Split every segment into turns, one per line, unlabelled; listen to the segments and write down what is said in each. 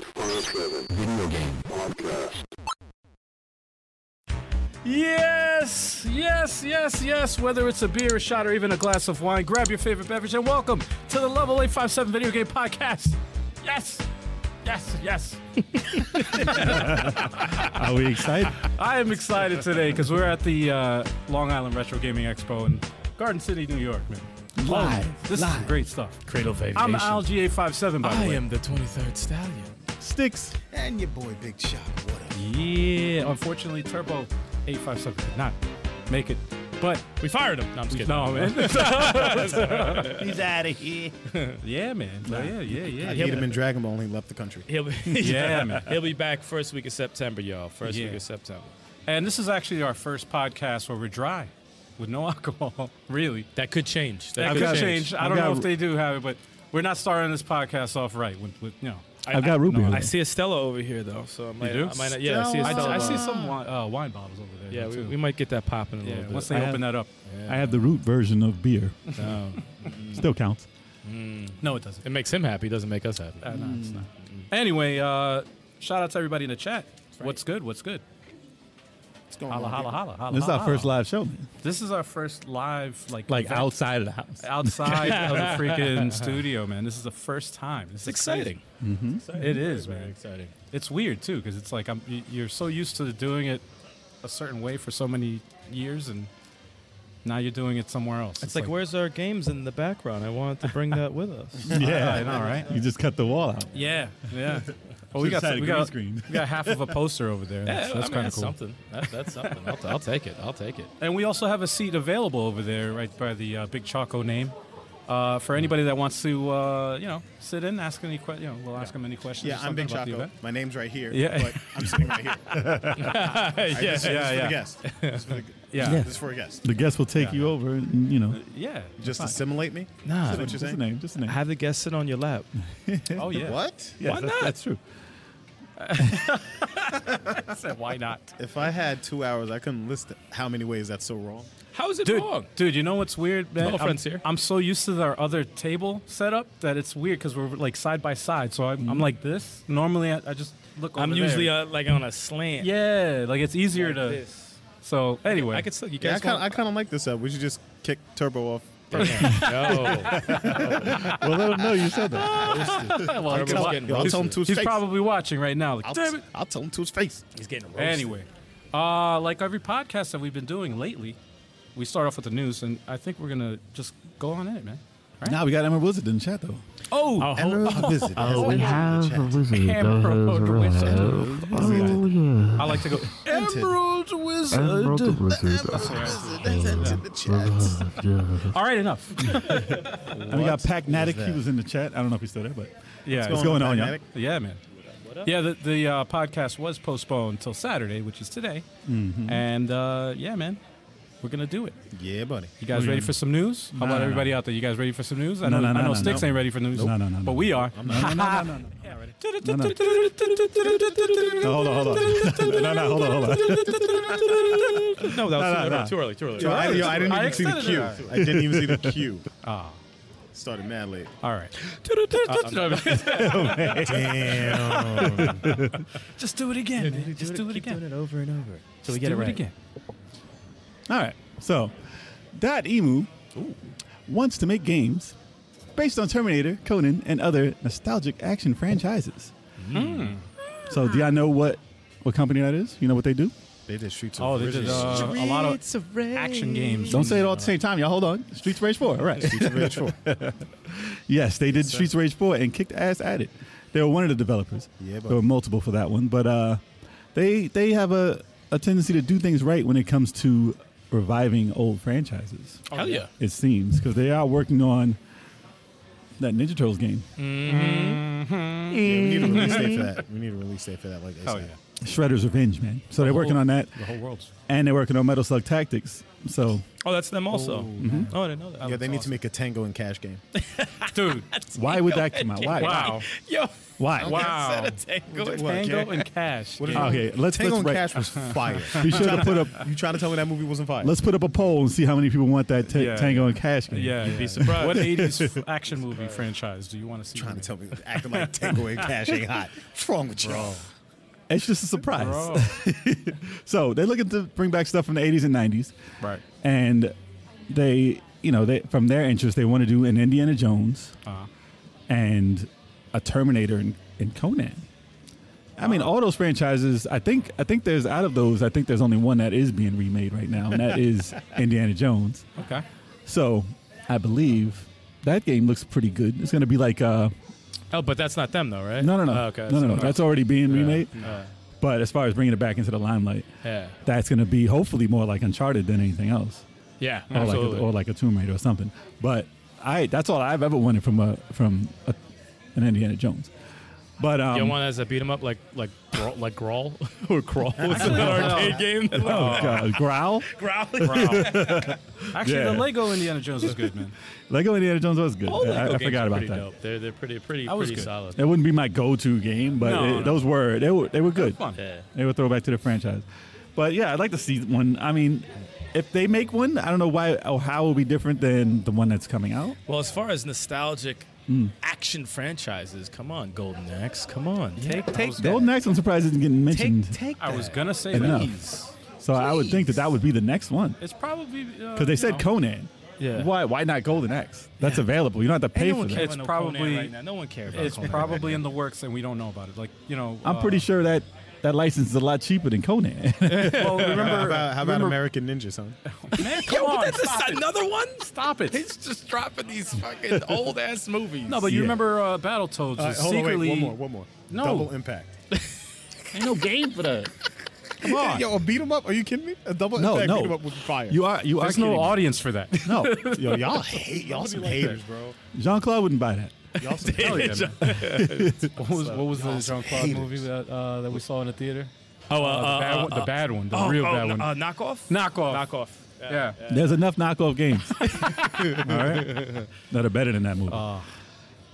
driven video game podcast.
Yes, yes, yes, yes. Whether it's a beer, a shot, or even a glass of wine, grab your favorite beverage and welcome to the Level 857 Video Game Podcast. Yes, yes, yes.
Are we excited?
I am excited today because we're at the uh, Long Island Retro Gaming Expo in Garden City, New York, man.
Live,
This is
live.
great stuff.
Cradle of
I'm
Aviation.
Al GA57, by the
I
way.
am the 23rd Stallion.
Sticks.
And your boy Big Shot. What up?
Yeah, unfortunately, Turbo 857 did not make it. But
We fired him. No, I'm just kidding.
no, man.
He's out of here.
yeah, man. So, yeah, yeah, yeah.
I
yeah.
beat him in Dragon Ball and he left the country.
He'll be,
Yeah, man.
He'll be back first week of September, y'all. First
Yeah.
week of September.
And this is actually our first podcast where we're dry with no alcohol, really.
That could change. That
That
I've
could
got-
change. I
I've
don't know
got-
if they do have it, but we're not starting this podcast off right with, with you know.
I,
I've got root beer.
I, I see Estella over here though, so I might.
do?
I might not, yeah, I see
I,
Estella.
I see some wine, uh, wine bottles over there.
yeah,
though,
we,
too.
we might get that popping a little
yeah
bit.
once they
I
open that up.
I have the root version of beer.
No.
Still counts.
No, it doesn't.
it makes him happy. Doesn't make us happy.
Uh, no, it's not. Anyway, uh, shout out to everybody in the chat. What's good? What's good?
It's going
Holla, holla, holla, holla.
This is our
holla.
first live show, man.
This is our first live, like, event
outside of the house.
outside of the freaking studio, man. This is the first time. This
It's
is crazy.
exciting.
It is, man.
Very exciting.
it's weird too because it's like I'm, y- you're so used to doing it a certain way for so many years and now you're doing it somewhere else
It's like, where's our games in the background? I wanted to bring that with us.
yeah i
Yeah.
know right
You just cut the wall out.
yeah yeah well, we got
Should've had a
we
green
got,
screen.
we got half of a poster over there
Yeah,
that's,
I
that's
mean,
kind of cool
something. That, that's something. I'll, I'll take it. I'll take it.
and we also have a seat available over there right by the uh, big choco name uh, for anybody that wants to uh, you know sit in ask any questions you know, we'll ask them any questions or
Yeah, I'm
something
Big
about the
Choco.
event.
My name's right here.
Yeah.
But I'm sitting right here.
yeah,
This is
yeah,
for
yeah.
the guest. This is for the,
yeah
This is for a guest.
The guest will take you over, and, you know.
yeah
Just
fine.
assimilate me?
Nah.
Is that what you're
Just a
saying?
name. Just a name.
Have the guest sit on your lap.
oh yeah
What?
Yes,
Why
that's-
not?
That's true.
i said why not
If I had two hours, I couldn't list how many ways that's so wrong.
How is it
Dude,
wrong?
dude, you know what's weird, man?
Hello,
I'm,
friends here.
I'm so used to our other table setup that it's weird because we're like side by side. So I'm, I'm like this. Normally, I, I just look.
Mm-hmm. I'm
over
usually
there.
uh, like on a slant.
yeah, like it's easier
like
to.
this.
So anyway,
I could still. You
Yeah, I
guys
kind of
want-
I kind of like this up. We should just kick Turbo off.
no.
Well, let them know you said that.
well,
Turbo's
he's wa-
getting
Yo, I'll
roasted.
tell him to his
he's
face.
probably watching right now. Like,
I'll,
damn it.
I'll tell him to his face.
He's getting roasted.
Anyway, uh, like every podcast that we've been doing lately, we start off with the news, and I think we're gonna just go on in it, man. Right?
Now we got Emma Wizard in the chat, though.
Oh,
I'll hold-
Emerald Wizard. Oh,
We have a wizard
Emerald
of
Wizard.
Oh yeah,
I like to go. Emerald Wizard.
Emerald Wizard
All right, enough.
And we got Pac Natic. He was in the chat. I don't know if he's still there, but
Yeah,
what's
it's
going on, y'all?
Magnetic?
Yeah, man. Yeah, the, the uh, podcast was postponed till Saturday, which is today.
Mm-hmm.
And uh, yeah, man, we're going to do it.
Oh.
Yeah, buddy.
You guys ready for some news? How
No,
about
no,
everybody out there? You guys ready for some news? I know,
No, no,
I
no,
know
no,
Sticks
no.
ain't ready for news.
No, no, no,
But
no.
we are.
No, no, no, no, no.
No,
no. No, hold on, hold on. no, no, hold on, hold on. no,
no, that was too,
no.
too early. Too early.
Yo, I, yo, I didn't
I
even see the
extended
cue.
it.
I didn't even see the cue. Ah. Started mad late.
All right. Just do it again. man. Just do it again.
it over and over. So
Just do it again.
All right. So, Dot Emu wants to make games based on Terminator, Conan, and other nostalgic action franchises. Hmm. So, do y'all know what what company that is? You know what they do?
They did Streets of
Oh, they did uh, a lot of action games.
Don't say it all at the same time, y'all. Hold on. Streets of Rage 4. All right.
Streets of Rage 4.
yes, they did Streets of Rage 4 and kicked ass at it. They were one of the developers.
Yeah,
there were multiple for that one, but uh, they they have a, a tendency to do things right when it comes to reviving old franchises.
Hell yeah.
it seems, because they are working on that Ninja Turtles game.
Yeah, we need a release date for that. We need a release date for that. Like,
Oh,
ASAP.
yeah.
Shredder's Revenge, man. So they're working on that,
The whole world's.
and they're working on Metal Slug Tactics. So
Oh, that's them also.
Mm-hmm.
Oh, I didn't know that.
Yeah, they need to make a Tango and Cash game.
Dude,
why would that come out? Why?
wow.
Yo,
Why?
Wow.
tango.
What,
Tango
Ca-
and Cash.
what is
game.
it?
Okay, let's-
Tango
let's
and
break-
Cash was fire.
We should have put up.
you trying to tell me that movie wasn't fire?
Let's put up a poll and see how many people want that ta-
Yeah.
Tango and Cash game.
Yeah, you'd be surprised. What 80s f- action movie franchise do you want to see?
trying to tell me acting like Tango and Cash ain't hot. What's wrong with you?
it's just a surprise.
Bro.
So they're looking to bring back stuff from the 80s and 90s,
right.
and they, you know, they from their interest, they want to do an Indiana Jones
Uh,
and a Terminator and, and Conan. I mean, all those franchises. I think I think there's out of those. I think there's only one that is being remade right now, and that is Indiana Jones.
okay.
So I believe that game looks pretty good. It's going to be like uh,
Oh, but that's not them though, right?
no, no, no,
Oh, okay.
no, no, no.
not-
That's already being
yeah,
remade.
yeah,
But as far as bringing it back into the limelight,
yeah.
that's going to be hopefully more like Uncharted than anything else,
Yeah.
or like, a,
absolutely.
or like a Tomb Raider or something. But I that's all I've ever wanted from a from a, an Indiana Jones. But um,
You want as a beat 'em up like like Grawl, like Grawl or Crawl? What's that arcade game?
oh, God, growl.
Actually, the
Yeah.
Lego Indiana Jones is good, man.
Lego Indiana Jones was good.
All
I,
Lego
I
games
forgot
are
about
pretty
that.
Dope. They're they're pretty pretty
was
pretty
good.
solid.
It wouldn't be my go-to game, but
No,
it-
no.
those were they were they were good.
fun.
Yeah.
They would throw back to the franchise. But yeah, I'd like to see one. I mean, if they make one, I don't know why or how it will be different than the one that's coming out.
Well, as far as nostalgic
Hmm.
action franchises, come on, Golden Axe, come on, take take that.
Golden Axe, I'm surprised isn't getting mentioned.
I was gonna say
Enough.
that.
so I would think that that would be the next one
It's probably uh,
because they said Conan.
Yeah.
Why? Why not Golden Axe? That's available. You don't have to
Hey,
pay
no
for
one
that.
cares
It's
about no
probably-
Conan right now. No one cares about
It's
Conan.
probably in the works, and we don't know about it. Like you know,
I'm
uh,
pretty sure that that license is a lot cheaper than Conan.
Well, remember,
How about, how about
remember-
American Ninja, son?
Man, come on, stop it.
another one.
Stop it.
He's just dropping these fucking old ass movies.
No, but you
Yeah.
remember uh, Battletoads
All
was
right, hold on,
secretly
wait, one more, one more.
No.
Double Impact.
ain't no game for that. Come on,
Yo, a beat 'em up? Are you kidding me? A double
no,
Impact
no.
beat 'em up with fire.
You are. You
there's
are
no
kidding me.
audience for that.
No,
Yo, y'all hate y'all some haters, bro.
Jean Claude wouldn't buy that.
Y'all some
Hell
haters.
yeah, man. what was what was the Jean Claude movie that uh, that we saw in the theater?
Oh, uh,
Uh, the, bad, one- the bad one, the
oh,
real
oh,
bad
kn-
one.
Uh, knockoff.
Knock off.
Knockoff.
yeah.
There's enough knockoff games. All right? That are better than that movie.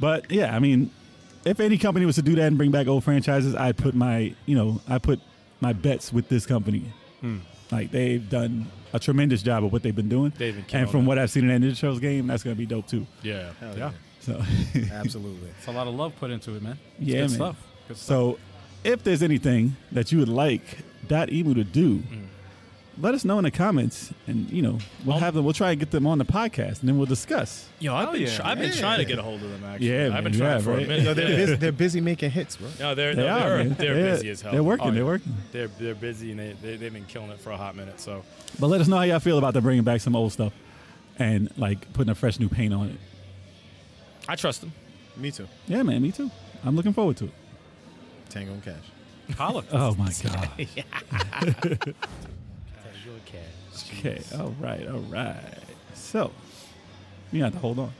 but yeah, I mean, if any company was to do that and bring back old franchises, I put my, you know, I put my bets with this company. Hmm. Like they've done a tremendous job of what they've been doing.
They've been
and
killing
from what I've seen in that Ninja Turtles game, that's gonna be dope too.
Yeah.
Hell
yeah.
So
Absolutely.
It's a lot of love put into it, man. It's
Yeah,
good
man.
stuff. Good stuff.
So, if there's anything that you would like that emu to do,
Mm.
let us know in the comments, and you know we'll have them. We'll try and get them on the podcast, and then we'll discuss.
Yo, I've been
yeah,
tr- I've been trying to get a hold of them actually.
Yeah,
I've been
man,
trying
yeah,
for
right.
a minute.
Yo, they're,
Yeah.
busy, they're busy making hits, bro.
No, they're
They
no,
are.
they're,
man.
they're
They're-
busy as hell.
They're working.
Oh,
they're
yeah.
working.
They're they're busy and they, they they've been killing it for a hot minute. So
But let us know how y'all feel about them bringing back some old stuff, and like putting a fresh new paint on it.
I trust them.
Me too.
Yeah, man. Me too. I'm looking forward to it.
Tango and Cash.
Holla.
Oh my god.
Your cat.
Okay. All right. All right. So, you have to hold on.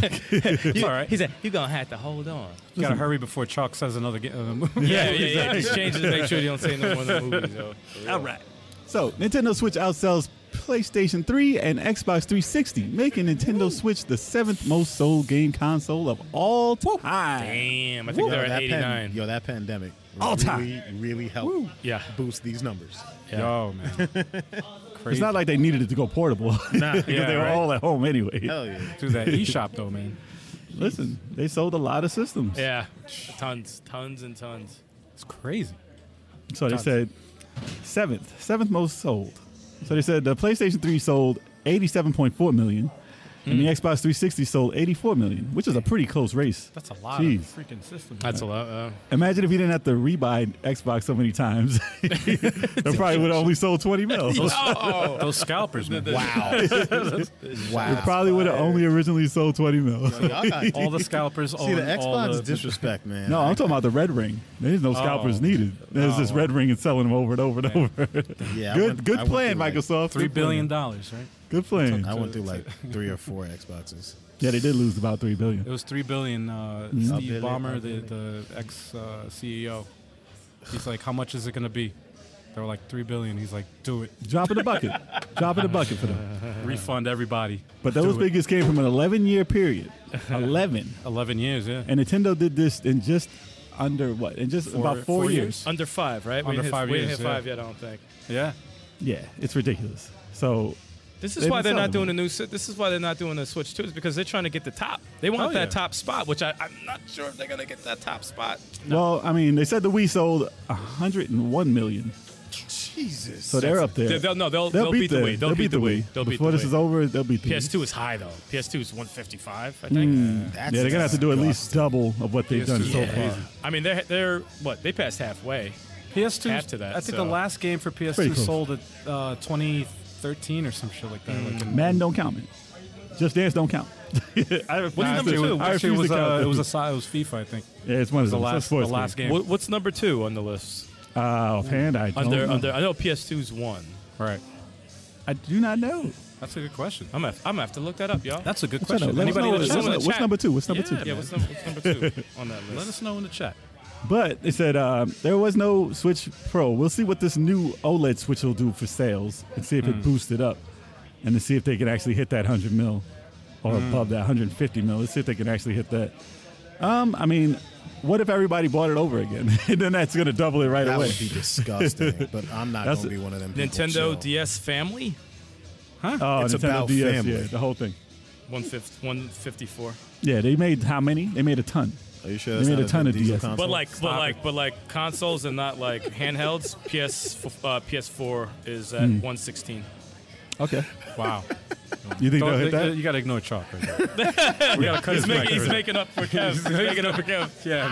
all right. He said you're gonna have to hold on.
Gotta hurry before Chalk says another ga- uh, movie.
Yeah, yeah, yeah. Just change it. to Make sure you don't say no more than the movies. Yo.
All right. So, Nintendo Switch outsells PlayStation 3 and Xbox 360, making Nintendo Switch the seventh most sold game console of all time.
Damn, I think they're at
that pan-
89.
yo, that pandemic
All
really,
time.
really helped
Yeah.
boost these numbers.
Yo, man.
It's not like they needed it to go portable because
yeah,
they were
right.
all at home anyway.
Hell yeah.
Through that eShop, though, man.
Listen, they sold a lot of systems.
Yeah, tons, tons and tons.
It's crazy.
So they said seventh, seventh most sold. So they said the PlayStation 3 sold 87.4 million, and
Hmm.
the Xbox 360 sold 84 million, which is a pretty close race.
That's a lot
Jeez.
of freaking system.
That's a lot. Uh,
Imagine if you didn't have to rebuy Xbox so many times. they probably would have only sold 20 mil.
Oh, those scalpers, man.
Wow. wow.
probably would have only originally sold 20 mil.
Y'all got-
All the scalpers.
See, the
all
Xbox
the,
disrespect, man.
No, I'm
I-
talking about the red ring. There's no scalpers
Oh.
needed. There's just red ring and selling them over and over and over.
yeah, I
good
went-
good
I went
plan,
through, like,
Microsoft.
three
Good plan.
billion dollars, right?
Good plan.
I went through like three or four Xboxes.
Yeah, they did lose about 3 billion.
Mm-hmm.
It was three billion. Uh, Steve
billion,
Ballmer,
a
the the ex uh, CEO, He's like, how much is it gonna be? They were like three billion. He's like, do it.
Drop in the bucket. Drop in the bucket for them.
Refund everybody.
But
Do
those
it.
figures came from an 11 year period. 11.
eleven years, yeah.
And Nintendo did this in just under what? In just about four,
four
years.
Under five, right? we
Under
didn't hit,
five
we didn't
years,
hit
yeah.
five yet, I don't think.
Yeah.
Yeah, it's ridiculous. So
This is
They've
why
been
they're
selling
not doing
them.
a new. si- This is why they're not doing a Switch Two. Is because they're trying to get the top. They want
Oh,
that
yeah.
top spot, which I, I'm not sure if they're gonna get that top spot.
Well, I mean, they said the Wii sold 101 million,
Jesus.
so they're up there.
They- they'll- no, they'll- they'll beat the
them.
Wii. They'll beat the Wii. They'll beat
Before
the
this
Wii.
is over, they'll beat the Wii.
PS2 is high though. PS2 is 155, I think.
Hmm.
That's
Yeah, they're gonna have to do at least double of what they've done
PS2 is
so
crazy.
far.
I mean, they're they're what they passed halfway.
PS2. 's-
After that,
I think
so-
the last game for PS2
Pretty close.
sold at uh, 2013 or some shit like that. Like,
Madden don't count, man. Just Dance don't count. I
What's
refuse
number
to.
two? Actually,
I refuse
it
to
was, uh,
count.
it was a si- it was FIFA, I think.
yeah, it's one of
the
those. It's a
last-
sports
the last game.
What, what's number two on the list?
Uh, offhand, I don't
Under
Oh.
know.
under I know PS2's one.
Right.
I do not know.
That's a good question. Um,
I'm gonna, I'm gonna have to look that up, y'all.
That's a good
What's that?
question.
Let us
Anybody
know
in
what-
the
what's
chat?
number- what's number two? What's number
yeah,
two?
Yeah, what's number, what's number two on that list?
Let us know in the chat.
But it said uh, there was no Switch Pro. We'll see what this new OLED Switch will do for sales and see if it boosts it up and to see if they can actually hit that 100 mil or above that 150 mil. Let's see if they can actually hit that. Um, I mean, what if everybody bought it over again? and then that's going to double it right
That
away.
would be disgusting, but I'm not
That's
going to
it.
be one of them. people,
Nintendo
chill.
DS Family,
Oh,
It's
Nintendo
about
DS,
family.
yeah, the whole thing.
150, 154.
Yeah, they made how many? They made a ton.
Are you sure
They
that's
made
not
a ton of
Vin Diesel
DS.
console?
But like, but like, but like consoles and not like handhelds. PS uh, PS4 is
Hmm.
at 116.
Okay.
Wow.
You think they'll
Don't-
hit that?
You gotta ignore Chalk right there.
We gotta
cut
he's
his
making,
mic
he's
right now.
making up for Kev. He's making up for Kev.
Yeah,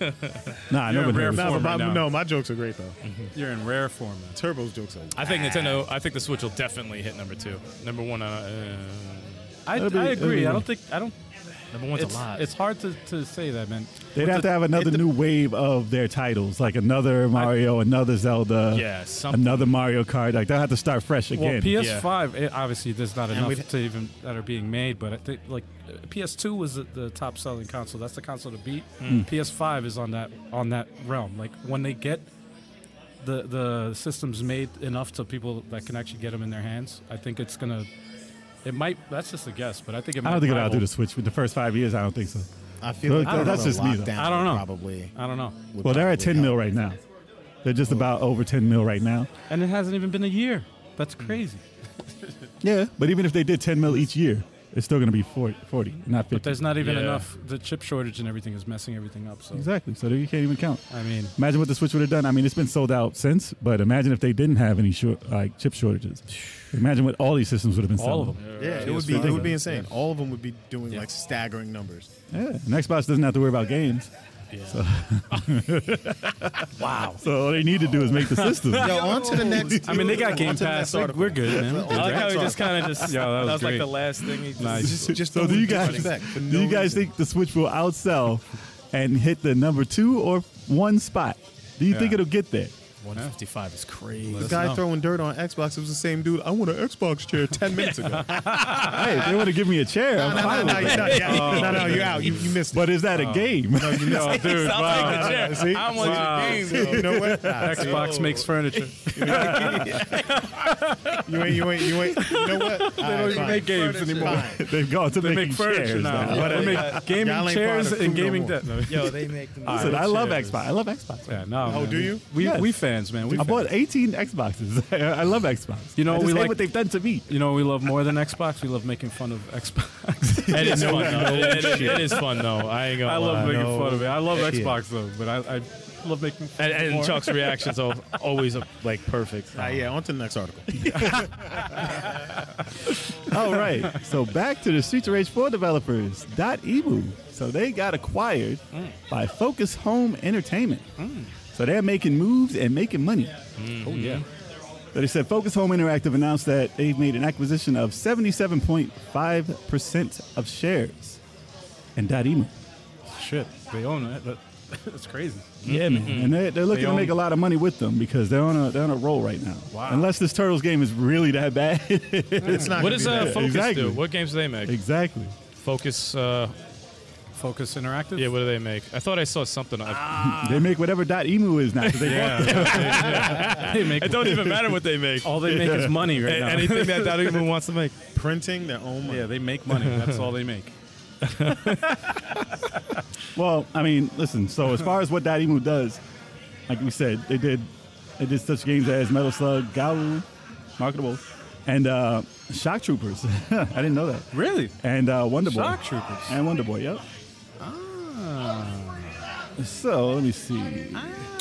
man.
Nah,
You're in
nobody
rare form.
knows.
no, but
right
my-
now.
no, my jokes are great though.
You're in rare form, man.
Turbo's jokes are.
I think Nintendo. I think the Switch will definitely hit number two. Number one. Uh,
I,
That'll be-
I
that'll be
agree. I
nice.
don't think I don't.
uh, number one's
It's,
a lot.
it's hard to, to say that, man.
They'd have to have another new wave of their titles, like another Mario, another Zelda,
Yeah, something.
another Mario Kart. Like they'll have to start fresh
Well,
again.
PS5 it, eh, obviously there's not
we've-
enough to even that are being made, but I think like uh, PS2 was the, the top selling console. That's the console to beat.
Hmm.
PS5 is on that on that realm. Like when they get the the systems made enough to people that can actually get them in their hands, I think it's gonna. It might. That's just a guess, but I think it. Might
I don't think it'll
rival-
outdo the Switch. With the first five years, I don't think so.
I feel
Look,
like they're
that's
on a
just me, though.
lockdown,
I don't know.
Probably.
I don't know.
would
Well, they're at
probably
10 mil
help.
right now. They're just about over 10 mil right now.
And it hasn't even been a year. That's crazy.
Yeah, but even if they did 10 mil each year, it's still going to be 40, 40 not 50.
But there's not even
Yeah.
enough. The chip shortage and everything is messing everything up. So
exactly. So you can't even count.
I mean,
Imagine what the Switch would have done. I mean, it's been sold out since, but imagine if they didn't have any short, like chip shortages. Imagine what all these systems would have been selling.
all of them.
Yeah, it would be
PS5.
it would be insane. All of them would be doing like staggering numbers.
Yeah, and Xbox doesn't have to worry about games. wow. So all they need to do is make the system.
Yo, on to the next.
I mean, they got Game
Onto the
Pass.
next
Like,
article.
we're good, man.
I like how he just kind of just.
Yo, that was
that was like
great.
the last thing he just.
Nice.
just
so
don't
do you
do
guys
disrespect for
do
no
you guys
reason.
think the Switch will outsell and hit the number two or one spot? Do you think
Yeah.
it'll get there?
155 is crazy.
The guy throwing dirt on Xbox it was the same dude. I want an Xbox chair ten minutes ago.
hey, if they want to give me a chair, I'm
no, no,
fine
no,
with
you're
it.
not- yeah, you- no, no, you're out. You, you missed.
But is that a game?
Yo, dude,
Sounds like the chair.
See?
I want
Wow.
your
it.
game.
you know what? Nah, see?
Xbox makes furniture.
You ain't. You ain't. You ain't. You know what? They
don't make games anymore.
They've gone to
They
making
make furniture
chairs
now.
now.
Yeah, they make gaming
Y'all ain't
chairs and
part of food no
gaming
more.
debt. No,
Yo, they make them.
Listen, I love Xbox. I love Xbox.
yeah, no,
Oh,
man.
do you?
We
Yes.
we fans, man. We
I
fans.
bought 18 Xboxes. I love Xbox.
You know
I
what
just
we
hate
like-
what they've done to me.
You know, what we love more than Xbox. We love making fun of Xbox.
It is fun though. It is- it is fun though. I ain't gonna.
I love
lie.
making
No.
fun of it. I love
Shit.
Xbox though, but I, I love making. fun
And, and Chuck's reactions are always like perfect.
Ah, yeah, on to the next article.
All right. So back to the Streets of Rage 4 developers, Dot Emu. So they got acquired by Focus Home Entertainment. So they're making moves and making money.
Oh yeah.
But they said Focus Home Interactive announced that they've made an acquisition of 77.5% of shares in Dot Emu.
Shit, they own that. But that's crazy.
Yeah, man. And they're, they're looking
They
to make
own-
a lot of money with them because they're on a, they're on a roll right now.
Wow.
Unless this Turtles game is really that bad.
It's not.
What
gonna
does
be
uh,
bad.
Focus
Exactly.
do? What games do they make?
exactly.
Focus. Uh,
Focus Interactive. Ah,
Yeah, what do they make? I thought I saw something. I,
They make whatever dot emu is now. 'cause They bought it.
they make
it don't even matter what they make.
all they make is money right
A-
now.
Anything that Dada Emu wants to make.
Printing their own money.
yeah, they make money. That's all they make.
Well, I mean, listen. So as far as what dot emu does, like we said, they did they did such games as Metal Slug, Galu, Marketable, and uh, Shock Troopers. I didn't know that.
Really?
And uh, Wonder Boy.
Shock Troopers. Ah.
And Wonder Boy. Yep. So let me see.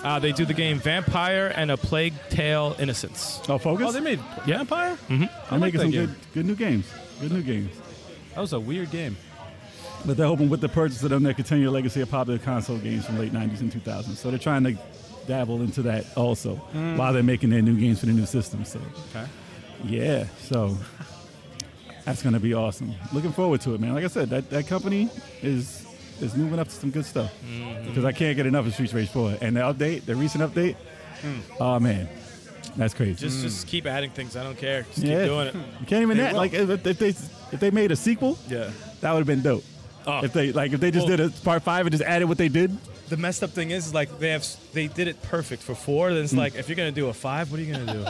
Uh, they do the game Vampire and a Plague Tale Innocence. Mm.
Oh, focus.
Oh, they made Vampire?
I'm
like
making
that game.
some good, good new games. Good new games.
That was a weird game.
But they're hoping with the purchase of them, they continue the legacy of popular console games from late 90s and 2000s. So they're trying to dabble into that also
Mm.
while they're making their new games for the new system. So,
Okay.
yeah. So that's going to be awesome. Looking forward to it, man. Like I said, that, that company is is moving up to some good stuff because
Mm-hmm.
I can't get enough of Street Rage 4. And the update, the recent update, oh, man. That's crazy.
Hmm. Just, just keep adding things. I don't care. Just
Yeah.
keep doing it.
You can't even
They
that.
will.
Like if, if they if they made a sequel,
Yeah.
that would have been dope.
Oh.
If they like if they just
Well-
did a part five and just added what they did,
The messed up thing is like they have they did it perfect for four. Then it's like if you're gonna do a five, what are you gonna do?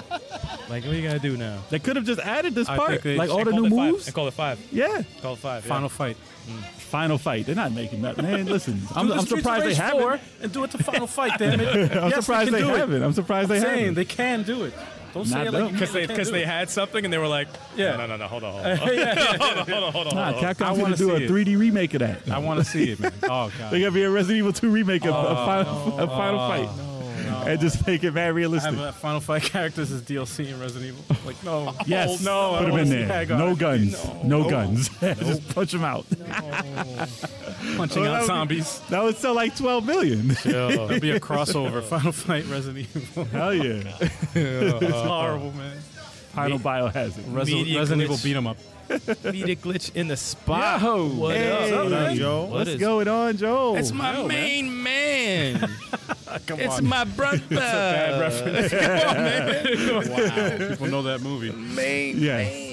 like what are you gonna do now?
they could have just added this
I
part,
think they-
like all
And
the
call
new
it five.
moves.
And call it five.
yeah,
Call it five. yeah.
Final Fight.
final fight. They're not making that, man. Listen, I'm,
Do the Streets
I'm
of
surprised they
Rage
haven't.
4 And do it to Final Fight, damn it.
I'm
yes,
surprised
they,
they
can do it.
haven't. I'm surprised they
I'm saying
haven't.
they can do it. Don't
Not
say it like
them.
you
Because they,
can't
cause
do
they
it.
had something and they were like,
Yeah.
no, no, no, hold on, hold on, hold on, hold on, hold on.
Nah,
hold on.
uh, I
Capcom's gonna
wanna
do a
see it.
3D remake of that.
I want to see it, man. Oh god.
They gotta be a Resident Evil 2 remake of
Oh,
a final, a final fight, and just make it mad realistic.
have a Final Fight characters as DLC in Resident Evil. Like no.
Yes,
no, I
put them
don't
in
wanna see
there.
Hagar.
No guns, no, guns. just punch them out.
punching
Well,
out
Oh, that would
zombies.
That would sell like 12 million.
It'd be a crossover. Final Fight Resident Evil.
Hell yeah.
It's horrible, man.
Final biohazard.
Res-
Media
Resident Evil
glitch.
beat 'em up.
Media glitch in the spot.
Yahoo!
What
Hey,
up?
what's up, man?
Yo,
What
What's
is-
going on, Joel?
It's my main man.
Come
it's
on.
my brother.
Bad reference. wow. People know that movie.
yes.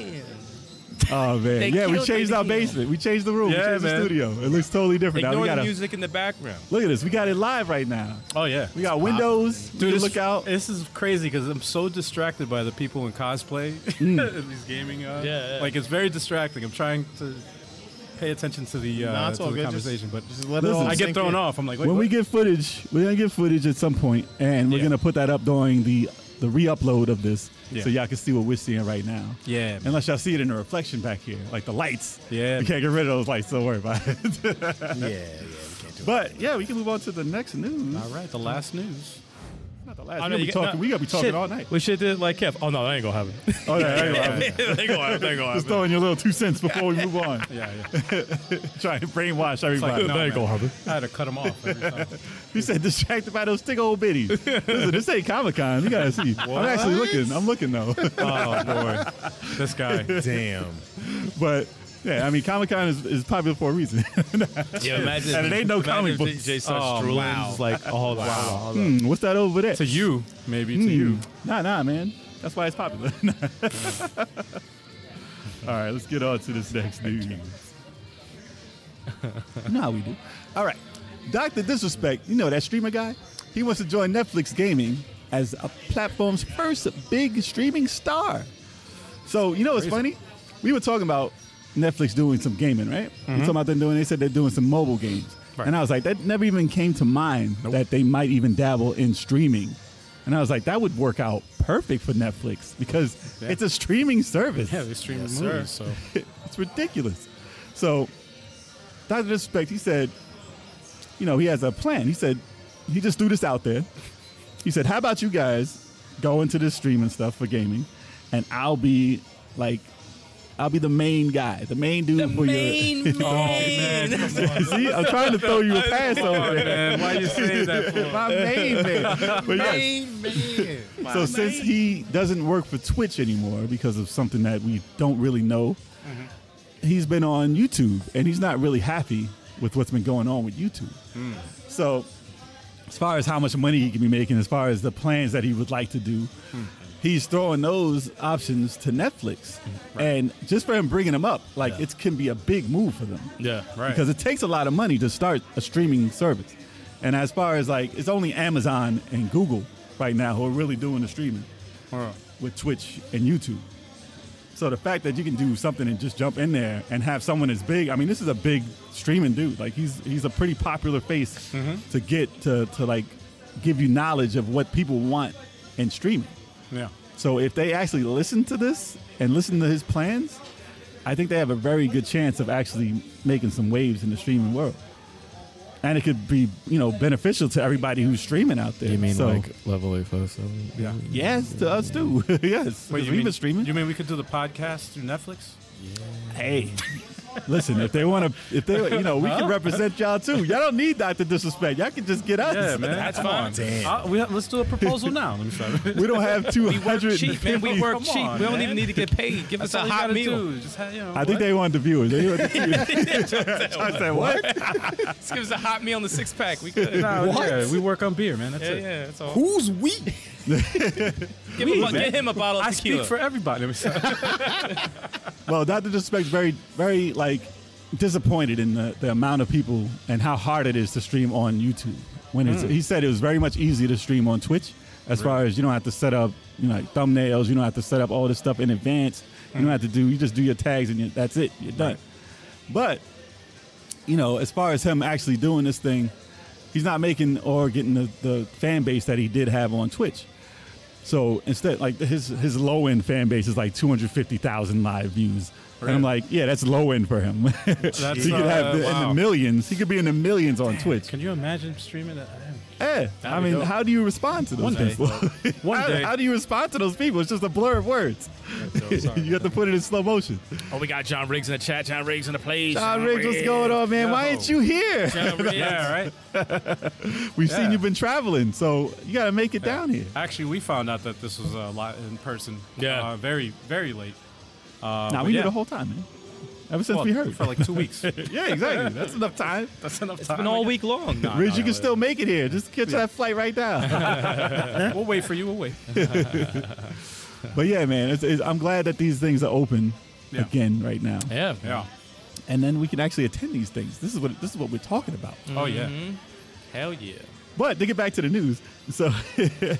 Oh man, yeah, we
killed
changed
the
our
heel.
basement. We changed the room. we
Yeah,
changed the
man.
studio. It looks totally different now.
Ignore
We got
the
a,
music in the background.
look at this. We got it live right now.
Oh yeah.
We got windows. we can
this,
look out.
This is crazy because I'm so distracted by the people in cosplay
Mm.
and these gaming. Uh,
Yeah, yeah.
Like it's very distracting. I'm trying to pay attention to the, uh,
Nah, it's
to
all
the
good. Just-
conversation, but
just let it
Listen,
all
I get
sink
thrown
in.
off. I'm like, wait,
When we
what?
get footage, we're gonna get footage at some point, and we're
Yeah.
gonna put that up during the the re-upload of this,
Yeah.
so y'all can see what we're seeing right now.
yeah, man.
Unless y'all see it in the reflection back here, like the lights.
Yeah.
We can't get rid of those lights. Don't worry about it.
Yeah, yeah, we can't do it.
But yeah, we can move on to the next news.
all right. The last news.
Not the last.
I
We
know
gotta be
you got-
talking.
no,
We gotta be talking all night.
We should do it like Kev. Oh no, that ain't gonna happen.
Oh yeah, hang on.
that ain't gonna happen. That ain't gonna
Just
happen.
throwing your little two cents before we move on.
Yeah, yeah.
Trying to
like,
brainwash everybody.
no,
That
man.
ain't gonna happen.
I had to cut them off. Every time.
He said distracted by those thick old bitties. Listen, this ain't Comic Con. You gotta see. I'm actually looking. I'm looking though.
oh boy, this guy.
Damn.
but yeah, I mean Comic Con is, is popular for a reason.
Yeah, imagine.
And it ain't no
imagine
comic
if
books.
Jay starts
Oh,
drooling.
wow.
It's like, oh, hold on.
Hmm, what's that over there? Hmm.
To you, maybe to you.
Nah, nah, man. That's why it's popular. All right, let's get on to this next news. nah, we do. All right. Dr. Disrespect, you know that streamer guy? He wants to join Netflix Gaming as a platform's first big streaming star. So, you know what's funny? We were talking about Netflix doing some gaming, right? We're talking about them doing, they said they're doing some mobile games.
Mm-hmm. Right.
And I was like, that never even came to mind that they might even dabble in streaming. And I was like, that would work out perfect for Netflix because it's a streaming service.
Yeah, they stream
Yes, sir.
movies, so
it's ridiculous. So, Dr. Disrespect, he said, you know, he has a plan. He said, he just threw this out there. He said, how about you guys go into this stream and stuff for gaming, and I'll be like, I'll be the main guy, the main dude for
Oh,
your. See, I'm trying to throw you a pass over there.
man, why you say that? For?
My main man. But yes, so since he doesn't work for Twitch anymore because of something that we don't really know, he's been on YouTube and he's not really happy with what's been going on with YouTube. So as far as how much money he can be making, as far as the plans that he would like to do, he's throwing those options to Netflix, and just for him bringing them up, like it can be a big move for them.
Yeah, right.
Because it takes a lot of money to start a streaming service, and as far as like it's only Amazon and Google right now who are really doing the streaming with Twitch and YouTube. So the fact that you can do something and just jump in there and have someone as big, I mean, this is a big streaming dude. Like he's he's a pretty popular face to get to to like give you knowledge of what people want in streaming.
Yeah.
So if they actually listen to this and listen to his plans, I think they have a very good chance of actually making some waves in the streaming world. And it could be, you know, beneficial to everybody who's streaming out there.
You mean
So-
like level eight five seven?
Yeah.
Yes, to us too. yes,
Wait,
we've
you mean,
been streaming.
You mean we could do the podcast through Netflix?
Hey, listen, if they want to, if they, you know, we can represent y'all too. Y'all don't need Dr. Disrespect. Y'all can just get us.
Yeah, man. That's fine. Uh, we, let's do a proposal now. Let me start.
We don't have
cheap, man. We
250.
work
Come
cheap.
on,
we don't
man.
even need to get paid. Give us a
all you
hot
gotta
meal.
do. Just have, you know,
I think they want the viewers. They want the viewers. I said, what?
Just give us a hot meal and a six pack. We good.
Nah,
What?
Yeah, we work on beer, man. That's
Yeah,
it.
yeah, that's all.
Who's we?
Give, him, a- get him a bottle of
I
tequila.
speak for everybody. Let me start.
Well, Dr. Disrespect's very, very like disappointed in the, the amount of people and how hard it is to stream on YouTube. When it's, he said it was very much easier to stream on Twitch, as far as you don't have to set up, you know, like thumbnails. You don't have to set up all this stuff in advance. You don't have to do. You just do your tags and you, that's it. You're done. But you know, as far as him actually doing this thing, he's not making or getting the, the fan base that he did have on Twitch. So instead, like his his low end fan base is like two hundred fifty thousand live views, and I'm like, yeah, that's low end for him.
That's,
he could have
uh,
the, in
wow.
the millions. He could be in the millions on Twitch.
Can you imagine streaming that?
Yeah, I
be
mean,
dope.
how do you respond to those
One day.
people?
One
how,
day.
how do you respond to those people? It's just a blur of words. you have to put it in slow motion.
Oh, we got John Riggs in the chat. John Riggs in the place.
John Riggs, what's going on, man? Why ain't you here?
John Riggs.
Yeah, right.
We've
Yeah.
seen you've been traveling, so you got to make it down here.
Actually, we found out that this was a lot in person.
Yeah.
Uh, very, very late.
nah, we knew
Uh, yeah.
the whole time, man. Ever since
Well,
we heard.
for like two weeks.
yeah, exactly. That's enough time.
That's enough
It's
time.
been all week long. Nah,
Ridge,
nah,
you can
nah.
still make it here. Just catch that flight right now.
We'll wait for you. We'll wait.
but yeah, man, it's, it's, I'm glad that these things are open
Yeah.
again right now,
Yeah.
Yeah.
and then we can actually attend these things. This is what this is what we're talking about.
Oh yeah.
Mm-hmm.
Hell yeah.
But to get back to the news, so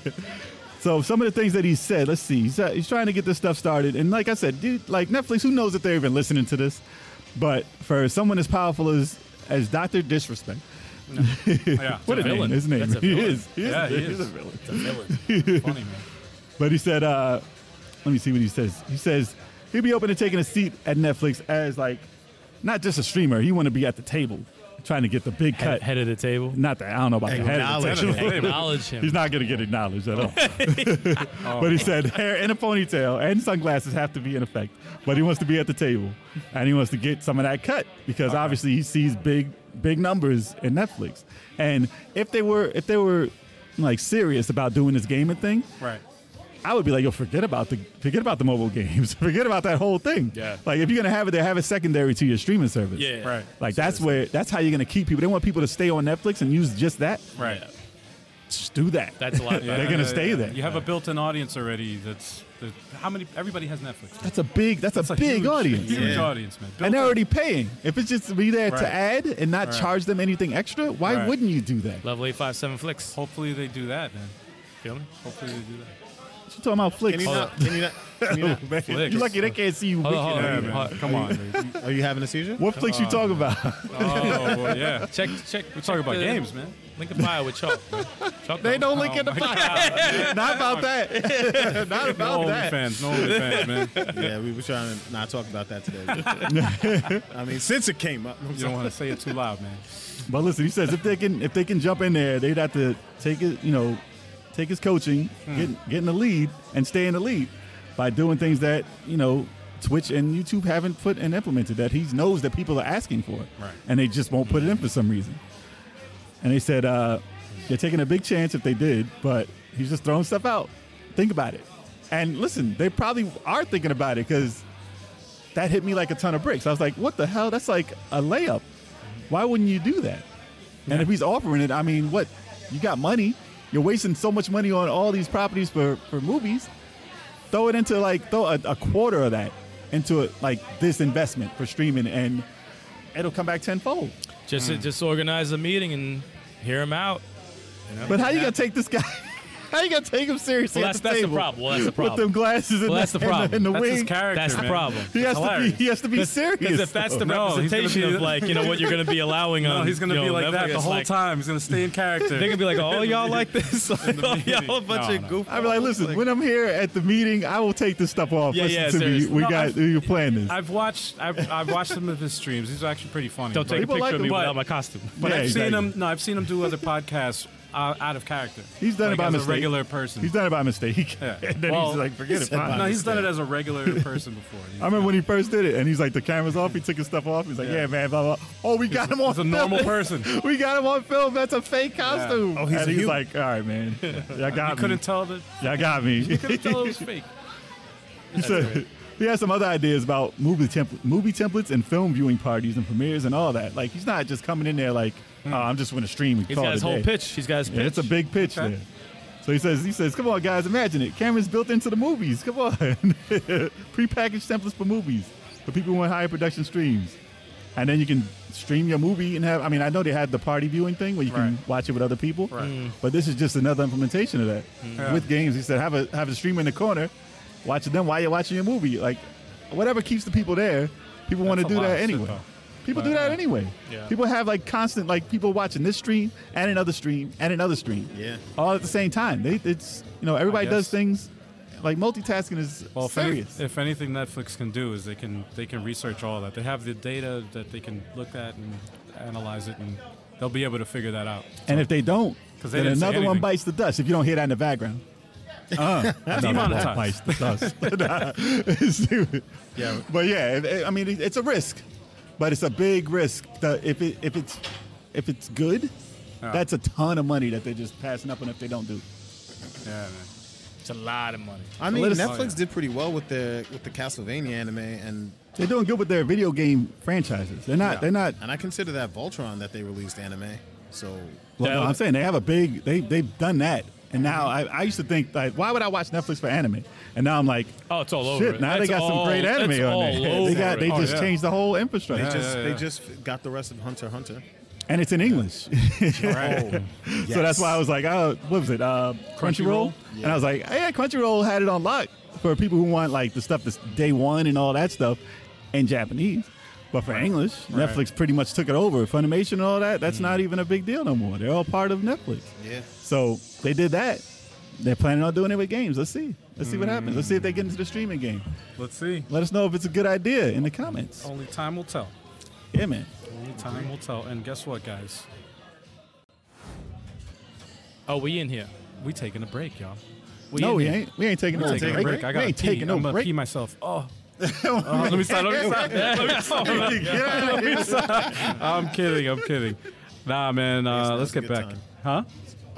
so some of the things that he said. Let's see. He's, uh, he's trying to get this stuff started, and like I said, dude, like Netflix, who knows if they're even listening to this? But for someone as powerful as as Doctor Disrespect,
Yeah.
what a
yeah.
name! His name,
That's a
he
villain.
is. He is,
Yeah, he is.
he's a villain.
Funny man.
But he said, uh, let me see what he says. He says he'd be open to taking a seat at Netflix as like not just a streamer. He want to be at the table, trying to get the big
Head,
cut.
head of the table.
Not that I don't know about the head of the
Acknowledge
table.
it.
Acknowledge him.
He's not going to get acknowledged at all. but he said hair and a ponytail and sunglasses have to be in effect. But he wants to be at the table and he wants to get some of that cut because obviously he sees big big numbers in Netflix. And if they were if they were like serious about doing this gaming thing,
Right.
I would be like, yo, forget about the forget about the mobile games, forget about that whole thing.
Yeah.
Like if you're gonna have it, there have it secondary to your streaming service.
Yeah.
Right.
Like that's where that's how you're gonna keep people. They want people to stay on Netflix and use just that.
Right.
Yeah.
Just do that.
That's a lot.
Yeah,
They're
yeah,
gonna
yeah,
stay
yeah.
there.
You have a built-in audience already. That's that, how many. Everybody has Netflix.
That's a big. That's, a, big
huge,
audience.
Huge
Yeah.
audience, man.
And
Built-in-
they're already paying. If it's just to be there
Right.
to add and not
Right.
charge them anything extra, why
Right.
wouldn't you do that?
Level 857 flicks.
Hopefully they do that, man.
Feel me?
Hopefully they do that.
She's talking about flicks.
Can you not? Can you not? Can you not?
Flicks.
You're lucky they can't see you.
Hold on,
winking at
hold on.
me.
Hold on.
Come on. dude.
Are you having a seizure?
What flicks you talking about?
oh well, yeah.
Check, check. We're
Talk about games, man.
Link in bio with chalk. man. Chalk
they don't link
Oh
in the
my
fire. not about that. not about
No
that.
OnlyFans. No OnlyFans, man.
Yeah, we were trying to not talk about that today. I mean, since it came up, I'm
You don't
sorry.
want to say it too loud, man.
But listen, he says if they can if they can jump in there, they'd have to take it, you know, take his coaching, get get in the lead, and stay in the lead by doing things that you know Twitch and YouTube haven't put and implemented that he knows that people are asking for,
Right.
and they just won't put it in for some reason. And they said uh, they're taking a big chance if they did, but he's just throwing stuff out. Think about it, and listen, they probably are thinking about it because that hit me like a ton of bricks. I was like, what the hell? That's like a layup. Why wouldn't you do that? And if he's offering it, I mean, what? You got money. You're wasting so much money on all these properties for, for movies. throw it into like throw a, a quarter of that into it like this investment for streaming, and it'll come back tenfold.
Just
Mm.
just organize a meeting and hear him out. you know?
But how you gonna take this guy? How you gonna take him seriously?
Well,
at
that's that's the
table?
problem. Well, that's the
With them
problem.
glasses and
Well,
the-
that's the
and the-
problem.
and the,
That's his
wig.
character.
That's the
man.
problem.
He has
Hilarious.
to be. He has to be serious.
Because if that's the
No, he's gonna
representation
be-
of like you know what you're gonna be allowing
No,
on,
he's gonna
you
be
know,
like that
Netflix,
the whole
like,
time. He's gonna stay in character.
They're gonna be like, oh y'all like this? Like, oh, y'all a bunch
No,
of
no.
goof.
I'd be like, listen, when I'm here at the meeting, I will take this stuff off.
Yeah,
listen
yeah,
to
seriously.
me. We
No,
got
I've-
you plan this.
I've watched I've, I've watched some of his streams. These are actually pretty funny.
Don't take a
People
picture
like
of
him,
me
but-
without my costume.
But
Yeah,
I've seen
exactly.
him. No, I've seen him do other podcasts uh, out of character.
He's done
like
it by
as
mistake.
a regular person.
He's done it by mistake.
Yeah.
and then
Well,
he's like, forget it. fine.
no, he's done it as a regular person before. He's-
I remember when he first did it, and he's like, the camera's off. He took his stuff off. He's like, yeah, man, blah blah. Oh, we got him on
he's a
film.
normal person. You
We got him on film. That's a fake costume.
Oh,
he's,
he's
and
a
he's
human.
like, all right, man. Y'all got me.
couldn't tell that.
Y'all got me.
Couldn't tell it was fake.
So, he has some other ideas about movie temp- movie templates and film viewing parties and premieres and all that. Like he's not just coming in there like,
Hmm.
oh, I'm just going to stream. And
He's
call
got
it
his
a
whole
day.
pitch. He's got his pitch.
Yeah, it's a big pitch
Okay.
there. So he says, he says, come on guys, imagine it. Cameras built into the movies. Come on, prepackaged templates for movies for people who want higher production streams, and then you can stream your movie and have. I mean, I know they had the party viewing thing where you can
Right.
watch it with other people,
Right. Mm.
but this is just another implementation of that with games. He said, have a have a streamer in the corner, watching them while you're watching your movie. Like, whatever keeps the people there, people want to
That's a
do
lot
that
of shit,
anyway.
though.
People do that anyway.
Yeah.
People have like constant like people watching this stream and another stream and another stream.
Yeah.
All at the same time. They, it's you know everybody does
guess.
things like multitasking is
Well, if, any,
serious.
if anything Netflix can do is they can they can research all that. They have the data that they can look at and analyze it, and they'll be able to figure that out.
and if they don't,
'Cause they
then
didn't say
another one
anything.
bites the dust. If you don't hear that in the background. Uh, another one
Demonetized.
bites the dust. uh, It's stupid.
Yeah.
But yeah, it- it- I mean, it- it's a risk, but it's a big risk. The- if it if it's if it's good, that's a ton of money that they're just passing up on if they don't do.
Yeah, man.
It's a lot of money.
I mean,
Let us-
Netflix
oh, yeah.
did pretty well with the with the Castlevania anime, and
They're doing good with their video game franchises. They're not. They're not.
and I consider that Voltron that they released anime. So
Well, no,
Yeah.
I'm saying they have a big. They they've done that, and now I, I used to think like, why would I watch Netflix for anime? And now I'm like,
Oh, it's all over.
shit.
it.
Now they
It's
got some
all-
great anime
it's all
on there.
over
They got. They
it. Oh,
just
yeah.
changed the whole
they
infrastructure,
just
yeah,
they
yeah.
just got the rest of Hunter x Hunter.
and it's in English.
Right.
So that's why I was like, oh, what was it? Uh, Crunchyroll?
Crunchyroll?
And I was like, yeah, Crunchyroll had it on lock for people who want like the stuff that's day one and all that stuff in Japanese. But for English, Netflix pretty much took it over. Funimation and all that, that's
Mm.
not even a big deal no more. They're all part of Netflix.
Yeah.
So they did that. They're planning on doing it with games. Let's see. Let's see what happens. Let's see if they get into the streaming game.
Let's see.
Let us know if it's a good idea in the comments.
Only time will tell.
Yeah, man.
Only time will tell. And guess what, guys?
Oh, we in here.
We taking a break, y'all.
We
no,
in
we
here.
ain't. We ain't taking no
Taking a
break.
break. I
we
got
ain't
pee.
taking no
I'm gonna pee
break.
myself. Oh. Oh, let me start. Let me start. Let me start.
Get out of here.
I'm kidding. I'm kidding. Nah, man.
Yes,
Uh,
now's
let's
a
get
good
back.
time.
Huh?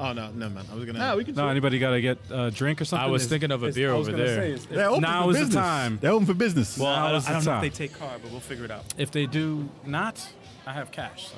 Oh no, no man, I was gonna.
Nah, we can
No, anybody got to get a drink or something?
I was thinking of a beer over there.
They're open
now
for
is the
business.
time.
They're open for business.
Well,
Now
I
is
don't,
the
I don't know if
time.
they take card, but we'll figure it out.
If they do not, I have cash. So.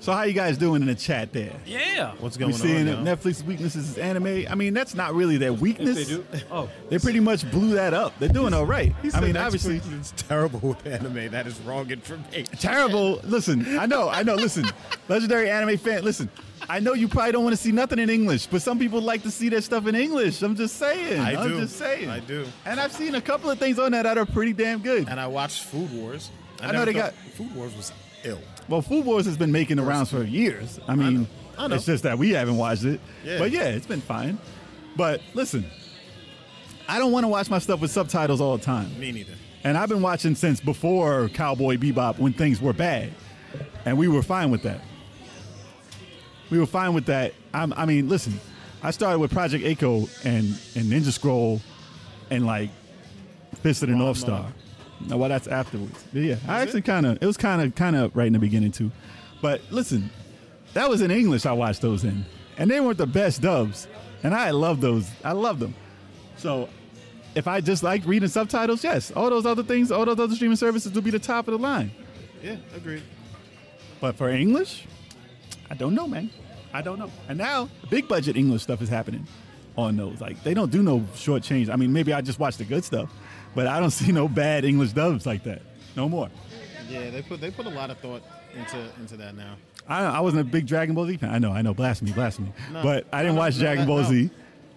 so how you guys doing in the chat there?
Yeah.
What's
We
going
seeing
on? now?
that Netflix weaknesses is anime. I mean, that's not really their weakness.
They do. Oh,
They pretty much blew that up. They're doing all right. I mean, obviously,
it's terrible with anime. That is wrong information.
terrible. Listen, I know, I know. Listen, legendary anime fan. Listen, I know you probably don't want to see nothing in English, but some people like to see their stuff in English. I'm just saying.
I
am
do.
just saying.
I do.
And I've seen a couple of things on there that are pretty damn good.
And I watched Food Wars.
I know
never
they
thought-
got-
Food Wars was ill.
Well, Food Wars has been making the rounds for years. I mean,
I know.
it's just that we haven't watched it.
Yeah.
But yeah, it's been fine. But listen, I don't want to watch my stuff with subtitles all the time.
Me neither.
And I've been watching since before Cowboy Bebop when things were bad. And we were fine with that. We were fine with that. I'm, I mean, listen, I started with Project Echo and, and Ninja Scroll and like Fist of the North Star. No, well, that's afterwards. But yeah, I actually kind of, it was kind of, kind of right in the beginning too. But listen, that was in English I watched those in. And they weren't the best dubs. And I love those. I love them. So if I just like reading subtitles, yes, all those other things, all those other streaming services will be the top of the line.
Yeah, agreed.
But for English, I don't know, man. I don't know. And now big budget English stuff is happening. on those. Like they don't do no short change. I mean, maybe I just watch the good stuff, but I don't see no bad English dubs like that. No more.
Yeah, they put they put a lot of thought into into that now.
I, I wasn't a big Dragon Ball Z fan. I know, I know, blasphemy, blasphemy.
No.
but I didn't
No, no,
watch
no,
Dragon
no,
Ball
no.
Z,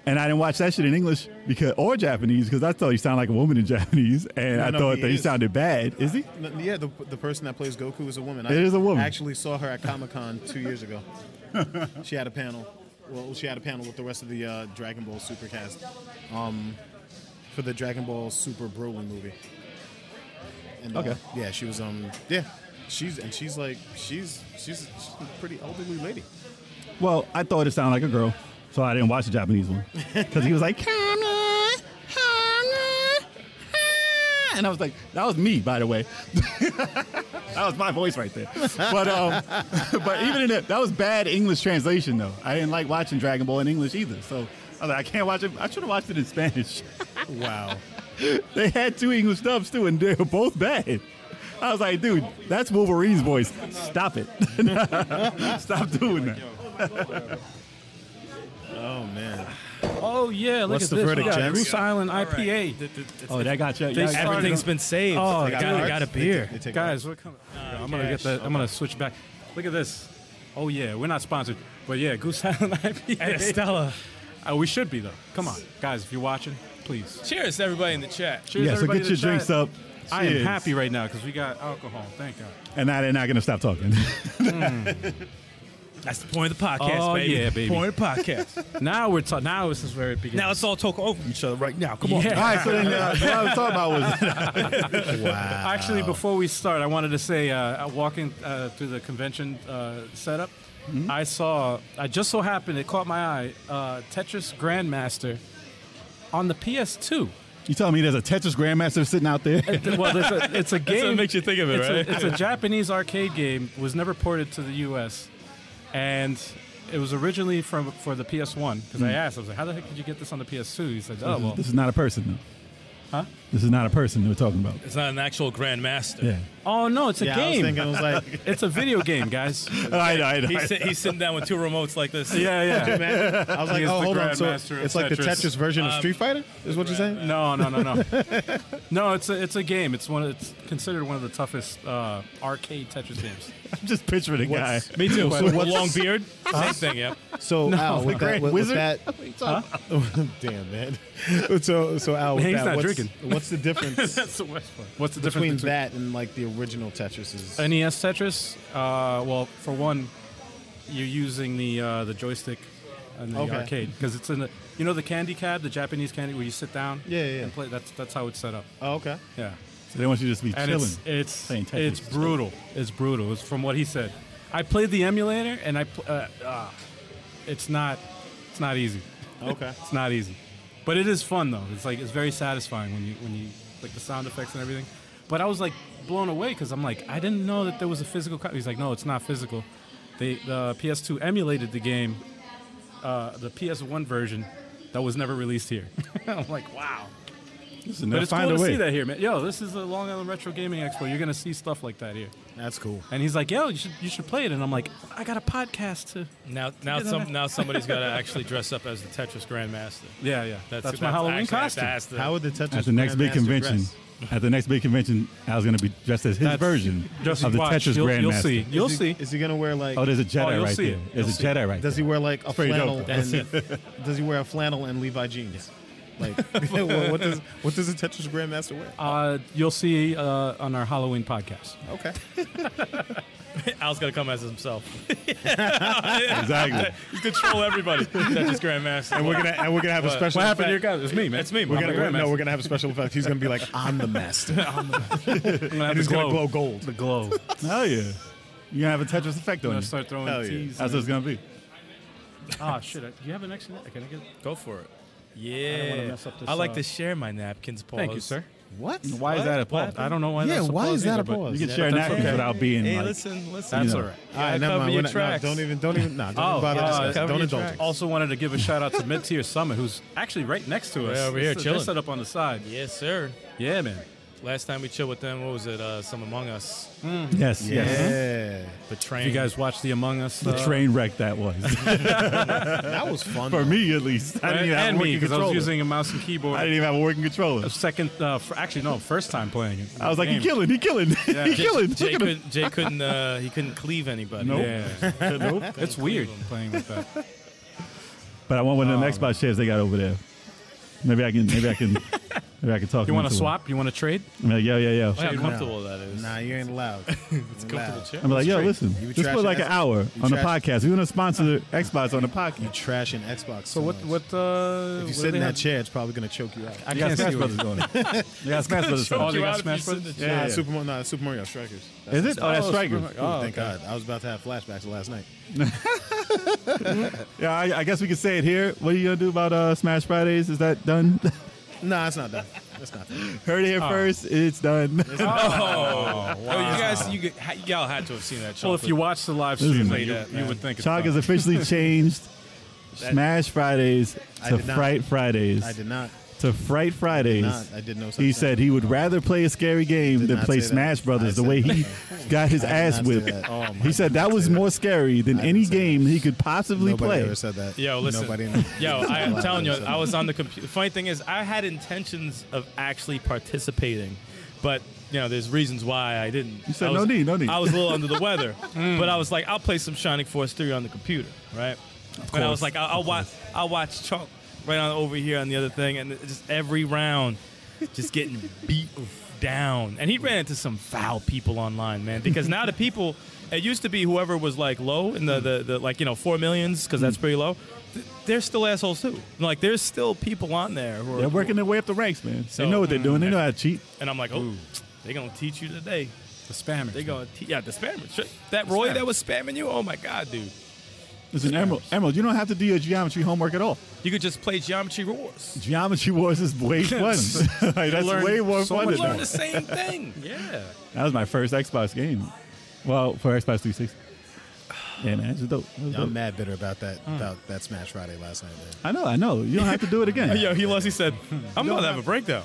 and I didn't watch that shit in English because or Japanese because I thought he sounded like a woman in Japanese, and I
no,
thought
he
that he
is.
sounded bad. Is he?
N- Yeah, the, the person that plays Goku is a woman.
It is a woman.
I actually saw her at Comic Con two years ago. she had a panel. Well, she had a panel with the rest of the uh, Dragon Ball Super cast um, for the Dragon Ball Super Broly movie. And, uh,
Okay.
Yeah, she was. Um. Yeah, she's and she's like she's she's, she's a pretty elderly lady.
Well, I thought it sounded like a girl, so I didn't watch the Japanese one because he was like, "Kami, Kami, ah," and I was like, that was me, by the way. that was my voice right there. But um, but even in that, that was bad English translation though. I didn't like watching Dragon Ball in English either, so I was like, I can't watch it. I should have watched it in Spanish.
Wow.
they had two English dubs too, and they were both bad. I was like, dude, that's Wolverine's voice. Stop it. Stop doing that.
oh man.
Oh yeah, look
What's
at
the
this.
verdict,
we got
gents?
Goose Island IPA.
Oh, that got you.
They
yeah,
started
Everything's
a-
been saved.
Oh,
I got,
dude.
I got a beer.
They take
Guys, what kind of, I'm gonna get that. I'm gonna switch back. Look at this. Oh yeah, we're not sponsored, but yeah, Goose Island IPA.
Hey, Stella.
Uh, we should be though. Come on, guys, if you're watching, please.
Cheers, everybody in the chat.
Cheers,
yeah, so
everybody
get
in
your
the
drinks
chat.
up.
I am
Cheers.
happy right now because we got alcohol. Thank God.
And now they're not going to stop talking.
That's the point of the podcast,
Oh,
baby.
yeah, baby.
Point of the podcast.
Now we're talking. Now this is where it begins.
now let's all talk over each other right now. Come on.
Yeah.
All right, so then uh, what I was talking about was
Actually, before we start, I wanted to say, uh, walking uh, through the convention uh, setup, I saw, I just so happened, it caught my eye, uh, Tetris Grandmaster on the PS2.
you telling me there's a Tetris Grandmaster sitting out there?
Well, there's a, it's a game.
makes you think of it,
it's
right?
A, it's a Japanese arcade game. Was never ported to the U.S. and it was originally from for the PS1. Because I asked, I was like, "How the heck did you get this on the PS2?" He said, "Oh well."
This is not a person, though. Huh? This is not a person we're talking about.
It's not an actual grandmaster.
Yeah.
Oh no, it's a
Yeah, I was
game.
thinking. I was like,
it's a video game, guys.
All right, all right, all
He's,
right.
sit, he's sitting down with two remotes like this.
yeah, yeah.
I was like,
is
oh,
the
hold on. So
grandmaster of
it's like the
Tetris. Um,
Tetris version of Street Fighter. Is what you're saying?
No, no, no, no. no, it's a it's a game. It's one. It's considered one of the toughest uh, arcade Tetris games.
I'm just picturing a guy.
Me too. With a long beard.
Uh-huh.
Same thing, yep.
So Al, with
Great
that, with, with
Wizard?
that, damn man. So so Al, with
He's
that,
not
what's,
drinking.
What's the difference
That's the worst one. What's the difference
between that and like the original Tetris? Is
NES E Tetris? Uh, well, for one, you're using the uh, the joystick in the
Okay.
arcade because it's in the you know the candy cab, the Japanese candy where you sit down.
Yeah, yeah, yeah.
And play. That's that's how it's set up.
oh, okay.
Yeah.
So they want you to just be
And
chilling.
it's
Playing
it's
Tetris.
it's brutal. It's brutal. It's from what he said. I played the emulator and I pl- uh, uh, it's not it's not easy.
Okay.
It's not easy, but it is fun though. It's like it's very satisfying when you when you like the sound effects and everything. But I was like blown away because I'm like I didn't know that there was a physical copy. He's like, no, it's not physical. They the PS2 emulated the game, uh, the PS1 version that was never released here. I'm like, wow.
Listen,
But
they'll
it's
find
cool to
a way.
see that here, man. Yo, this is the Long Island Retro Gaming Expo. You're gonna see stuff like that here.
That's cool.
And he's like, yo, you should you should play it. And I'm like, I got a podcast to.
Now, now, some, now somebody's got to actually dress up as the Tetris grandmaster.
Yeah, yeah. That's, my Halloween
actually-
costume.
That's the,
How would the Tetris
At the next big
Grandmaster
convention,
dress?
at the next big convention, I was going to be dressed as his
That's-
version
Just
of the
watch.
Tetris
you'll,
Grandmaster.
You'll see. You'll
Is he-
see.
Is he gonna wear like?
Oh, there's a Jedi
Oh, you'll
right
see
there.
it.
There's
You'll
a
see
Jedi right
does he wear like a
pretty
flannel?
dope.
That's
And, does he wear a flannel and Levi jeans? Like, what what does what does a Tetris Grandmaster wear?
Uh, you'll see uh, on our Halloween podcast.
Okay.
Al's got to come as himself.
there. Exactly.
You control everybody. Tetris grandmaster.
And we're gonna and we're gonna have a special.
What happened to your
effect.
guy? It's me, man.
It's me,
We're
man.
I'm
gonna,
the grandmaster.
no, we're gonna have a special effect. He's gonna be like, I'm the master.
I'm gonna have
and
the
he's
glow.
gonna glow gold.
The glow. I'm
Oh yeah. You're going to have a Tetris effect on
gonna
you.
start throwing
Hell yeah.
teas.
That's what it's going to be.
Ah, shit. I- Do you have an extra? Can I get?
Go for it.
don't wanna
Yeah.
mess up this,
I like
uh,
to share my napkins, Paul.
Thank you, sir.
What?
Why is that a pause?
I don't know why.
Yeah,
that's a
why
pause
is that
either,
a
but-
pause?
You can share napkins
okay.
without being
Hey,
like,
listen, listen.
That's
know.
all right.
All right,
cover
never mind.
your
We're not, no,
tracks.
don't even, don't even, nah, don't
Oh,
even bother.
uh,
us.
cover
don't
your
indulge.
tracks.
us.
Also wanted to give a shout out to Mid Tier Summit, who's actually right next to us.
Yeah, over here
They're
chilling.
set up on the side.
Yes, sir.
Yeah, man.
Last time we chilled with them, what was it? Uh, some Among Us
Yes, yes.
Yeah.
betraying.
You guys watch the Among Us?
The
uh,
train wreck that was
That was fun.
for me, at least. I didn't
And,
even have
and me
a working
because I
controller.
was using a mouse and keyboard.
I didn't even have a working controller.
Second, uh, fir- actually no, first time playing it.
I was like,
Game.
he killing, he killing, he
Jay,
killing.
Jay,
Look at him.
couldn't, Jay couldn't. Uh, he couldn't cleave anybody.
Nope.
Yeah,
Nope.
it's weird playing with that.
But I want one of
Oh.
them Xbox chairs they got over there. Maybe I can, maybe I can, maybe I can talk.
You want
to
to swap? Oh, You want to trade?
I'm like, yo, yo, yo.
Look how
Shade
comfortable that is.
Nah, you ain't allowed. it's
comfortable chair.
I'm like, yo,
straight.
listen,
You
this
trash
was like an
ass-
hour
you
on the
trash-
podcast. We want to sponsor Xbox on the
You
podcast.
trash an Xbox.
So what?
much.
What? Uh,
If
what
you
do
sit
they
in that
have?
chair, it's probably gonna choke you out.
I
They got
can't
Smash
see what
Brothers going. They got Smash Brothers.
Oh, they
going.
you
got
out if you
Smash
sit in
Brothers.
the
Nah,
Yeah, yeah.
Super Mario. Nah, Super Mario Strikers. That's
Is it? Oh, that's Strikers.
Super-
Oh,
Oh,
thank
okay.
God. I was about to have flashbacks of last night.
Yeah, I, I guess we could say it here. What are you gonna do about uh, Smash Fridays? Is that done?
Nah, it's not that. That's not that.
Heard it here first. It's done.
Oh, you guys, you get, ha- y'all had to have seen that.
Well,
chocolate.
if you watch the live
This is
stream,
me.
you,
Yeah,
you would think it's
Chalk
fun.
has officially changed Smash Fridays
I
to
did not.
Fright Fridays
I did not.
to Fright Fridays.
Not. I did know.
He said he would rather play a scary game
Did
than
not
play
say that.
Smash
I
Brothers the
said
way he got his
I did
ass
not say
whipped.
that. Oh, my
he said that was more scary than
I didn't
any
say that.
game he could possibly
Nobody
play.
ever said that.
Yo, listen.
Nobody.
Yo, I am
Nobody
telling you,
ever said
I
that.
was on the computer. Funny thing is, I had intentions of actually participating, but you know, there's reasons why I didn't. You
said,
I was,
"No need, no need."
I was a little under the weather, Mm. but I was like, I'll play some Shining Force Three on the computer, right? and I was like, I'll, I'll watch, I'll watch Chalk right on over here on the other thing, and it- just every round, just getting beat down. And he ran into some foul people online, man, because now the people. It used to be whoever was like low in the,
Mm.
the, the like you know four millions because that's pretty low they're still assholes too. Like there's still people on there who are
They're working their way up the ranks, man.
So-
they know what they're
mm.
doing. They know how to cheat.
and I'm like, oh, they gonna teach you today.
the spammers.
They gonna te- yeah the spammers. Shit, That Roy that was spamming you. Oh my god, dude.
Listen, Emerald, Emerald, you don't have to do your geometry homework at all.
You could just play Geometry Wars.
Geometry Wars is way fun. like, that's
learn
way more
so
fun
much
than
You learn
that.
the same thing. Yeah.
That was my first Xbox game. Well, for Xbox 360. Yeah, man, it's dope. It was
Yeah, I'm
dope.
mad bitter about that about that Smash Friday last night, man.
I know, I know. You don't have to do it again.
Yo, he lost. He said, I'm about to have a breakdown.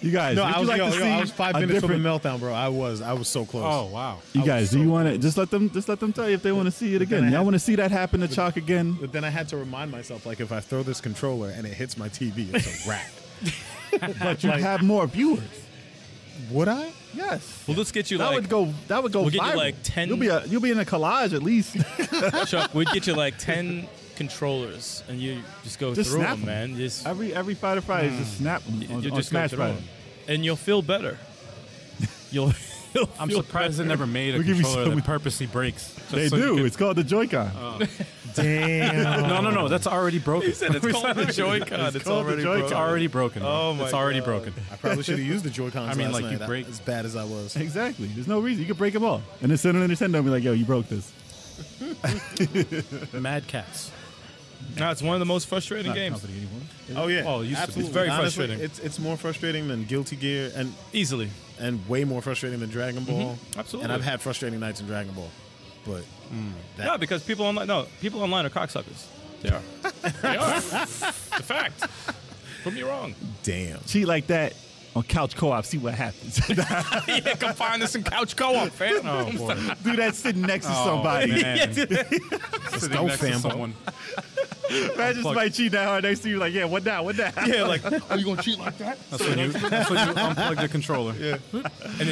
You guys,
No,
would
I
you
was,
like
yo,
to
yo,
see
I was five
a
minutes from a
different-
meltdown, bro. I was, I was so close.
Oh wow.
You guys, do you want to just let them just let them tell you if they want to see it
I
again? Y'all
had-
want to see that happen to Chalk again?
But then I had to remind myself, like, if I throw this controller and it hits my TV, it's a wrap.
But you have more viewers.
Would I?
Yes.
Well, let's get you
that
like
would go. That would go.
we'll get you
viral.
like 10
You'll be a, you'll be in a collage at least.
Chuck. We'd get you like ten controllers, and you just go
Just
through
snap
them, man. Just
every every Friday Friday is just snap on,
you
on
just go
Smash
through
Friday.
'em. and you'll feel better. You'll. you'll
I'm
feel
surprised they
better.
never made a
We'll give you
controller
some-
that purposely breaks. just
They
so you
do.
could-
It's called the Joy-Con.
Oh.
Damn.
no, no, no. That's already broken.
He said it's called the Joy-Con. It's,
called the
already
Joy-Con.
It's already broken.
Oh, my
It's already
God.
broken.
I probably should have used the Joy Cons.
I mean,
last
like, you
night,
break-
as bad as I was.
Exactly. There's no reason you could break them all, and then send them to Nintendo and be like, "Yo, you broke this."
Mad cats.
No, it's one of the most frustrating games.
Company anymore.
Oh yeah.
Oh, it used to be.
Absolutely.
It's
very
Honestly,
frustrating.
It's it's more frustrating than Guilty Gear and
Easily.
and way more frustrating than Dragon Ball.
Absolutely.
And I've had frustrating nights in Dragon Ball, but that,
Yeah, because people online no, people online are cocksuckers. They are. they are. It's a fact. Prove me wrong.
damn.
Cheat like that on couch co-op. See what happens.
yeah, come find us in couch co-op, fam.
Oh boy.
Do that sitting next to
Oh,
somebody.
man.
Let's
Sitting next to someone.
Imagine somebody cheating that hard next to you, like, "Yeah, what now? What now?"
yeah, like and
Are you gonna cheat like that?
That's when you that's when you unplug the controller.
then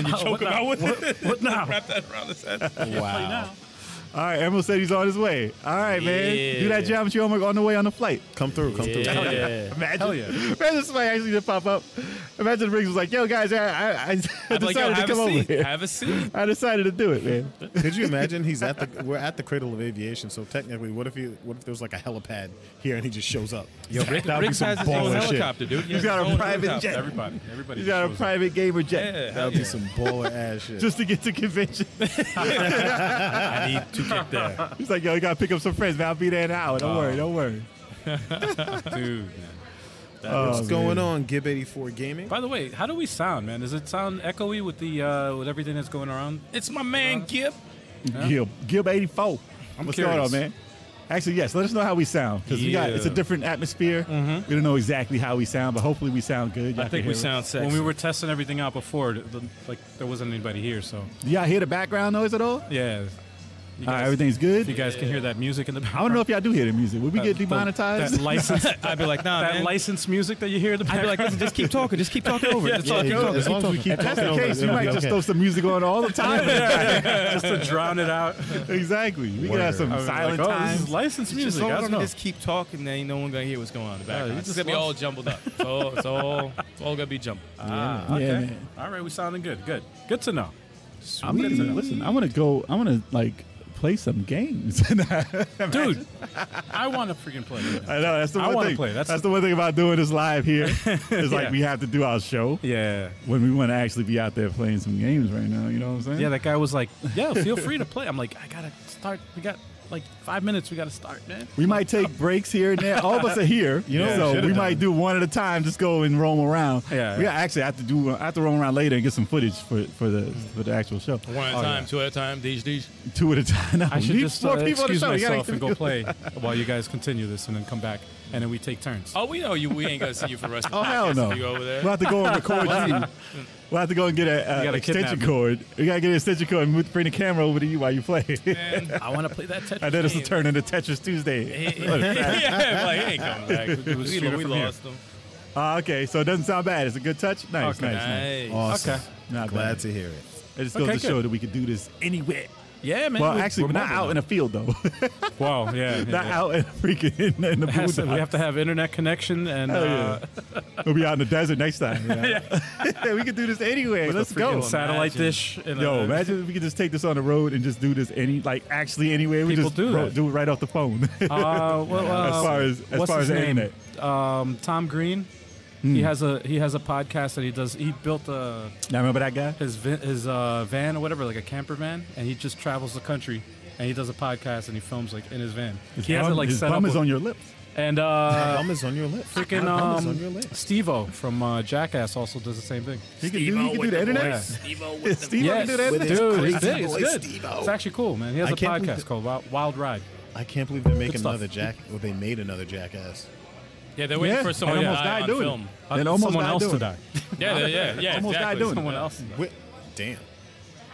you choke him out with it.
What now?
Wrap that around his head.
Wow.
All right, Emerald said he's on his way. All right, man. Do that
Yeah.
geometry homework on the way on the flight.
Come through. Come through.
Yeah.
Imagine,
Hell yeah.
imagine somebody actually did pop up. Imagine Riggs was like, yo, guys, I, I, I
I'm
decided
like, yo,
to
have
come
a
over
seat.
here.
Have a seat.
I decided to do it, man.
Could you imagine? He's at the we're at the cradle of aviation. So technically, what if he what if there's like a helipad here and he just shows up? Yo, Rick,
Rick's has
Oh,
his own helicopter, dude. He has
got
his
a
own
private
helicopter.
jet.
Everybody. Everybody.
He's got a
shows up.
private gamer jet
Yeah,
That
hell
would
yeah.
be some baller ass shit.
just to get to convention.
I need to get there.
He's like, yo, you got to pick up some friends, man. I'll be there in an hour. Don't worry, don't worry.
Dude, man.
What's going on, Gib eighty four gaming?
By the way, how do we sound, man? Does it sound echoey with the uh, with everything that's going around?
It's my man Gib.
Gib, Gib 84. What's going
curious.
on, man? Actually, yes. Let us know how we sound because we got
Yeah.
it's a different atmosphere. We don't know exactly how we sound, but hopefully we sound good. Y'all
I
can
think
hear
we
it.
sound sexy.
When we were testing everything out before, th- th- like there wasn't anybody here, so
Do y'all hear the background noise at all?
yeah. You
Uh,
guys-
everything's good.
You guys can hear that music in the
I
background.
don't know if y'all do hear the music. Would we get demonetized?
Uh, That license,
I'd be like, nah,
that
man.
licensed music that you hear in the
I'd
background.
be like, listen, just keep talking, just keep talking over. it. Just
Yeah,
talk, keep
yeah,
talking.
as long as we keep
if that's
talking
the
over it,
case, we
it'll
might
be
just
okay.
throw some music on all the time.
just to drown it out.
exactly. We could have some
I was
silent
like, oh, this
times.
is licensed
Just
music.
as long
I
as
don't
we
know.
just keep talking, then ain't no one gonna hear what's going on in the background.
you
it's
just
gonna be
lost-
all jumbled up. It's all, it's all, it's all gonna be jumbled.
Ah, okay.
Yeah, man.
All right, we sounding good. Good. Good to know.
I'm gonna listen. I want to go. I want to like play some games.
Dude, I want to freaking play. right now.
I know that's the
I
one
wanna
thing.
play. That's-
That's, the one thing about doing this live here. It's like
Yeah.
we have to do our show
Yeah.
when we want to actually be out there playing some games right now. You know what I'm saying?
Yeah, that guy was like, yeah, feel free to play. I'm like, I got to start. We got like five minutes. We got to start, man.
We might take breaks here and there. All of us are here, you know.
Yeah,
so
should've
we
done.
might do one at a time. Just go and roam around.
Yeah,
We
yeah.
actually have to do. I have to roam around later and get some footage for for the for the actual show.
One at a time, two at a time, these, these.
Two at a time. No,
I should
we need
just
more
uh,
people on the
excuse
show. We gotta-
myself and go play while you guys continue this and then come back. And then we take turns.
Oh, we know you. We ain't gonna see you for the rest of the
Oh hell
podcast
no!
if you over there.
We'll have to go and record you. We'll have to go and get
You
an
gotta
extension
kidnap me.
cord. We gotta get an extension cord and move- bring the camera over to you while you play.
I want to play that Tetris.
I know this will
game.
turn into Tetris Tuesday.
yeah, like, he ain't coming back.
It was
We,
straight
we
from here.
lost him.
Ah, okay, so it doesn't sound bad. It's a good touch. Nice,
Okay.
nice, nice.
Awesome.
Okay.
Not
Glad
bad.
to hear it.
It just goes
Okay,
to show
good.
that we could do this anywhere.
Yeah, man.
Well,
we-
actually,
we're
we're not out in a field though.
Wow, yeah.
not out in freaking in, the
It has to- we have
boondocks.
to have internet connection and
Hell
uh,
yeah. we'll be out in the desert next time. you know? we could do this anywhere. Let's
a
go.
freaking satellite
Imagine.
dish. And
Yo,
a-
imagine if we could just take this on the road and just do this any like actually anywhere. We
People
just
do
ro-
that.
do it right off the phone.
Uh, well, uh,
As far as- as
what's
far
his
as Hmm. the
name? um, Tom Green. He has a he has a podcast that he does. He built a
now remember that guy?
his vi- his uh, van or whatever, like a camper van, and he just travels the country and he does a podcast and he films like in his van.
His
he has
bum-
it like
his
set
bum
up
is
with-
on your lips.
and uh,
Gum is on your lip.
freaking
Gum is on your
um,
lip.
Steve-O from uh, Jackass also does the same thing.
He can do, he can do the internet. Steve
Yes,
can do the internet.
dude, it's,
crazy
big, it's
voice,
good.
Steve-O.
It's actually cool, man. He has
I
a
can't believe
podcast
it.
called Wild, Wild Ride.
I can't believe they're making
stuff.
another jack. Well, they made another jackass.
Yeah, they're waiting
Yeah,
for someone
I
to
almost
die
died
on
doing
film.
it. And
Uh,
almost
someone
died
else
doing
to
it.
die.
Yeah, they- yeah, yeah.
Almost died
exactly.
doing it.
Someone else. To die.
Wait, damn.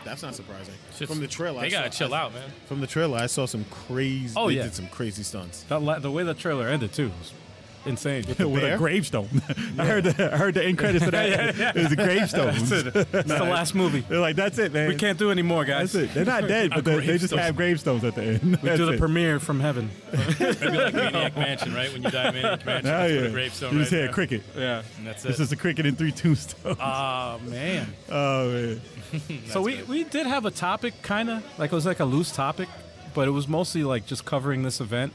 That's not surprising.
Just-
from the trailer,
they
I
gotta
saw-
chill
I-
out, man.
From the trailer, I saw some crazy.
Oh,
they
yeah.
did some crazy stunts.
That la- the way the trailer ended too was insane.
the
With a
bear?
gravestone. I heard the I heard the end credits to that. It was a gravestone.
It's the last movie.
They're like, that's it, man.
We can't do any more, guys.
That's it. They're not dead, but they, they just have gravestones at the end.
We
That's
do the
it.
premiere from heaven.
Maybe like Maniac Mansion, right? When you die in Maniac Mansion,
Hell
that's
Oh, yeah.
what a gravestone
you
right
just hear a
there.
cricket.
Yeah.
And that's
This
it.
is a cricket and three tombstones.
Ah man.
oh man.
So we, we did have a topic kind of like it was like a loose topic, but it was mostly like just covering this event.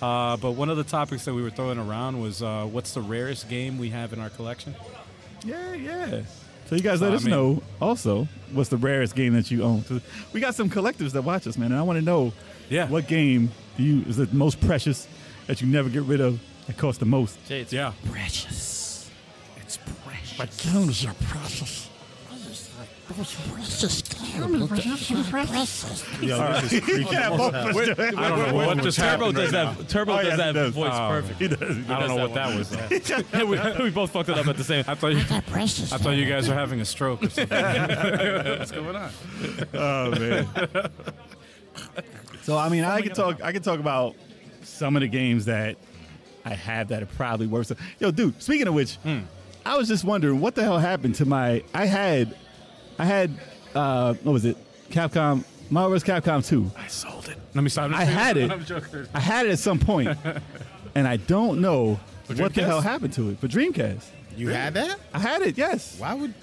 Uh, but one of the topics that we were throwing around was uh, what's the rarest game we have in our collection?
Yeah, yeah. So you guys let
I
us
mean-
know also what's the rarest game that you own. 'Cause We got some collectors that watch us, man, and I want to know
Yeah.
what game do you is the most precious that you never get rid of that costs the most.
Jay, it's-
Yeah.
precious. It's precious.
But games are precious. Those precious games. Those precious.
Yo, this is creepy.
I don't know what just
Turbo
happened.
does that. Turbo
Oh,
does
yes, he
that
does.
voice
Oh.
perfect.
He does. he
I don't
does.
know what that was. though.
we, we both fucked it up at the same.
I thought you,
They're precious.
I thought you guys were having a stroke. Or something. What's going on?
Oh man. so I mean, I could talk. I could talk about some of the games that I have that are probably worth. some- Yo, dude. Speaking of which,
Hmm.
I was just wondering what the hell happened to my. I had, I had, uh, what was it? Capcom. Marvel vs. Capcom 2.
Let me stop.
I had it.
I'm joking.
I had it at some point, and I don't know what the
Dreamcast?
hell happened to it. For Dreamcast,
You had that?
I had it. Yes,
Why would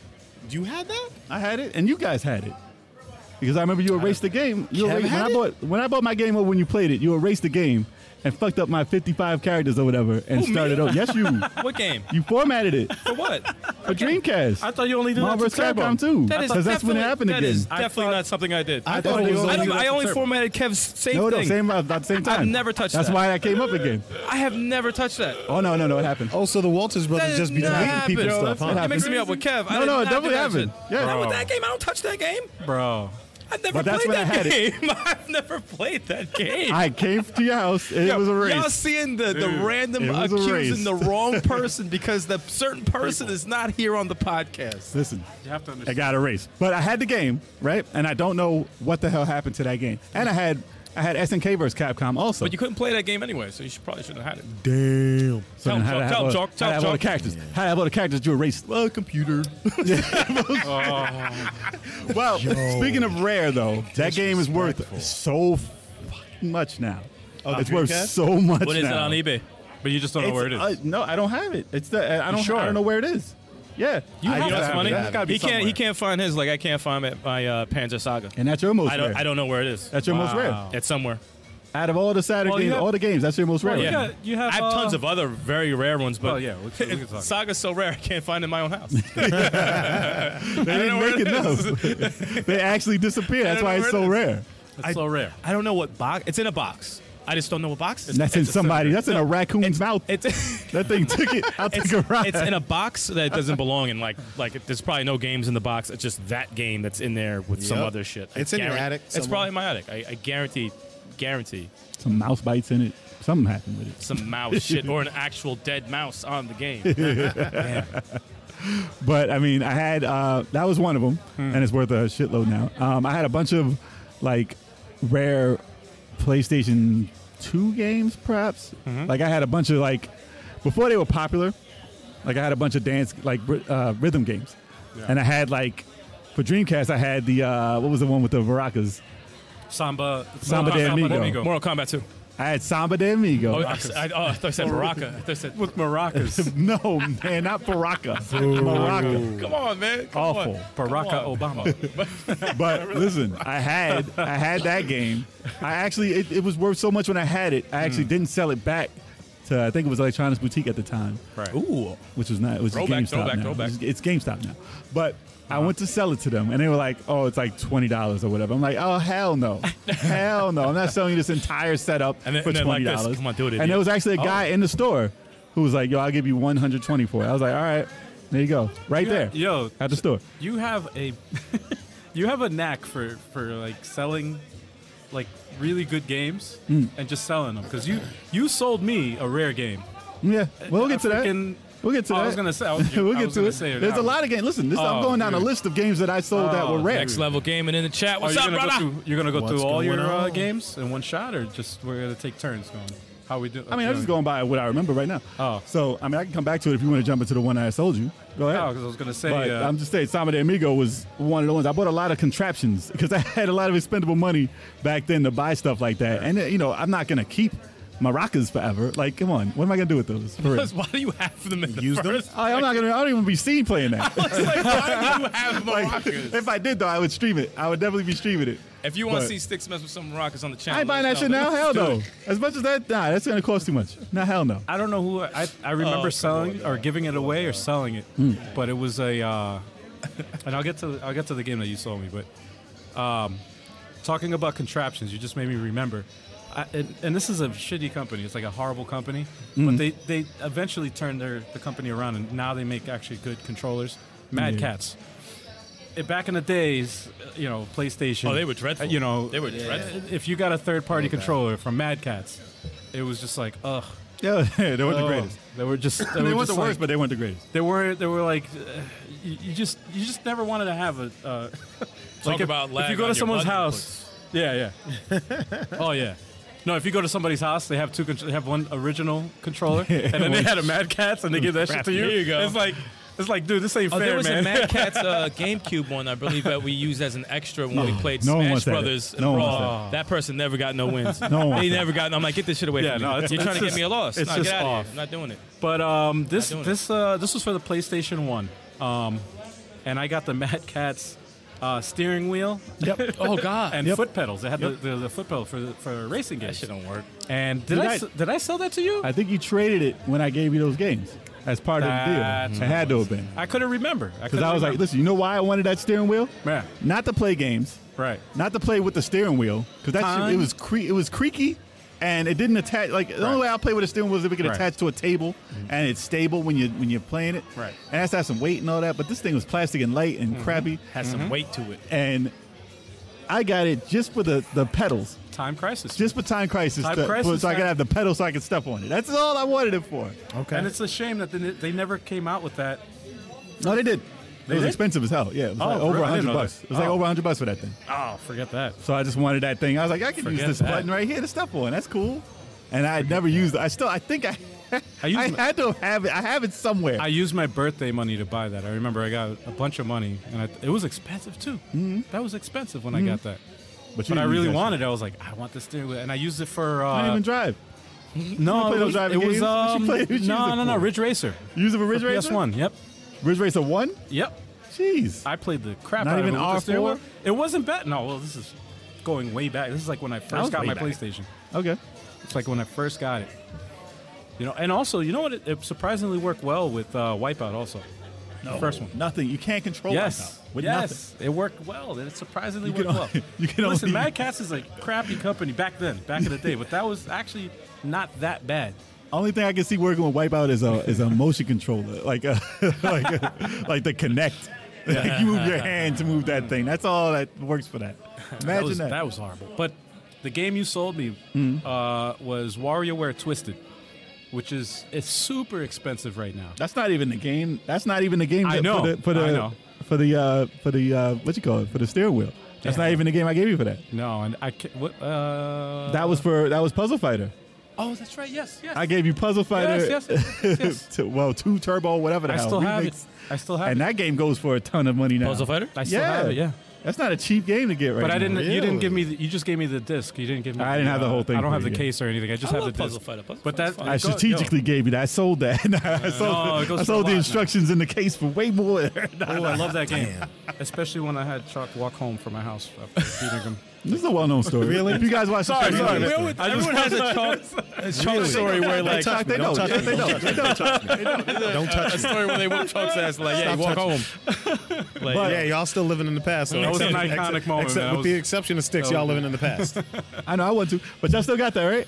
you had that?
I had it, and you guys had it. Because I remember you erased the game. You
Kev
erased, when
had
I
it?
bought when I bought my game or when you played it, you erased the game and fucked up my 55 characters or whatever and started over. Yes, you
What game?
you formatted it
For what?
for Dreamcast.
I thought you only did
Marvel
that
vs.
to Turbo.
Capcom 2.
That is
Because that's when it
definitely-
happened
that
again.
is definitely not something I did.
I
I,
thought
it
it was
was
I,
only
don't- I
that's
only
terrible.
formatted Kev's save
No, no,
thing.
same at the same time.
never touched
That's
that.
why that came up again.
I have never touched that.
Oh no, no, no, it happened.
Oh, so the Walters brothers
That
just be
never
deleting
happened.
people
Yo,
stuff,
that's
huh?
not-
It makes me up with Kev. I
No,
did
no, it
not
definitely
do that shit.
happened. Yeah.
Not with that game. I don't touch that game.
Bro,
I
I never
But that's
played
when I
that
had it.
game. I've never played that game.
I came to your house. and It was a
Y'all
race.
seeing the, the random
it was a
accusing
race.
the wrong person because the certain person is not here on the podcast.
Listen,
You have to
I
understand.
got a race, but I had the game right, and I don't know what the hell happened to that game. And I had I had SNK versus Capcom also.
But you couldn't play that game anyway, so you should, probably shouldn't have had it.
Damn. So
Tell
then
him, Chuck, tell him,
how to have all-
Chuck,
how
tell
to have
him,
all the
Chuck.
characters? How to have all the characters do a race? Well, computer. Oh. well, speaking of rare though, that game is worth so fucking much now.
Oh, the
it's worth
Dreamcast?
so much
What is
now.
it on eBay?
But you just don't know
It's-
where it is.
uh, no, I don't have it. It's the I don't
sure?
I don't know where it is. Yeah,
You
I
have
gotta
some money.
it. I gotta be
He can't. He
somewhere.
can't find his. Like I can't find my, my uh, Panzer Saga.
And that's your most
I don't.
rare.
I don't know where it is.
That's your most rare.
It's somewhere.
Out of all the Saturn
Well, you
games,
have-
all the games, that's your most rare.
Well, you
one.
got- you have,
I have
uh,
tons of other very rare ones, but
Oh, yeah, we can- we can talk.
Saga's so rare I can't find it in my own house.
They
know
didn't
where
make
it
enough. they actually disappeared. That's
don't
why
know
it's
where
so
it
rare.
It's so rare.
I don't know what box. It's in a box. I just don't know what box. It's,
And that's in
it's a-
somebody. That's in a raccoon's mouth.
It's.
that thing took it out
It's,
the garage.
it's in a box that doesn't belong in like like it- there's probably no games in the box. It's just that game that's in there with some
Yep.
other shit.
It's in your
guaran-
attic
It's
somewhere.
probably in my attic. I, I guarantee, guarantee
Some mouse bites in it. Something happened with it.
some mouse shit or an actual dead mouse on the game.
But I mean, I had uh, that was one of them, and it's worth a shitload now. Um, I had a bunch of like rare PlayStation Two games, perhaps.
Mm-hmm.
Like I had a bunch of like before they were popular. Like I had a bunch of dance like ry- uh, rhythm games, and I had like for Dreamcast I had the uh, what was the one with the maracas?
Samba.
Samba de Amigo.
Mortal Kombat 2.
I had Samba de
Oh,
Amigo.
I, I, oh, I thought I said Baraka. I thought I said,
With maracas.
no man, not Baraka. Maraca.
come on, man. Come
Awful.
On.
Baraka Obama.
But listen, I had I had that game. I actually it, it was worth so much when I had it. I
Mm.
actually didn't sell it back to I think it was Electronics Boutique at the time.
Right.
Ooh. Which was not. It was
Throwback,
GameStop
throwback,
now.
throwback. Uh-huh.
It's, it's GameStop now. But I went to sell it to them, and they were like, "Oh, it's like twenty dollars or whatever." I'm like, "Oh, hell no, hell no! I'm not selling you this entire setup
And then-
for
and then like
twenty
this,
dollars."
"Come on, do it, Oh.
And
idiot."
there was actually a guy in the store who was like, "Yo, I'll give you one hundred twenty for it." I was like, "All right, there you go, right
Yeah,
there."
yo.
at the store.
You have a you have a knack for for like selling like really good games
Hmm.
and just selling them because you you sold me a rare game.
Yeah, we'll get to that.
freaking-
We'll get to
Oh,
that.
I was gonna say- I was-
we'll
I
get
was
to
gonna
it.
say it
There's
now.
a lot of games. Listen, this, I'm
Oh,
going down a
dude.
list of games that I sold that
Oh,
were rare.
Next level gaming in the chat.
Are
What's
you
up,
gonna
brother?
go through, you're gonna go
What's
through all
going
your uh,
on?
games in one shot, or just we're gonna take turns going? How we do? uh,
I mean, I'm just going by what I remember right now.
Oh.
so I mean, I can come back to it if you want to jump into the one I sold you. Go ahead.
Oh, because I was gonna say.
But
uh,
I'm just saying, Samba de Amigo was one of the ones. I bought a lot of contraptions because I had a lot of expendable money back then to buy stuff like that. And, uh, you know, I'm not going to keep maracas forever. Like, come on. What am I going to do with those? For real.
Why do you have them in the
Use them?
first?
I, I'm not going to, I don't even be seen playing that.
Like, why do you have
like,
maracas?
if I did, though, I would stream it. I would definitely be streaming it.
If you want to
But-
see Sticks mess with some rockets on the channel,
I ain't buying that
let us
shit
know.
now. Hell no. As much as that, nah, that's gonna cost too much. Nah, hell no.
I don't know who I, I
Oh,
remember selling or giving it away or selling it, but it was a uh, and I'll get to I'll get to the game that you sold me. But um, talking about contraptions, you just made me remember. I, and, and this is a shitty company. It's like a horrible company, but they they eventually turned their the company around and now they make actually good controllers. Mad Cats. It, back in the days, you know, PlayStation.
Oh, they were dreadful.
You know, eh,
They were dreadful.
If you got a third party controller from Mad Cats, it was just like ugh.
Yeah, they weren't the
Oh,
greatest.
They were just they,
They,
were
weren't the
just
worst,
like,
but they weren't the greatest.
they were they were like uh, you, you just you just never wanted to have a uh,
Talk
if,
about
if
lag
you go
on
to
your
someone's
button
house. Yeah, yeah. oh yeah. No, if you go to somebody's house, they have two. contr- They have one original controller, and then they had a Mad Cats, and they give that shit to you.
There you go.
It's like, it's like, dude, this ain't
Oh,
fair,
there was
man.
a Mad Catz uh, GameCube one, I believe, that we used as an extra when we played
no one
Smash
wants that.
Brothers and
No one wants
Brawl. That. person never got no wins.
one wants
they
that.
never got. I'm like, get this shit away
Yeah,
from
no,
me.
it's-
You're trying
it's
to get
just-
me a loss.
it's
no,
just
get out
off.
Of here. I'm not doing it.
But um, this
doing it.
this uh, this was for the PlayStation One, um, and I got the Mad Cats uh, steering wheel
Yep.
Oh God.
and
Yep.
foot pedals. They had the, the, the foot pedal for the, for racing
that
games.
shit don't work.
And did,
Did
I,
I-
s- did I sell that to you?
I think you traded it when I gave you those games as part of
That's
the deal. It had to have been.
I couldn't remember.
Because I was like, listen, you know why I wanted that steering wheel?
Yeah.
Not to play games,
right.
not to play with the steering wheel, because that shit,
Time.
it was cre- it was creaky, and it didn't attach. Like the only
Right.
way I play with a steering wheel is if it could
Right.
attach to a table, and it's stable when you when you're playing it.
Right.
And it Mm-hmm. has to have some weight and all that. But this thing was plastic and light and crappy.
Has some weight to it.
and I got it just for the, the pedals,
Time crisis.
just for Time Crisis,
Time
to-
Crisis,
so I could
man.
have the pedal so I could step on it. That's all I wanted it for.
Okay.
and it's a shame that they, they never came out with that.
No, they did.
They
it was
did?
expensive as hell. Yeah, it was
Oh,
like over
really? I didn't know
100 bucks.
that.
It was like
Oh.
over 100 bucks for that thing.
Oh, forget that.
So I just wanted that thing. I was like, I can
Forget
use this
that.
button right here to step on. That's cool. And I had never used it. I still, I think I,
I
I,
used my-
had to have it. I have it somewhere.
I used my birthday money to buy that. I remember I got a bunch of money, and I, it was expensive too.
Mm-hmm.
That was expensive when I got that.
you
But I
didn't use
really
that shit.
wanted. it. I was like, I want this steering wheel, and I used it for. Uh,
I didn't even drive.
no,
play
it
no
was,
driving
it was
games? What you
um,
play- what you use
no,
it
no, no,
for?
Ridge Racer.
You used it for Ridge Racer.
PS One. Yep,
Ridge Racer One.
yep.
Jeez.
I played the crap.
Not
out
even
of it with the steering
R4?
wheel. It wasn't bad. No, well, this is going way back. This is like when I
was
first got
way
my
back.
PlayStation.
okay.
It's like when I first got it. You know, and also, you know what? It, it surprisingly worked well with uh, Wipeout. Also, the first one.
Nothing. You can't control.
Yes.
Wipeout With
yes. It worked well. and It surprisingly
You can
worked
only-
well.
you can
Listen,
only-
Mad Cats is a crappy company back then, back in the day, but that was actually not that bad.
nothing. Only thing I can see working with Wipeout is a is a motion controller, like a, like a, like the Connect. like you move your hand to move that thing. That's all that works for that. Imagine
That
that. Hmm.
was, that was horrible. But the game you sold me uh, was WarioWare Twisted, which is it's super expensive right now.
That's not even the game. That's not even the game.
I
that-
know,
For the, for the,
I know.
For the uh, for the uh, what you call it? For the steering wheel. That's not even the game I gave you for that.
No, and I can't. What, uh,
That was for that was Puzzle Fighter.
Oh, that's right. Yes, yes.
I gave you Puzzle Fighter.
yes, yes, yes.
to- well, two turbo, whatever the
I
hell.
still have it.
remix.
I still have
And
it.
that game goes for a ton of money now.
Puzzle Fighter?
I still have it. Yeah.
That's not a cheap game to get right
But I didn't.
now.
You didn't give
Really?
me. The, you just gave me the disc. You didn't give me.
I didn't have the
uh,
whole thing
I don't
for
have
you,
the
yeah.
case or anything. I just
I
have
love
the
Puzzle
disc.
Fighter. Puzzle
but
Fighter's
that
fun.
I
go- yo.
strategically gave you that. I sold that. I
No,
sold,
it goes
I
for
sold
a lot
the
now.
instructions in the case for way more.
Oh, I love that game, especially when I had Chuck walk home from my house after beating him.
this is a well-known story. Really? If you guys watch the show,
Everyone- Everyone has a chalk, a chalk story where like
Chuck, they know.
Don't touch me.
They know. They know. Chuck.
Don't touch
a
me.
story where they whoop Chalk's ass like, yeah, walk home. Like,
yeah, y'all still living in the past. So
That was an
except-
iconic
except-
moment,
Except
man. That
with the
was-
exception of sticks,
that
y'all
was-
living in the past.
I know I want to, but y'all still got that, right?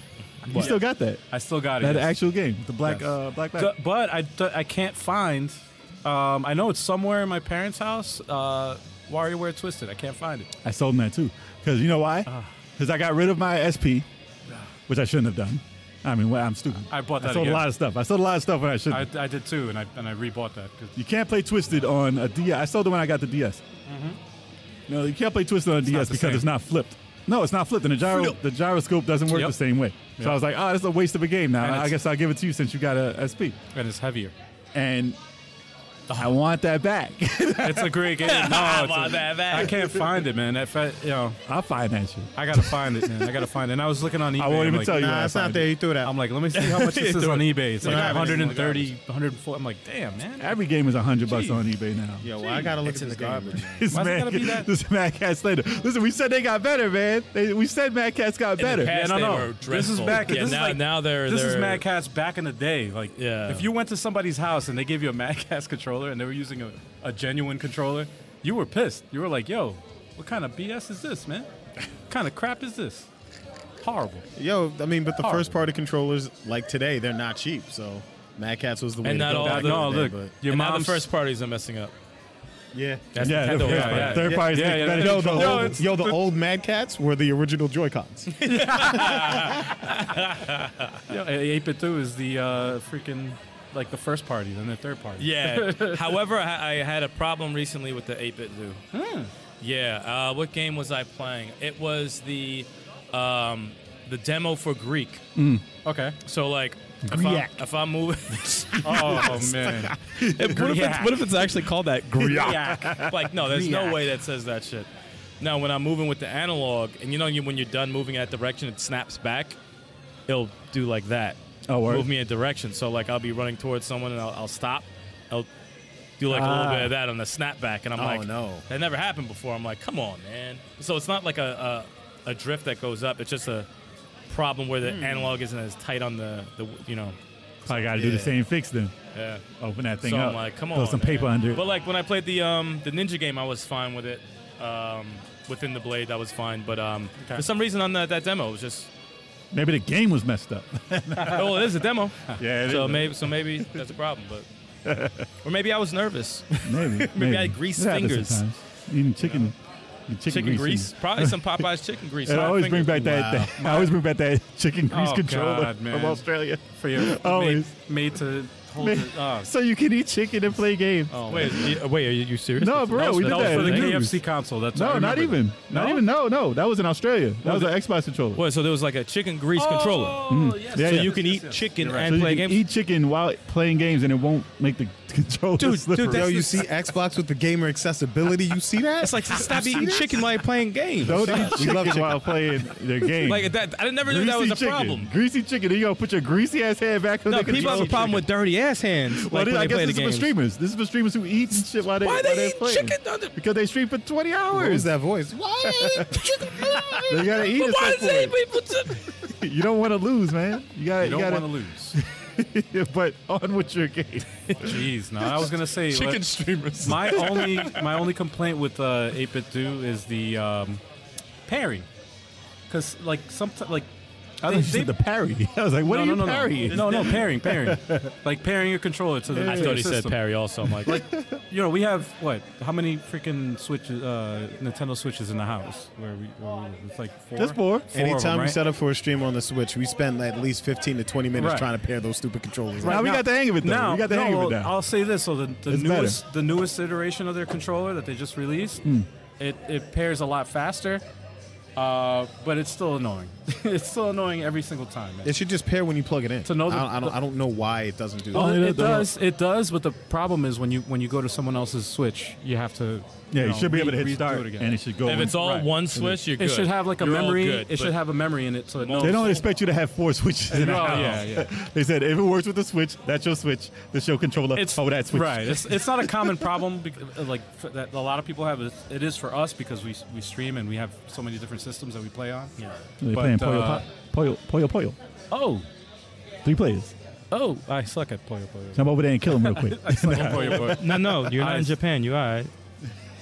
You still got that.
I still got it.
That
yes.
actual game, the black,
Yes.
uh, black, black.
D- but I, d- I can't find. Um, I know it's somewhere in my parents' house. Uh, WarioWare Twisted. I can't find it.
I sold them that too, because you know why?
Ah.
Because I got rid of my SP, which I shouldn't have done. I mean, well, I'm stupid.
I bought
I
that
sold
again.
a lot of stuff. I sold a lot of stuff when I shouldn't.
I, I did too, and I and I rebought that. 'cause-
you can't play Twisted on a DS. I sold it when I got the DS. No, you can't play Twisted on a DS
Mm-hmm. the
because
same.
it's not flipped. No, it's not flipped, and the gyro, the gyroscope doesn't work
Yep.
the same way. So I was like, oh, that's a waste of a game.
And
Now I
it's-
guess I'll give it to you since you got a SP,
and it's heavier.
and I want that back.
It's a great game. No, it's
I
a-
want that back.
I can't find it, man. If I, you know,
I'll find that shit.
I gotta find it, man. I gotta find it. And I was looking on eBay.
I won't
I'm
even
like,
tell you.
Nah,
where
it's
I
not
find
there.
it.
You threw it out.
I'm like, let me see how much this is on eBay. It's like
They're not having it in
130, 140. I'm like, damn, man.
Every game is hundred bucks on eBay now.
Yo, well, I gotta look at this game.
This
Why's it
mad,
gotta be that?
this Mad Cat Slater. Listen, we said they got better, man. They, we said Mad Cats got
In the
better.
past,
Yeah, no,
they
no.
were
This is
dreadful.
back-
Yeah,
this is
now,
like-
now they're
This
they're,
is Mad Cats back in the day. Like,
Yeah.
if you went to somebody's house and they gave you a Mad Cats controller and they were using a, a genuine controller, you were pissed. You were like, yo, what kind of BS is this, man? What kind of crap is this? Horrible.
Yo, I mean, but the
Horrible.
first party controllers, like today, they're not cheap. So Mad Cats was the way
And
to
not
go
all
back
the-
in
no,
day,
look,
but-
your
and now the
mom's
first parties are messing up.
yeah.
That's
yeah,
Nintendo.
the first
Yeah,
part.
yeah.
Third party's
Yeah, yeah,
better.
yeah.
Yo, the
No,
old,
it's-
yo, the old Mad Cats were the original Joy Cons.
Yeah, 8-bit 2 is the uh, freaking like the first party, then the third party.
Yeah. However, I, I had a problem recently with the 8-bit zoo. Yeah. Uh, what game was I playing? It was the um, the demo for Greek.
Okay.
So like, if I'm,
Greek.
if I'm moving,
Oh man.
what, if it's,
Griak.
what if it's actually called that? Griak.
like no, there's no
Greek.
way that says that shit. Now, when I'm moving with the analog, and you know you, when you're done moving in that direction, it snaps back. It'll do like that.
Oh, word.
Move me in direction. So like I'll be running towards someone and I'll, I'll stop. I'll do like a little bit of
Ah.
that on the snapback, and I'm
Oh,
like,
no.
that never happened before. I'm like, come on, man. So it's not like a a, a drift that goes up. It's just a problem where the
Hmm.
analog isn't as tight on the the you know.
Probably got to do the same fix then.
Yeah.
Open that thing
so
up.
I'm like, come
throw
on.
some
man.
paper under it.
But like when I played the um the ninja game, I was fine with it. Um, within the blade, that was fine. But um, for some reason on that that demo, it was just
Maybe the game was messed up.
oh, it is a demo.
yeah, it
so
is.
maybe so maybe that's a problem. But or maybe I was nervous.
maybe.
I grease
It happens
fingers.
sometimes. Eating chicken. Chicken,
Chicken grease, probably some Popeyes chicken grease.
And I
Hot
always bring
fingers.
back that, that- I always bring back that chicken grease
Oh,
controller
God, man.
from Australia.
for your
Always.
made, made to hold
Man,
it. Oh,
so you can eat chicken and play games.
Wait, you- wait, are you, you serious?
No, bro, we did
that was
that.
for the
in news.
KFC console. That's I
No,
remember
not
that.
even. Not
No?
even. No, no. That was in Australia. That was,
Was
an Xbox controller.
What? So there was like a chicken grease controller.
Oh, yes,
Mm-hmm. Yeah,
So
yeah.
you can
yes,
eat
yes.
chicken
So
and
you
play
can
games.
eat chicken while playing games, and it won't make the controller
Dude, dude,
slippery.
Yo, you see Xbox with the gamer accessibility. You see that?
It's like stop eating chicken while you're playing games.
Don't eat
We love
chicken while playing their game.
Like that, I never knew that was a
chicken.
problem.
Greasy chicken. Then you gonna put your greasy ass hand back on
No,
the
people have a
controller.
problem with dirty ass hands. Like
Well,
when
this- I
they
guess
play
this
the
is for
games.
streamers. This is for streamers who eat and shit while they
Why
while
they
they're
eat
playing.
chicken? Don't they-
Because they stream for twenty
what was
hours.
that voice? What?
They gotta eat
But
at
why
some
does anybody put
point. You don't want to lose, man. You gotta.
You don't
gotta,
want to lose.
but on with your game.
Jeez, no. I was gonna say like,
Chicken streamers.
my only my only complaint with uh, 8-bit do is the um, pairing, because like sometimes like
I thought
They-
you said
they-
the parry. I was like, what
no,
are you
no, no,
parrying?
no, no, no, pairing, pairing, like pairing your controller to the.
I
to
thought
the
he said
system.
Perry also. I'm like,
You know, we have what? How many freaking switches, uh, Nintendo switches in the house? Where we, where we it's like four.
That's four.
four of
Anytime
them,
we
right?
set up for a stream on the Switch, we spend at least 15 to 20 minutes
Right.
trying to pair those stupid controllers.
Right. Now we got the hang of it, though.
Now,
We got the
no,
hang of it
well,
now.
I'll say this: so the, the
It's
newest, the newest iteration of their controller that they just released,
Hmm.
it, it pairs a lot faster, uh, but it's still annoying. it's still annoying every single time. Man.
It should just pair when you plug it in.
To know the-
I, don't, I, don't, I don't know why it doesn't do
Well,
that.
Oh, it,
no,
it
no, no.
does, it does, but the problem is when you when you go to someone else's Switch, you have to
Yeah, you
know,
should be able to
re-
hit
redo
start,
it again.
and it should go.
if
in.
it's all
Right.
one switch, you're
it
good.
should have like a
You're all
memory.
good,
it should
but-
have a memory in it, so it knows.
They don't expect you to have four switches in a
Oh,
house.
yeah, yeah.
they said if it works with the switch, that's your switch. That's your controller.
it's
oh, that switch.
right. It's, it's not a common problem bec- uh, like f- that a lot of people have. It's- It is for us because we we stream and we have so many different systems that we play on. Yeah.
They're
But,
playing Poyo,
uh,
Pop- Poyo, Poyo, Poyo.
Oh,
Three players.
oh, I suck at Puyo Puyo.
Jump over there and kill him real quick.
Puyo Puyo.
No, no, you're not in
Eyes.
Japan. You're all right.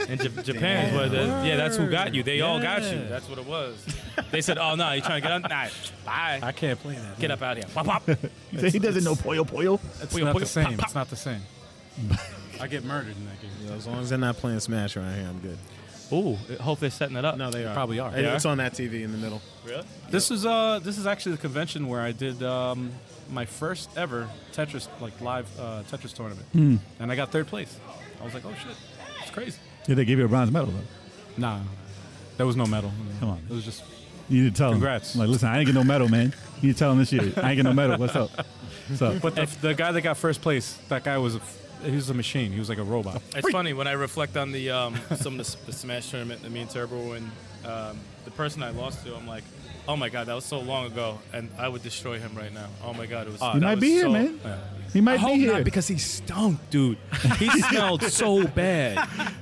In J- Japan, is where the, yeah, that's who got you. They all got you.
Yeah.
That's what it was. They said, "Oh no, you trying to get on? Nah, bye.
I can't play that.
Get up out of here. Pop, pop.
He said he doesn't know Poyo, Poyo.
It's
Puyo
not
Puyo.
the same.
Pop, pop.
It's not the same. I get murdered in that game.
Yeah, as long as they're not playing Smash around here, I'm good.
Ooh, hope they're setting it up.
No, they are.
probably are.
And
Yeah.
It's on that TV in the middle.
really?
This is uh this is actually the convention where I did um, my first ever Tetris like live uh, Tetris tournament, and I got third place. I was like, oh shit, it's crazy.
Yeah, they gave you a bronze medal though.
Nah, there was no medal.
Come on.
it was just
You need to tell
Congrats.
him. Like, listen, I ain't get no medal, man. You need to tell him this year. I ain't get no medal. What's up? What's up?
But the, the guy that got first place, that guy was a, he was a machine. He was like a robot.
It's funny when I reflect on the um, some of the, s- the Smash tournament that me and Turbo and um, the person I lost to. I'm like, oh my god, that was so long ago, and I would destroy him right now. Oh my god, it was.
he
that
Ah, might
was
be here,
so-
man. He might
I hope
be here.
not because he stunk, dude. He smelled so bad.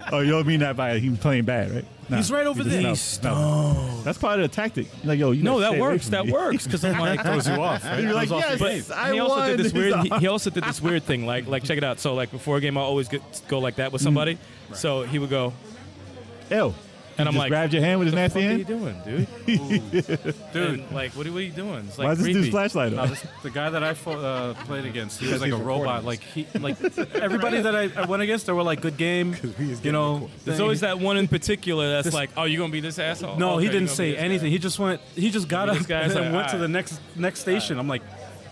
Oh, you don't mean that by he was playing bad, right? Nah,
He's right over
he just
there.
smelled. No. That's part of the tactic. Like, yo, you
No,
gotta
that
stay away
works.
from
That
me.
works because I'm like, "Oh
Throws you off. Right?
You're like,
Throws off your
yes,
game.
I
he also
won.
did this
He's
weird.
on.
He, he also did this weird thing. Like, like check it out. So, like before a game, I always get, go like that
Mm.
with somebody. So he would go,
Ew.
and I'm
just
like,
grabbed your hand with his
"What the
nasty
fuck are you
hand.
doing, dude?
dude.
And, like, what are, what are you doing? It's like
Why is this
creepy.
dude's flashlight
No,
on?
Uh, this, the guy that I fo- uh, played against, he was like
he's
a robot.
recording
Like he, like everybody that I, I went against, they were like, "Good game," you know.
There's
thing.
always that one in particular that's
This-
like, oh, you gonna be this asshole?
No,
Okay,
he
you
didn't
gonna be
say
this guy.
anything. He just went. He just got
This
up
guy's
and then
like,
went to
"Alright."
the next next station. I'm like,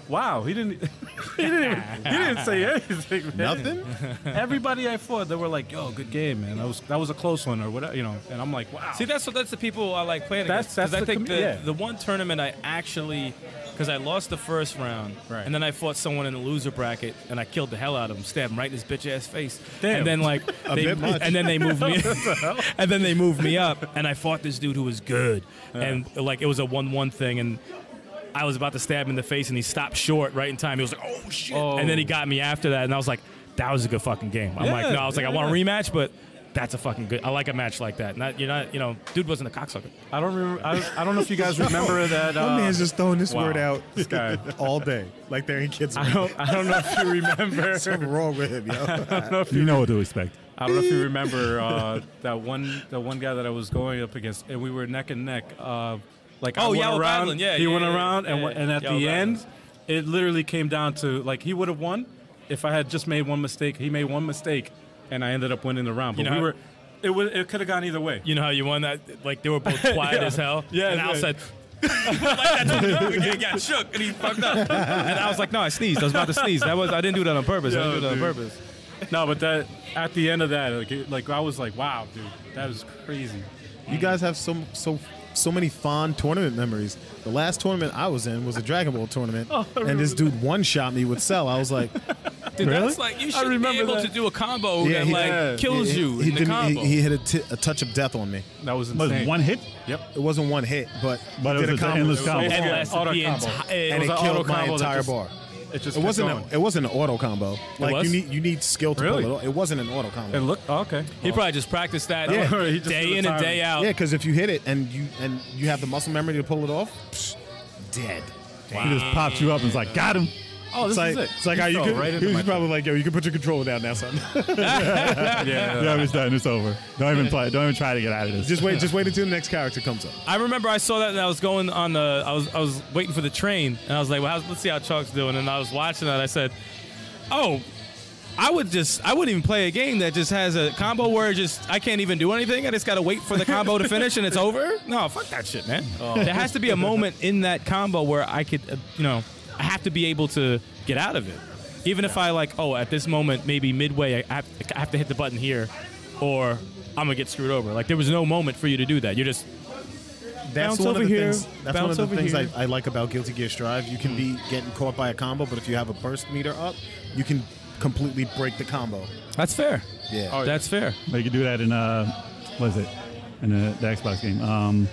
wow, he didn't. he didn't. He didn't say anything. Man.
Nothing?
Everybody I fought, they were like, "Yo, good game, man. That was that was a close one, or whatever." You know, and I'm like, wow.
See, that's what that's the people I like playing
That's-
against. 'Cause
that's the
I think
commu-
the,
yeah.
the one tournament I actually, because I lost the first round,
Right.
and then I fought someone in the loser bracket, and I killed the hell out of him, stabbed him right in his bitch ass face,
Damn.
and then like, they,
bit much.
and then they moved me, and then they moved me up, and I fought this dude who was good, and like it was a one-one thing, and. I was about to stab him in the face, and he stopped short right in time. He was like, "Oh shit!" And then he got me after that, and I was like, "That was a good fucking game." I'm like,
Yeah,
"No," I was like, "I
yeah,
want a
yeah.
rematch," but that's a fucking good. I like a match like that. Not you're not you know, dude wasn't a cocksucker.
I don't remember. I, don't- I don't know if you guys remember that. Uh,
Oh,
My man's just throwing this
wow.
word out
This guy.
all day, like they're in kids.
I don't. uh, I don't know if you remember.
Something wrong with him, yo.
You know what to expect.
I don't know if you remember uh, that one that one guy that I was going up against, and we were neck and neck. Uh, like I
Oh,
went
Yao
around,
Badlin. Yeah,
he
yeah,
went
yeah,
around, and
yeah,
wa- and at
Yao
the
Badlin.
end, it literally came down to like he would have won if I had just made one mistake. He made one mistake, and I ended up winning the round. But
You know-
we were It was. It could have gone either way.
You know how you won that? Like they were both quiet as hell.
Yeah,
and
yeah.
Al said. like that's what he got shook and he fucked up. And I was like, no, I sneezed. I was about to sneeze. That was I didn't do that on purpose. I didn't do that on purpose.
No, but that at the end of that, like, it, like I was like, wow, dude, that was crazy.
You guys have so so so many fond tournament memories. The last tournament I was in was a Dragon Ball tournament, and this dude one shot me with Cell. I was like,
Dude,
Really?
that's like you should
remember
be able
that.
to do a combo
Yeah,
that
he-
like
yeah.
kills
he- he-
you
He,
in the
didn't- he-
combo.
He, hit a, t- a touch of death on me.
That was
Was
insane.
it one hit?
Yep.
It wasn't one hit, but
But
he
it
did
was
a
an
combo.
endless combo.
and
Yeah,
lasted
auto
the
combo.
entire.
and
It
it,
was an auto
killed my
combo that
entire
just-
bar.
It just
It wasn't
Kept
a, it wasn't an auto combo. Like
was?
you need you need skill to
Really?
pull it off. It wasn't an auto combo.
going. It looked oh, okay.
He probably just practiced that
Yeah.
He just did
day
the
in and
timing.
day out.
Yeah, because if you hit it and you and you have the muscle memory to pull it off, psh, dead.
He just popped you up and was like, got him.
Oh, this
It's like,
is it.
it's like how you
fell
could.
right
he
into
was
my
probably like, "Yo, you can put your controller down now, son.
trap. yeah.
Yeah, it's done. It's over. Don't even play. Don't even try to get out of this.
just wait, just wait until the next character comes up."
I remember I saw that and I was going on the I was I was waiting for the train and I was like, well, how's, let's see how Chalk's doing. And I was watching that. I said, oh, I would just I wouldn't even play a game that just has a combo where it just I can't even do anything. I just gotta wait for the combo to finish and it's over. No, fuck that shit, man. There has to be a moment in that combo where I could, uh, you know, I have to be able to get out of it. Even if I like, oh, at this moment, maybe midway, I have, I have to hit the button here, or I'm gonna get screwed over. Like there was no moment for you to do that. You're just
That's
Bounce
one of
over
the
here,
things. That's one
bounce
of
over
the things I,
here.
I like about Guilty Gear Strive. You can be getting caught by a combo, but if you have a burst meter up, you can completely break the combo.
that's fair.
Oh, Yeah.
That's fair.
They could do that in uh, what is it? In uh, the, the Xbox game, um,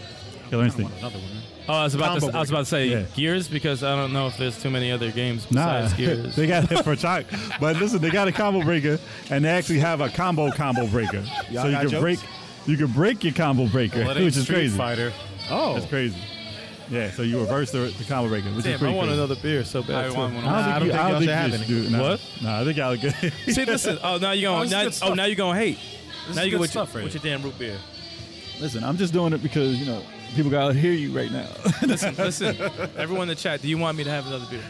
Killer Instinct.
Another one.
Oh, I was about
Combo
to, I was about to say
breaker. Yeah.
Gears because I don't know if there's too many other games
Nah,
besides Gears.
they got it for chalk. But listen, they got a combo breaker, and they actually have a combo combo breaker.
Y'all
so you
got
can
jokes?
break, you can break your combo breaker,
Well, it ain't
which is
Street
crazy.
Fighter.
oh,
That's crazy. Yeah, so you reverse the, the combo breaker, which is
Damn, I
pretty
want
crazy.
another beer so bad.
I
too.
want one.
Nah, I don't
you-
think y'all should have
you
any.
do- nah.
What?
Nah, I think y'all are good.
See, listen. Oh, now you're
Oh,
going.
this is
now,
good
oh,
stuff.
now you're going to hate.
This
now
is
you
good
go with,
stuff
your,
right
with your damn root beer.
listen, I'm just doing it because you know people gotta hear you right now.
Listen, listen. Everyone in the chat, do you want me to have another beer?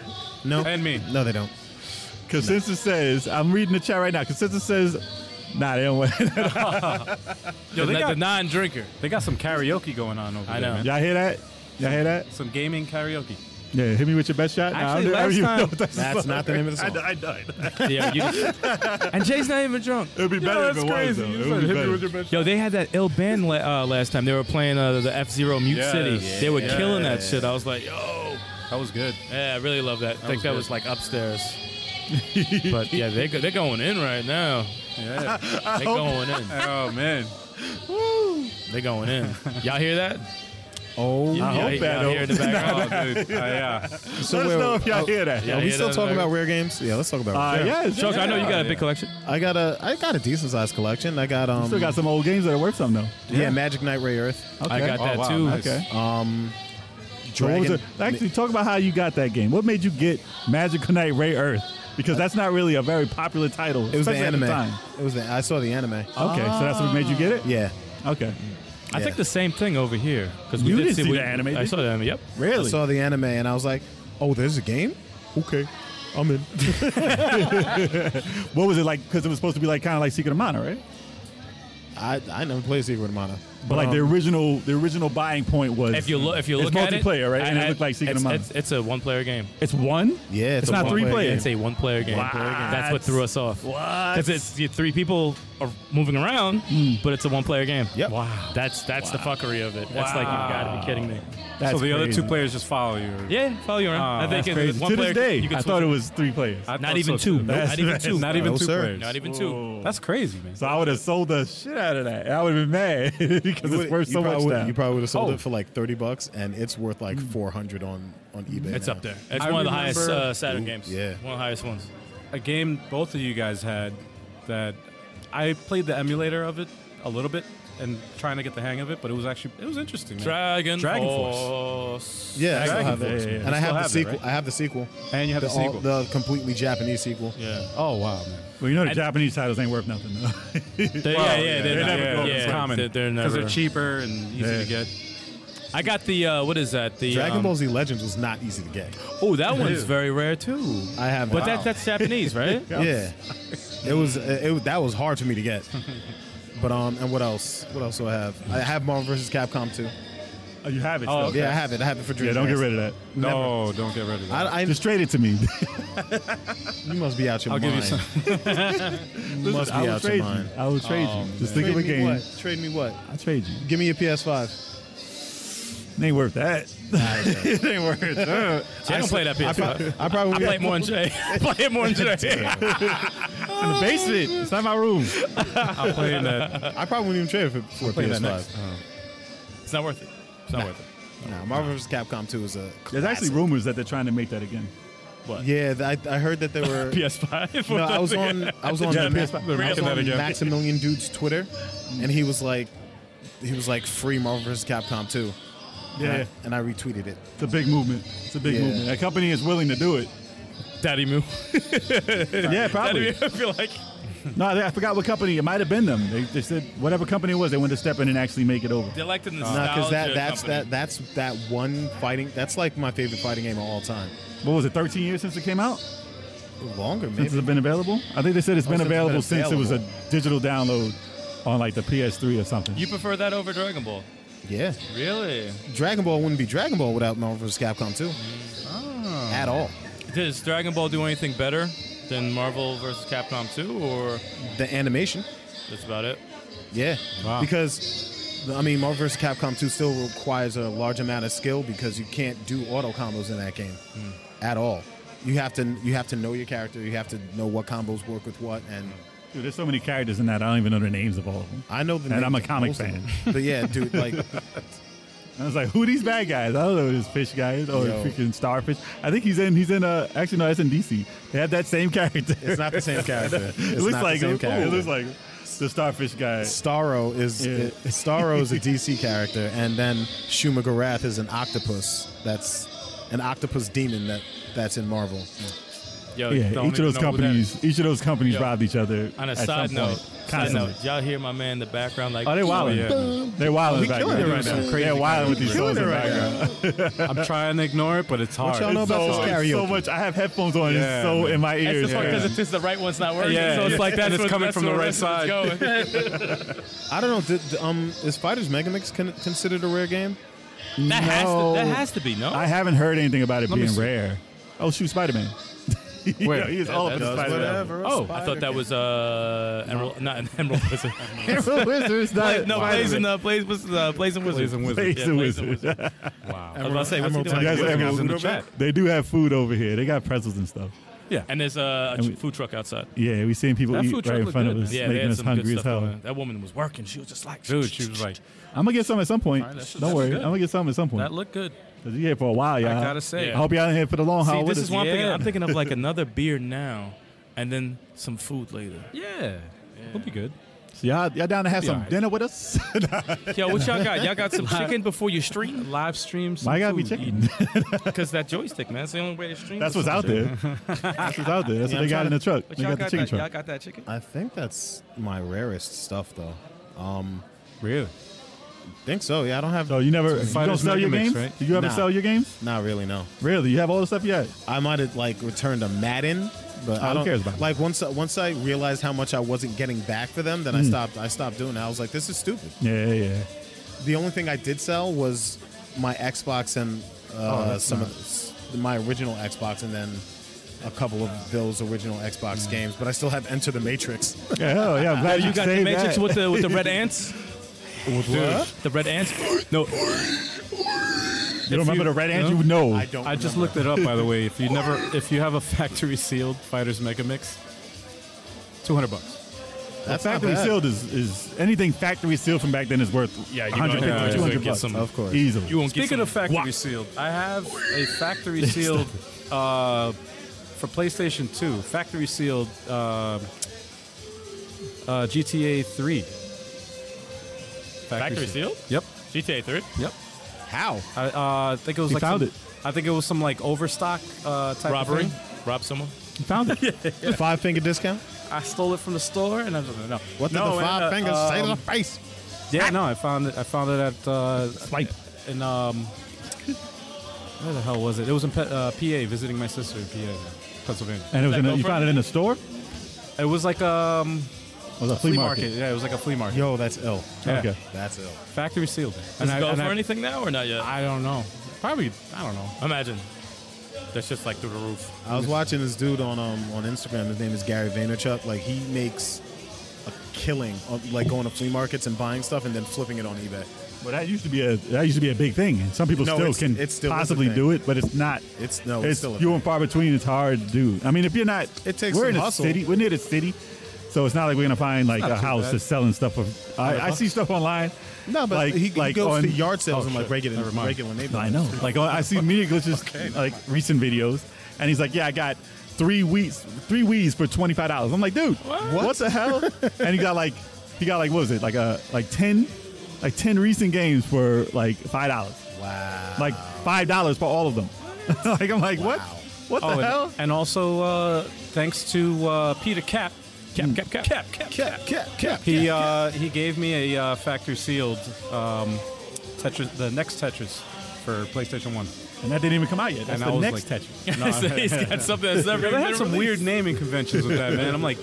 no,
And me.
no, they don't.
Consensus says, I'm reading the chat right now. Consensus says, Nah, they don't want.
the,
they
the
got-
non-drinker.
They got some karaoke going on over
I
there.
know.
man.
y'all hear that? Y'all hear that?
Some gaming karaoke.
Yeah, hit me with your best shot. Nah,
Actually,
I don't
last
even
time-
know what that's
That's not the name of the song.
I died.
Yeah, you just, and Jay's not even drunk.
It'd be better if it was, though.
You
It
said
would be
hit me
better.
with your best-
Yo, they had that ill band la- uh, last time. They were playing uh, the F Zero Mute
Yes.
City. They were
Yeah.
killing that shit. I was like, yo,
That was good.
yeah, I really love that. I think
was
that
good.
was like upstairs. but yeah, they go- they're going in right now.
Yeah.
They're going in.
oh man.
They're going in. Y'all hear that?
Oh,
I y'all,
hope
y'all
that
hear in the background.
Oh, dude. Uh, yeah.
so
Let us know if y'all hear that.
Yeah.
Are
yeah,
we still
that-
talking
that-
about rare games? Yeah, let's talk about.
Oh. Uh,
rare games.
yeah,
Chuck, I know you got a
Yeah.
big collection.
I got a I got a decent sized collection. I got um
Still got some old games that are worth something though.
yeah, Magic Knight Ray Earth.
Okay.
I got that
wow,
too.
nice.
Okay. So what
Dragon,
was it? Actually, talk about how you got that game. What made you get Magic Knight Ray Earth? Because that's not really a very popular title.
it was the
especially
anime.
At the time. Uh,
It was the I saw the anime.
Okay, so that's what made you get it.
Yeah.
Okay.
I think the same thing over here because we
You
did
didn't see
we-
the anime,
I
did
saw the anime. Yep.
Really?
I saw the anime and I was like, "Oh, there's a game? Okay. I'm in."
what was it like? Because it was supposed to be like kind of like Secret of Mana, right?
I I never played Secret of Mana.
But like the original, the original buying point was
If you look, if you
it's
look at it,
multiplayer, right?
I-
and
I-
it looked like Secret
it's,
of Mana.
It's, it's a one-player game.
It's one.
Yeah,
it's,
it's a
not three
one-player
players.
game.
It's a one-player game.
What?
That's what threw us off.
What?
Because it's you, three people are moving around, but it's a one-player game.
Yep.
Wow. That's that's the fuckery of it. That's like you gotta be kidding me.
That's
so the other
crazy.
two players just follow you.
Yeah, follow you around.
Oh,
I think
that's
it's
Crazy.
one
to
player.
this day,
you can
I
switch-
thought it was three players.
I
not
thought
even
so,
two.
too.
Nope, Not even two.
Not even
No,
two
sir.
players.
Not even two.
That's crazy, man.
So I would have sold the shit out of that. I would have been mad because
You would-
it's worth
you
so
probably
much
would-
now.
You probably would have sold
Oh.
it for like 30 bucks and it's worth like 400 on on eBay.
It's
now.
up there. It's
I
one of the highest
remember-
uh, Saturn games.
yeah.
One of the highest ones.
a game both of you guys had that I played the emulator of it a little bit and trying to get the hang of it, but it was actually it was interesting. man.
Dragon.
Dragon Force.
Force.
Yeah, I still
Dragon
have
Force,
those.
yeah, yeah.
And I
You
have
still
the
have that,
sequel.
right?
I have the sequel.
and you have the,
The, all-
sequel.
the completely Japanese sequel.
Yeah.
oh wow, man!
well, you know the
I-
Japanese titles ain't worth nothing though.
They- yeah, yeah, they're,
never
yeah,
going
yeah,
it's common
They're, they're
because
never.
they're cheaper and easy
Yeah.
to get.
I got the uh, what is that? The
Dragon
um,
Ball Z Legends was not easy to get.
Oh, that one's very rare too.
I have um,
But
that.
that that's Japanese, right?
Yeah, it was. It, was- that was hard for me to get. But um, and what else? What else do I have? I have Marvel vs. Capcom 2.
Oh, you have it.
Oh,
still.
okay.
Yeah, I have it. I have it for Dreamcast.
Yeah, don't get rid of that.
No, don't get rid of that.
I, I,
Just trade it to me.
you must be out your
I'll give
mind.
you some.
You must
I
be
will
out
trade
your
you.
mind.
I will trade you. Oh, Just think
Trade
of a
me
game.
what? Trade me what?
I'll trade you.
Give me your PS5.
It ain't worth that. it ain't worth that.
See, I don't play that
I,
PS5.
prob- I probably
I play it more than Jay. I play it more than Jay.
In the basement. It's not my room.
I'm playing that.
I probably wouldn't even trade it for, for
play
a
that
PS5.
It's not worth it. It's not worth it.
Nah, Marvel vs. Capcom 2 is a.
There's actually
classic.
rumors that they're trying to make that again.
Yeah, th- I, I heard that there were.
PS5.
No, I was on. I was on.
Yeah,
Ma-
PS5. They're
I was
making that
on
again.
Maximilian dude's Twitter, and he was like, he was like, free Marvel vs. Capcom 2.
Yeah.
and I retweeted it.
It's a big movement. It's a big
Yeah.
movement. That company is willing to do it.
Daddy Moo.
yeah,
Daddy
probably.
Moo. I feel like
no, I forgot what company. It might have been them. They, they said whatever company it was, they wanted to step in and actually make it over.
they're like the nostalgia
Nah, because that that's
company.
that that's that one fighting. That's like my favorite fighting game of all time.
What was it? 13 years since it came out?
Longer, maybe.
Since it's been available? I think they said it's
Oh, since it's been
been available since it was a digital download on like the PS3 or something.
You prefer that over Dragon Ball?
yeah,
Really?
Dragon Ball wouldn't be Dragon Ball without Marvel vs. Capcom 2
Ah.
at all.
Does Dragon Ball do anything better than Marvel vs. Capcom 2, or
The animation,
that's about it?
yeah, because I mean, Marvel vs. Capcom 2 still requires a large amount of skill because you can't do auto combos in that game
Hmm.
at all. You have to you have to know your character. You have to know what combos work with what, and
Dude, there's so many characters in that. I don't even know the names of all of them.
I know the.
And I'm a
names of
comic
most of
fan.
them. but yeah, dude, like
And I was like, who these bad guys? I don't know who this fish guy is or
Yo.
freaking starfish. I think he's in. He's in. Uh, actually, no, it's in DC. They have that same character.
it's not the same character. It's
it looks
not
like
the same
him.
character.
it looks like the starfish guy.
Starro is
Yeah.
it- Starro is a DC character, and then Shuma Garath is an octopus. That's an octopus demon that that's in Marvel.
Yo,
Yeah,
don't
each of
even
those
know who that is.
companies, each of those companies
Yo.
robbed each other.
On a
at
side
some
note,
point,
side
constantly.
note, y'all hear my man in the background like,
Oh, they're wilding. They're wilding in the
killing
background.
it right now. Some crazy
They're wilding with these songs in
it
the
right
background.
I'm trying to ignore it, but it's hard.
y'all know
It's
about
so,
this
it's so
karaoke?
much. I have headphones on.
Yeah,
it's so
man.
in my
It's
ears.
just because
man.
if this the right one's not working,
Yeah,
so it's
yeah.
like that.
And it's
what-
coming from
what
the right
rest of it's
side.
going.
I don't know. Did, um, is Fighters Mega Mix con- considered a rare game?
that, has to,
No.
that has to be no.
I haven't heard anything about it
me
being
see.
rare. Oh shoot, Spider Man.
Where?
yeah, he's all up in
that's-
Spider Man.
oh, I thought that was uh, Emerald, not an Emerald Wizard.
Wizard's not
no,
Spider-Man.
Blazing, uh, Blaze, what's, uh, Blazing Wizard.
Blazing Wizard.
He's
Yeah,
a
Blazing
wizard.
Wizard. I was about to say, what's he
You
doing?
guys
Blazing
ever-
Wizard in the
Wizard.
chat.
They do have food over here. They got pretzels and stuff.
And there's uh, a
And we-
food truck outside.
Yeah, we seen people
That
eat
food truck
right in
looked
front
good,
of us,
It's
Yeah, they
making
had
us
some good
hungry as
stuff.
hell.
going on. That woman was working. She was just like,
Dude, she was like,
I'm gonna get some at some point.
that shit-
Don't
that
worry,
shit
I'm
good.
gonna get some at some point.
that looked good.
Cause you here for a while, y'all.
I gotta say.
I hope y'all in here for the long
See,
haul. with
this
us.
is one thing.
Yeah.
I'm thinking of like another beer now, and then some food later.
Yeah. It'll be good.
So y'all, y'all down to have
Be
some
alright.
dinner with us?
Yo, what y'all got? Y'all got some chicken before you stream?
Live streams.
Why gotta be chicken?
Because that joystick, man, that's the only way to stream.
That's
this
what's out
shit.
there. That's what's out there. That's
Yeah,
what they
I'm
got
trying
in the truck.
But
They
y'all
got the
got,
chicken
that, y'all
truck.
got that chicken?
I think that's my rarest stuff, though. Um,
Really?
think so. Yeah, I don't have.
So you never, you don't
Fighters
sell your
Mega Mix,
games?
right?
Do you ever
Nah.
sell your games?
Not really. No.
Really? You have all the stuff you had?
I might have like returned a Madden, but
Oh, who
I don't
cares about
like once once I realized how much I wasn't getting back for them, then
Hmm.
I stopped. I stopped doing. It. I was like, this is stupid.
Yeah, yeah, yeah.
The only thing I did sell was my Xbox and uh, some of s- my original Xbox, and then a couple of Bill's original Xbox games. But I still have Enter the Matrix.
Yeah, hell yeah. I'm glad
You got the
saved
Matrix
that.
with the with the red ants. Dude, the red ants. No,
You don't
If
remember
you-
the red ant?
no.
You know.
I don't.
I just
remember.
looked it up, by the way. If you never, if you have a factory sealed Fighters Mega Mix, 200 bucks.
That's not
factory
bad.
sealed is, is anything factory sealed from back then is worth
Yeah,
yeah,
you
150
know, yeah,
200
get
bucks.
some-
Of course.
Easily.
you won't get.
Speaking of
some
factory
guac.
sealed, I have a factory sealed uh, for PlayStation 2, factory sealed um uh, GTA 3.
Factory sealed?
Yep.
GTA 3.
Yep.
How?
I uh, I think it was
He
like
found
some-
it.
I think it was some like overstock uh, type of
Robbery.
thing.
Rob someone.
You found it.
Five finger discount?
I stole it from the store, and I was like, no.
What did
no,
the
and,
five
uh,
fingers say to
um,
the face?
Yeah, no, I found it. I found it at uh,
Swipe.
in um, where the hell was it? It was in Pe- uh, PA, visiting my sister in PA, Pennsylvania.
And it was
that
in a,
go
you
for
found
it?
it in a store?
It was like um,
was a flea,
flea
market.
market. Yeah, it was like a flea market.
Yo, that's ill.
Yeah.
Okay.
That's ill.
Factory sealed it.
Does it
I-
go
and
for
I-
anything now or not yet?
I don't know. Probably. I don't know.
Imagine. That's just like through the roof.
I was watching this dude on um, on Instagram. His name is Gary Vaynerchuk. Like he makes a killing, of, like going to flea markets and buying stuff and then flipping it on eBay.
Well, that used to be a that used to be a big thing. and Some people
No,
still
it's-
can
it still is a
possibly
thing.
do it, but it's not.
It's no, it's,
it's
still a
few and far between. It's hard to do. I mean, if you're not,
It takes
We're
some
in a
hustle.
city. We're near the city, so it's not like we're gonna find like
not
a
too
house
bad.
that's selling stuff. Of, I, I see stuff online.
No, but
like,
he,
like
he goes
on,
to yard sales
Oh,
in like
shit.
regular,
Never mind.
regular neighborhoods.
I know. Like oh, I see media glitches, like recent videos, and he's like, "Yeah, I got three weeds, three weeds for twenty five dollars." I'm like, "Dude, what, the hell?" and he got like, he got like, what was it? Like a like ten, like ten recent games for like five dollars,
Wow.
like five dollars for all of them. like I'm like, what? What the
Oh, and,
hell?
and also uh, thanks to uh, Peter Cap. Cap, Cap, Cap, Cap, Cap, Cap,
Cap, cap,
He uh, he gave me a uh, factory sealed um, Tetris, the next Tetris for PlayStation One.
Mm. And that didn't even come out yet. That's
And I
the
was
next
like-
Tetris.
So he's got something that's never
They
even
had
been
some
released.
weird naming conventions with that man. I'm like,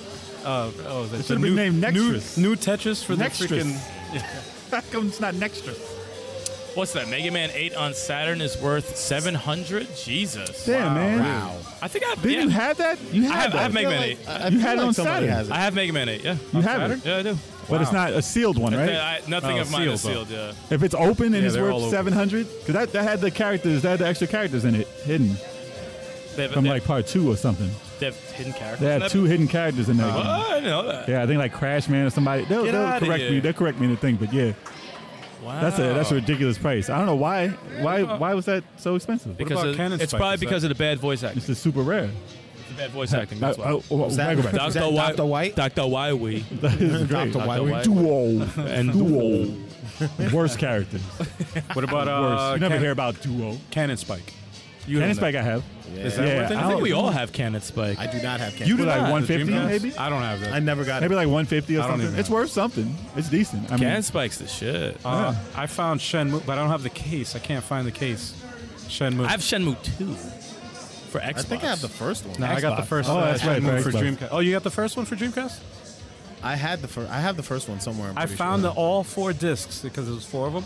uh, oh, that's
should've
the new-
been named
new-
Nextris.
New Tetris for the
Nextris.
freaking
How come it's not Nextris?
What's that? Mega Man 8 on Saturn is worth 700? Jesus.
Damn man.
Wow.
I think I've
Did
yeah.
you have that? You had
I have,
that.
I have Mega Man 8.
I
You
feel
had it on
somebody
Saturday.
has it.
I have Mega Man 8, yeah.
You have it.
Yeah, I do.
But it's not a sealed one, right?
I- nothing
Oh,
of mine is
sealed,
sealed, yeah.
If it's open and
Yeah,
it's
they're all
worth
open.
seven hundred, because that, that had the characters, that had the extra characters in it hidden
They have,
from
they,
like part two or something.
they have hidden characters.
They
in
had
that?
two hidden characters in there.
Oh, I didn't know that.
Yeah, I think like Crash Man or somebody. They'll,
Get
they'll
outta
correct me.
here.
They'll correct me in the thing, but yeah,
Wow.
that's a
Oh.
that's a ridiculous price. I don't know why why why was that so expensive.
because
about
of-
Cannon
it's
Spike?
probably
Is that-
because of the bad voice acting.
It's just super rare. Oh,
The bad voice acting.
I,
That's why.
that-
that,
Is that Dr. White?
Dr. Wiley.
is great.
Dr. Wiley.
Duo and duo. Worst characters.
Uh, What about
Worst.
uh,
you never
Cannon,
hear about duo.
Cannon Spike? You
Cannon
don't know.
Spike I have.
Is that
Yeah,
worth
I
I
anything?
think we all have Cannon Spike.
I do not have cap.
You do
Would I
like
have the
150
Dreamcast?
maybe?
I don't have that.
I never got
Maybe
it.
like 150
I
or
don't
something.
even
It's
know.
worth something. It's decent. I mean,
Cannon Spike's the shit.
Uh, I found Shenmue, but I don't have the case. I can't find the case. Shenmue.
I have Shenmue 2 for Xbox.
I think I have the first one.
no, I got the
Xbox.
first
Oh,
uh,
that's right,
Shenmue
for
for
Xbox.
Dreamcast. Oh, you got the first one for Dreamcast?
I had the first. I have the first one somewhere. I'm
I
pretty
found
sure.
the all four discs because there was four of them.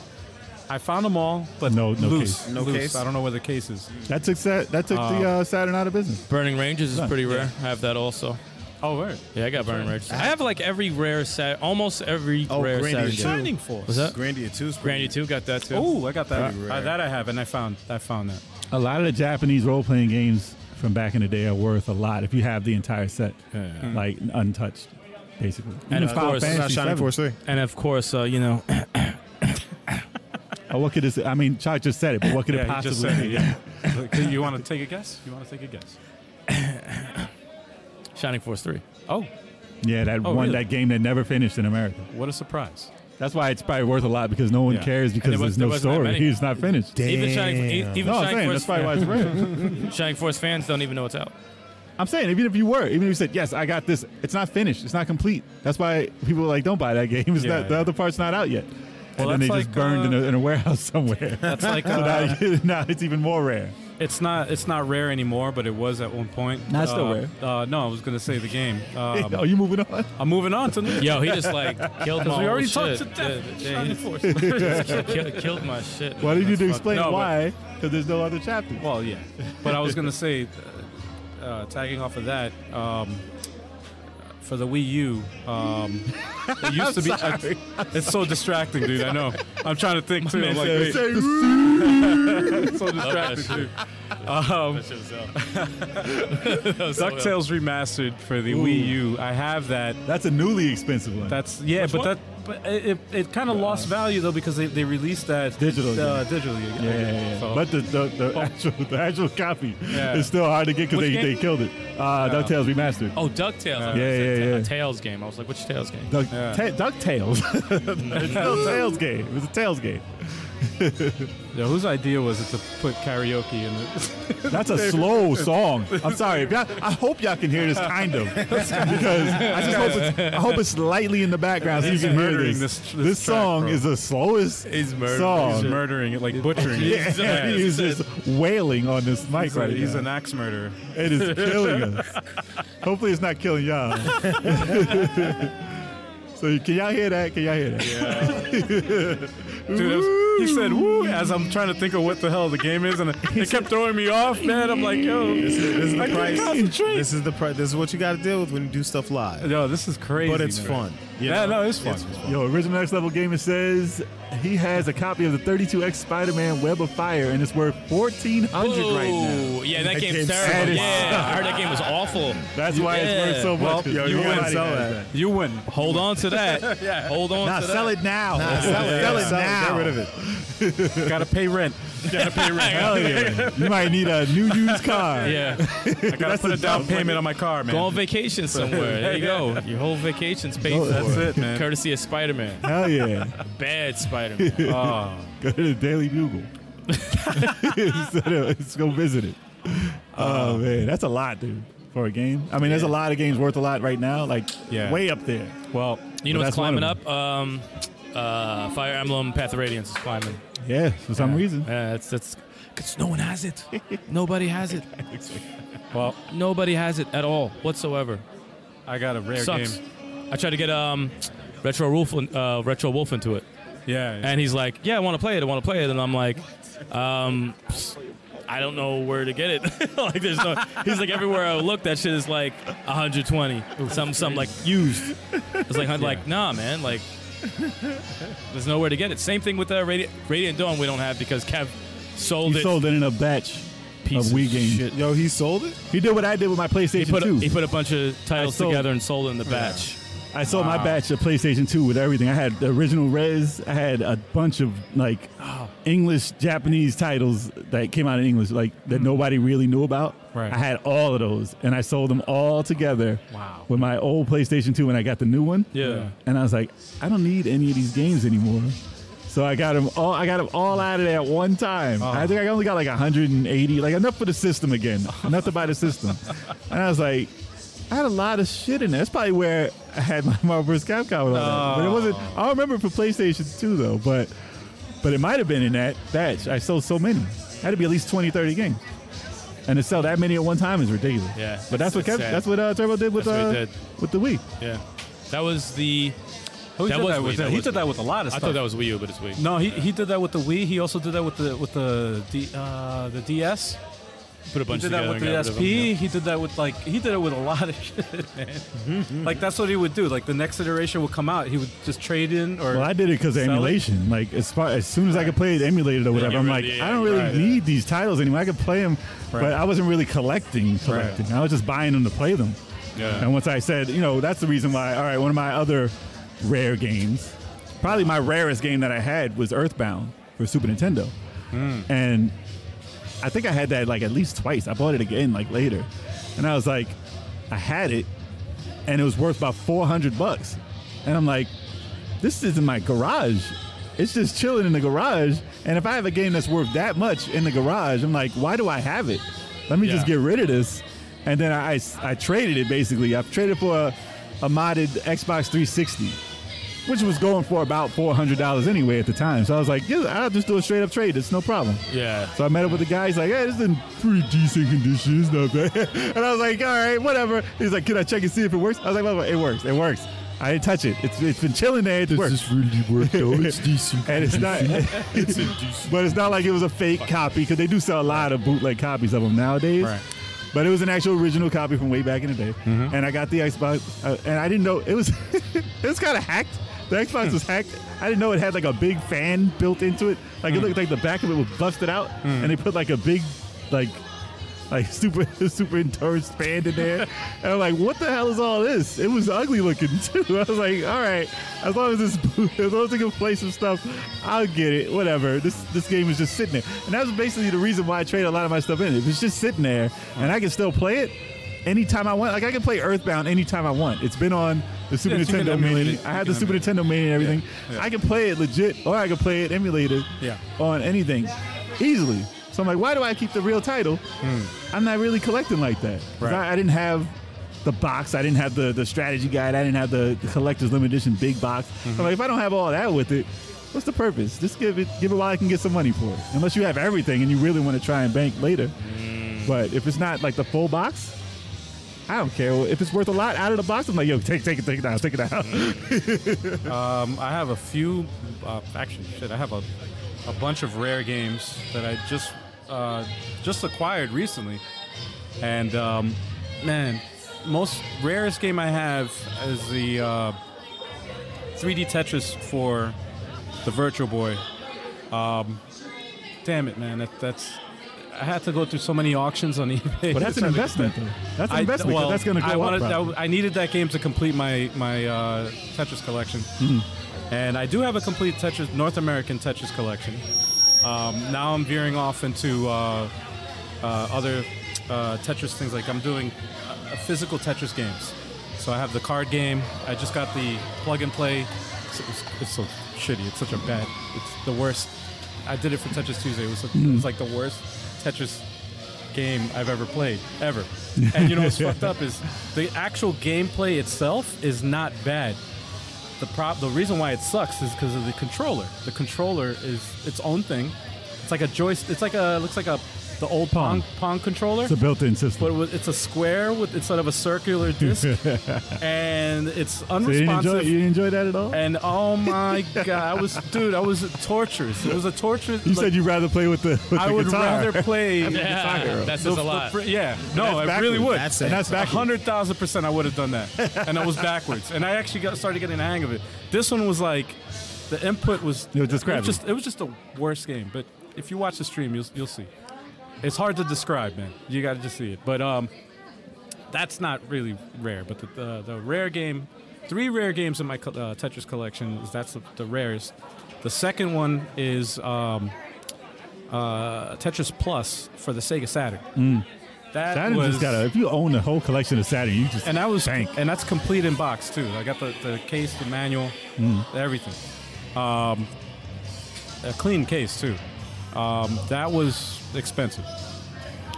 I found them all, but
No- no
loose.
case.
No
loose.
case?
I don't know where the case is.
That took Sa- that took the uh, Saturn out of business.
Burning Rangers is pretty rare. I have that also.
Oh, right.
Yeah, I got Burning Rangers. I have like every rare set, almost every
Oh,
rare
Grandia
set.
Shining
Force.
What's that?
Grandia 2's
Grandia 2 got that too.
Oh, I got that.
Pretty
Uh,
rare.
that I have, and I found I found that.
A lot of the Japanese role playing games from back in the day are worth a lot if you have the entire set, like untouched, basically. Even
of course,
It's not Shining
VII.
Force 3.
And of course, uh, you know,
Oh, what could this? I mean, Chuck just said it, but what could it
yeah, you just
possibly?
said it.
be?
Yeah. Like, you want to take a guess? You want to take a guess?
Shining Force 3.
Oh,
yeah, that
Oh,
one,
really?
that game that never finished in America.
what a surprise!
That's why it's probably worth a lot because no one
Yeah.
cares because
there was-
there's no
there wasn't that
story.
many.
He's not finished.
Even Shining, e- even
No, I'm
Shining,
saying that's
Force,
probably why it's rare.
Shining Force fans don't even know it's out.
I'm saying even if you were, even if you said yes, I got this, it's not finished. It's not complete. That's why people are like don't buy that game. It's
Yeah,
not, The
yeah.
other part's not out yet.
Well,
and then they
that's like,
just burned in,
uh,
a, in a warehouse somewhere.
That's like
So
uh,
now, now it's even more rare.
It's not it's not rare anymore, but it was at one point.
Nah, it's still
Uh,
rare.
Uh, no, I was gonna say the game.
are
Um,
you moving on?
I'm moving on to the.
Yo, he just like killed my
Because we
whole
already talked
shit.
to death.
Yeah, yeah,
Shining
he
Force.
just kill- killed my shit.
Why did you
That's
do
fucked
explain
no, but-
why? Because there's no other chapter.
Well, yeah, but I was gonna say, uh, uh, tagging off of that, um, for the Wii U, um, it used to be. it's so distracting, dude. I know. I'm trying to think too. I'm like,
Say-
wait,
say-
it's so distracting, dude. Um, Ducktales remastered for the Wii U. I have that.
that's a newly expensive one.
That's yeah, but that but it, it, it kind of lost value though because they, they released that
Digitally.
uh, digitally. again.
yeah, yeah, yeah.
So-
But the the, the, actual, the actual copy
Yeah.
is still hard to get because
Which
they,
game?
they killed it. Uh, DuckTales Remastered.
Oh, DuckTales. I thought
Yeah,
it was a
yeah,
ta-
yeah.
Tails game. I was like, which Tails game?
Duck,
Yeah.
ta- DuckTales. it's still a Tails game. It was a Tails game.
Yeah, whose idea was it to put karaoke in it?
That's a slow song. I'm sorry. If y'all, I hope y'all can hear this kind of because I just hope it's, I hope it's slightly in the background so you
He's
can hear
murdering
this. This,
this- this track,
song
bro.
is the slowest
He's murdering-
song.
He's murdering it, like butchering it.
yeah, he's just wailing on this mic
He's, a-
right
he's
now.
an axe murderer.
it is killing us. Hopefully, it's not killing y'all. So can y'all hear that? Can y'all hear that?
Dude, it was- he said "woo" as I'm trying to think of what the hell the game is, and it kept throwing me off, man. I'm like, yo,
This is, this is
I
the
can't
price.
concentrate.
This is the price. This is what you got to deal with when you do stuff live.
yo, this is crazy,
But it's
man.
fun. you
Yeah,
know?
no, it's fun.
Yo, original Next Level Gamer says he has a copy of the 32X Spider-Man Web of Fire, and it's worth 1400 right now.
Ooh, yeah, that game's
game's
terrible.
sad.
Yeah, I heard that game was awful.
That's why
Yeah.
it's worth so much. 'cause
Yo, you
nobody
wouldn't sell
has
that.
You win.
Hold on to that. yeah. Hold on
Nah,
to
sell
that.
it now.
Nah, sell it,
sell it
sell it,
now.
Get rid of it.
Gotta pay rent. Gotta pay rent.
Hell yeah. You might need a new used car.
Yeah.
I gotta put a
the
down
dumb one.
payment on my car, man.
Go on vacation somewhere. There you go. Your whole vacation's paid for.
That's it, man.
Courtesy of Spider Man.
Hell yeah.
Bad Spider Man.
Oh.
Go to the Daily Bugle. Instead of- Let's go visit it. Oh, man, that's a lot, dude, for a game. I mean, there's a lot of games worth a lot right now, like
Yeah.
way up there.
Well,
You know
Well,
what's
that's one of
climbing up? Um, uh, Fire Emblem Path of Radiance is climbing.
Yeah, for some reason.
Yeah, that's that's because no one has it. Nobody has it.
well,
Nobody has it at all whatsoever.
I got a rare
Sucks.
game.
I tried to get um, Retro Wolf, uh, Retro Wolf into it,
Yeah.
and he's like, "Yeah, I want to play it. I want to play it." And I'm like, um, psst, "I don't know where to get it." like, there's no. He's like, everywhere I look, that shit is like 120. Some some like used. It's like I'm like, nah, man. Like, there's nowhere to get it. Same thing with uh, Radi- Radiant Dawn. We don't have because Kev sold
He
it.
sold it in a batch
Piece
of Wii
of
games.
shit.
Yo, he sold it.
He did what I did with my
He
PlayStation
put, a,
2.
he put a bunch of titles
sold-
together and sold it in the batch.
I sold my batch of PlayStation 2 with everything. I had the original Res. I had a bunch of like
Oh.
English, Japanese titles that came out in English, like that nobody really knew about.
Hmm. Right.
I had all of those, and I sold them all together.
Wow.
With my old PlayStation 2, when I got the new one.
Yeah.
And I was like, I don't need any of these games anymore. So I got them all. I got 'em all out of there at one time.
Oh.
I think I only got like 180, like enough for the system again, enough to buy the system. And I was like, I had a lot of shit in there. That's probably where I had my Marvel vs. Capcom and all that. But it wasn't.
Oh.
I don't remember for PlayStation 2 though. But but it might have been in that batch. I sold so many. Had to be at least 20, 30 games. And to sell that many at one time is ridiculous.
Yeah,
But
it's-
that's what
it's
Kev,
sad.
that's what uh, Turbo did with
That's what he
uh,
did.
with the Wii.
Yeah. That was the.
Who
That
did
was
that
Wii,
with
that
the- he
was
did that with a lot of
I
stuff.
thought that was Wii U, but it's Wii.
no, he, he did that with the Wii. He also did that with the with the D, uh, the DS.
Put a bunch
He did that
together
with
and
the
got rid of them,
SP. He did that with like he did it with a lot of shit, man. Like that's what he would do. Like the next iteration would come out, he would just trade in or
Well, I did it because of
Sell it?
emulation. Like as far as soon as I could play it emulated or whatever,
you
I'm like,
really-
I don't really
right.
need these titles anymore. I could play them,
Right.
but I wasn't really collecting. Collecting. I was just buying them to play them.
Yeah.
And once I said, you know, that's the reason why. All right, one of my other rare games, probably my rarest game that I had was Earthbound for Super Nintendo,
Hmm.
and I think I had that like at least twice. I bought it again like later, and I was like, I had it, and it was worth about four hundred bucks, and I'm like, this is in my garage. It's just chilling in the garage. And if I have a game that's worth that much in the garage, I'm like, why do I have it? Let me just
Yeah.
get rid of this. And then I, I, I traded it basically. I've traded for a, a modded Xbox 360, which was going for about $400 anyway at the time. So I was like, yeah, I'll just do a straight up trade. It's no problem.
Yeah.
So I met up with the guy. He's like, "Hey, this is in pretty decent condition. It's not bad." And I was like, "All right, whatever." He's like, "Can I check and see if it works?" I was like, "Well, "It works. It works. I didn't touch it. It's it's been chilling there. It works."
really worked out. It's decent.
and it's not, but it's not like it was a fake copy because they do sell a lot of bootleg copies of them nowadays.
Right.
But it was an actual original copy from way back in the day, and I got the Xbox, uh, and I didn't know it was. it was kind of hacked. The Xbox was hacked. I didn't know it had like a big fan built into it. Like it looked like the back of it was busted out, and they put like a big, like, like super super intense fan in there. and I'm like, what the hell is all this? It was ugly looking too. I was like, all right, as long as this as long as they can play some stuff, I'll get it. Whatever. This this game is just sitting there, and that was basically the reason why I traded a lot of my stuff in. If it's just sitting there, and I can still play it. Anytime I want, like I can play Earthbound anytime I want. It's been on the Super
Yeah, you can
Nintendo
emulate
Mini.
it.
I
You
had the
can
Super
emulate
Nintendo Mini and everything. I can play it legit, or I can play it emulated
Yeah.
on anything easily. So I'm like, why do I keep the real title?
Hmm.
I'm not really collecting like that. 'Cause I, I didn't have the box. I didn't have the, the strategy guide. I didn't have the, the collector's limited edition big box.
Mm-hmm.
I'm like, if I don't have all that with it, what's the purpose? Just give it give it while I can get some money for it. Unless you have
Mm.
everything and you really want to try and bank later. But if it's not like the full box, I don't care if it's worth a lot out of the box. I'm like, yo, take, take it, take it down, take it down.
Mm. Um, I have a few. Uh, actually, shit, I have a, a bunch of rare games that I just uh, just acquired recently, and um, man, most rarest game I have is the uh, 3D Tetris for the Virtual Boy. Um, damn it, man, that, that's I had to go through so many auctions on eBay.
But that's an investment. though. That's an investment. 'cause
well,
that's going to go
I
up.
wanted-
probably.
I, I needed that game to complete my my uh, Tetris collection,
Mm-hmm.
and I do have a complete Tetris North American Tetris collection. Um, now I'm veering off into uh, uh, other uh, Tetris things. Like I'm doing uh, physical Tetris games. So I have the card game. I just got the plug and play. It's, it's, it's so shitty. It's such a bad. It's the worst. I did it for Tetris Tuesday. It was, a,
Mm-hmm.
it was like the worst Tetris game I've ever played, ever. And you know what's fucked up is the actual gameplay itself is not bad. The prop, the reason why it sucks is because of the controller. The controller is its own thing. It's like a joist. It's like a looks like a the old pong pong controller.
it's a built-in system.
but with- it's a square with instead of a circular disc, and it's
So you, didn't enjoy,
unresponsive.
you didn't enjoy that at all?
and oh my god, I was dude, I was torturous. It was a torturous.
you
like,
said you'd rather play with the, with
I
the
would
guitar.
rather play
Yeah, that says
the-
a lot.
the fr- yeah, no,
That's
I really would.
That's
and
it.
that's
A
back.
hundred thousand percent, I would have done that, and I was backwards. And I actually got started getting the hang of it. This one was like, the input was
Yo, describe
it was just it was just the worst game. But if you watch the stream, you'll you'll see. It's hard to describe, man. You got to just see it. But um, that's not really rare. But the the, the rare game, three rare games in my co- uh, Tetris collection. is That's the, the rarest. The second one is um, uh, Tetris Plus for the Sega Saturn. That
Mm. Saturn
was,
just got a. If you own the whole collection of Saturn, you just
and that was
bank.
and that's complete in box too. I got the, the case, the manual,
Mm.
everything. Um, a clean case too. Um, that was expensive.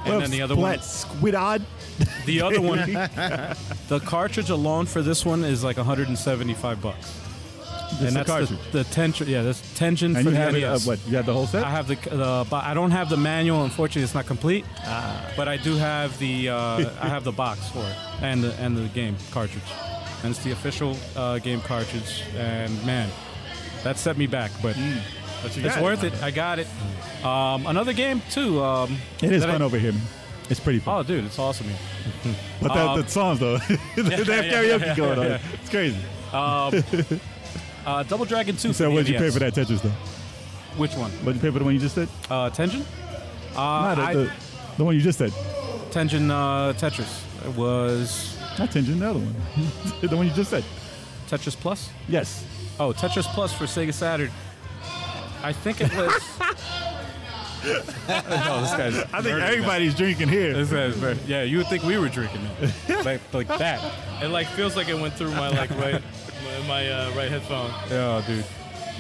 And then the other
Flat squid odd.
one, the other one, the cartridge alone for this one is like 175 bucks. and
the
that's
cartridge.
the, the tension. Yeah, that's tension
And
for
you
the E
have it, uh,
NES.
what? You got the whole set?
I have the, the but I don't have the manual. Unfortunately, it's not complete. But I do have the uh, I have the box for it and the, and the game cartridge, and it's the official uh, game cartridge. And man, that set me back, but it's
got it.
worth it. I got it. Um, another game too. Um,
it is
that I-
fun over here. man. It's pretty fun.
Oh, dude, it's awesome. Here. Oh,
but the, the songs though, they have karaoke going on. It's crazy.
Uh, Double Dragon Two.
So
for
what'd
the
you pay
NES.
for that Tetris though?
Which one?
What'd you pay for the one you just said?
Uh, Tension. Uh,
Not
I-
the, the one you just said.
Tension uh, Tetris. It was
Not Tension, the other one. the one you just said.
Tetris Plus.
Yes.
Oh, Tetris Plus for Sega Saturn. I think it was. no, this guy's.
I think everybody's drinking here.
This guy's very, yeah, you would think we were drinking it, like, like that.
It like feels like it went through my like right my, my uh, right headphone.
Yeah, Oh, dude.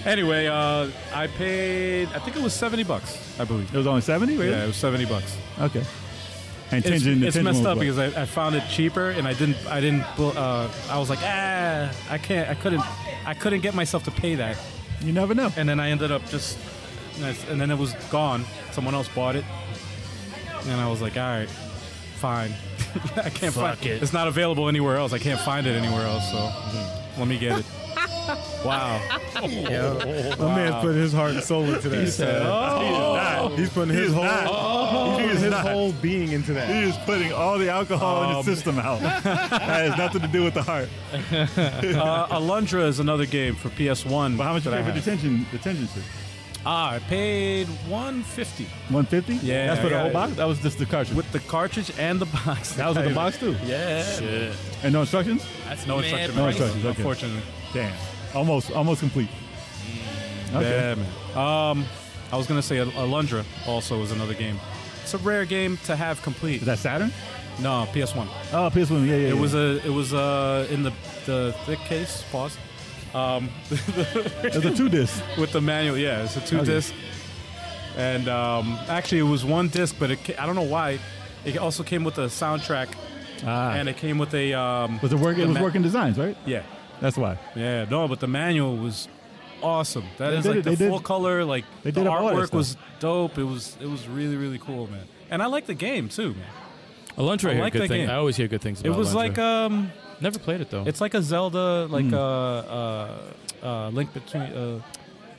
Anyway, uh, I paid. I think it was seventy bucks. I believe.
It was only seventy, really?
Yeah, it was seventy bucks.
Okay. And
It's,
Tension,
it's
Tension
messed
was
up
what?
because I, I found it cheaper and I didn't. I didn't. Uh, I was like, ah, I can't. I couldn't. I couldn't get myself to pay that.
you never know.
and then I ended up just, and then it was gone. Someone else bought it, and I was like, all right, fine. I can't find it. It's not available anywhere else. I can't find it anywhere else. So let me get it. wow.
My man put his heart and soul into that. Oh. He's putting his whole
Oh,
Oh. he's putting his whole being into that.
He is putting all the alcohol in his
Um,
system out. that has nothing to do with the heart.
Uh, Alundra is another game for PS1.
But how much you
that I
pay for the
have.
tension? The tension shit.
Ah, I paid 150
One fifty.
Yeah,
That's for the
yeah.
whole box. That was just the cartridge.
with the cartridge and the box.
that was with the box too.
Yeah.
And no instructions.
That's
No
mad
instruction
price.
No instructions, okay.
unfortunately.
Damn. Almost, almost complete.
Yeah,
Okay.
man. Um, I was gonna say Al- Alundra also is another game. It's a rare game to have complete.
Is that Saturn?
No, PS One.
Oh, PS One. Yeah, yeah.
It
yeah.
was a. It was uh in the the thick case. Pause. Um,
It was a two disc.
with the manual. Yeah, it's a two
Okay.
disc. And um, actually, it was one disc, but it, ca- I don't know why. It also came with a soundtrack,
Ah.
and it came with a. Um,
was it working? It was
ma-
working designs, right?
Yeah,
That's why.
yeah. No, but the manual was awesome. That
They
is
did it,
like the
they did-
full color. Like
they
the
did all that
artwork
stuff.
was dope. It was it was really really cool, man. And I like the game too, man.
Elantra,
I
I hear
like
good
that
things.
game.
I always hear good things.
It
About
was
Elantra.
like um,
never played it though.
it's like a Zelda, like uh, uh, uh, link between uh,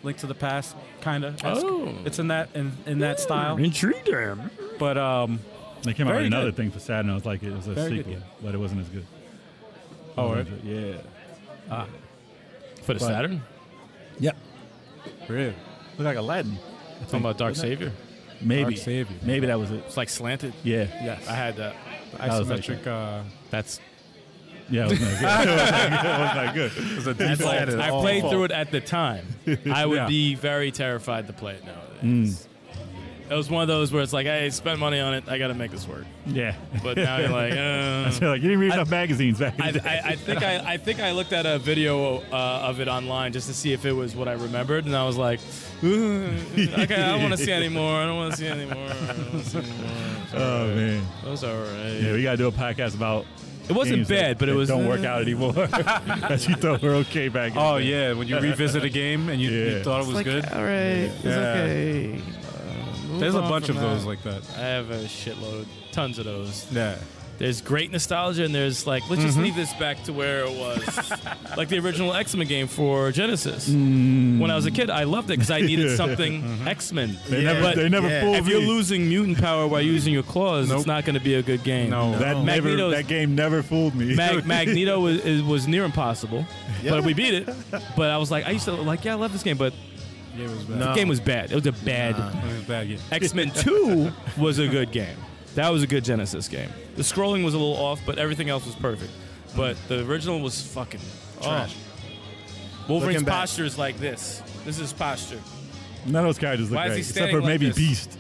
link to the past, kind of.
Oh.
it's in that in, in that style. But um,
They came out
Very
with another
good.
thing for Saturn. It was like it was a
Very good
sequel,
game.
but it wasn't as good.
oh, really?
Yeah.
for the Saturn.
Yeah.
really?
Look like Aladdin.
Talking about Dark Savior.
Maybe.
Dark Savior.
Maybe that was it.
It's like slanted.
Yeah.
Yes,
I had that.
The
was like
isometric. uh,
That's.
Yeah, it was not good. it was not good. It was not good. It was a
like,
default.
I played through it at the time. I would
Yeah.
be very terrified to play it nowadays.
Mm.
It was one of those where it's like, hey, spent money on it. I got to make this work.
Yeah.
But now you're like, uh,
So, like you didn't read enough magazines back in
I,
the day.
I, I think I, I think I looked at a video uh, of it online just to see if it was what I remembered, and I was like, "Ooh, okay, I don't want to see anymore. I don't want to see anymore. I don't want to see anymore.
Oh man.
That was all right.
Yeah, we gotta do a podcast about.
It wasn't
games
bad,
that-
but it
that
was-
don't work out anymore. that you thought were okay back. in
oh
the day.
yeah, when you revisit a game and you,
Yeah.
you thought it was good,
All right, uh, it's okay.
there's a bunch of those like that.
I have a shitload, tons of those.
Yeah.
There's great nostalgia, and there's like, let's
Mm-hmm.
just leave this back to where it was, like the original X Men game for Genesis.
Mm.
When I was a kid, I loved it because I needed something X Men.
Mm-hmm. They never, they never
yeah.
fooled
If you're
me.
losing mutant power while using your claws,
Nope.
it's not going to be a good game.
No.
that
No.
never,
Magneto's-
that game never fooled me.
Oh. Mag- Magneto was, is, was near impossible, but we beat it. But I was like, I used to like, yeah, I love this game, but
Yeah, it was bad.
the game was bad. It was a bad.
It was a bad game.
X Men Two was a good game. That was a good Genesis game. The scrolling was a little off, but everything else was perfect. But the original was fucking trash. Wolverine's
Looking back.
posture is like this. This is his posture.
None of those characters look
Why is
great,
he
except
standing
for
like
maybe
this?
Beast.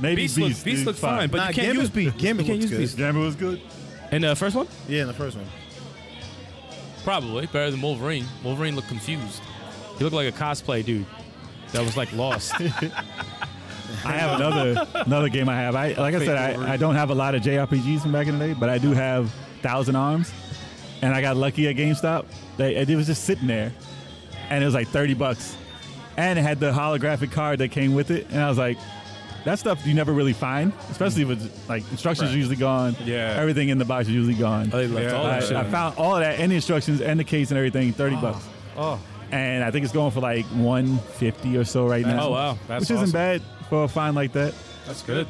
Maybe
Beast,
Beast.
looks, Beast
is
looks
fine.
fine, but
Nah,
you can't
Gambit-
use Beast.
Gambit
you can't use
looks good.
Beast.
Gambit was good.
And the first one,
Yeah, in the first one.
probably better than Wolverine. Wolverine looked confused. He looked like a cosplay dude that was like lost.
I have another another game I have. I like I said, I, I don't have a lot of JRPGs from back in the day, but I do have Thousand Arms, and I got lucky at GameStop. They, it was just sitting there, and it was like thirty bucks, and it had the holographic card that came with it, and I was like. That stuff you never really find, especially with like instructions are usually gone.
Yeah.
everything in the box is usually gone.
they left
Yeah.
all
I,
that shit.
I found all of that and the instructions and the case and everything, thirty bucks.
Oh.
And I think it's going for like one fifty or so right now.
oh wow,
That's
which isn't
awesome.
bad for a find like that.
That's good.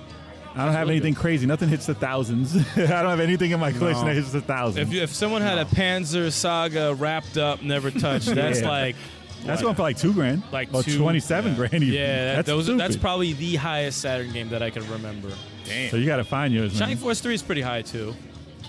I don't have anything crazy. Nothing hits the thousands. I don't have anything in my collection that hits the
If
thousands.
you, if someone had a Panzer Saga wrapped up, never touched, that's
Yeah.
like
that's going for like two grand,
like
or
two-
twenty-seven grand. Even.
Mm,
Yeah, that,
that's
those,
stupid.
that's probably the highest Saturn game that I can remember.
Mm-hmm.
so you got to find yours, man.
Shining Force 3 is pretty high too,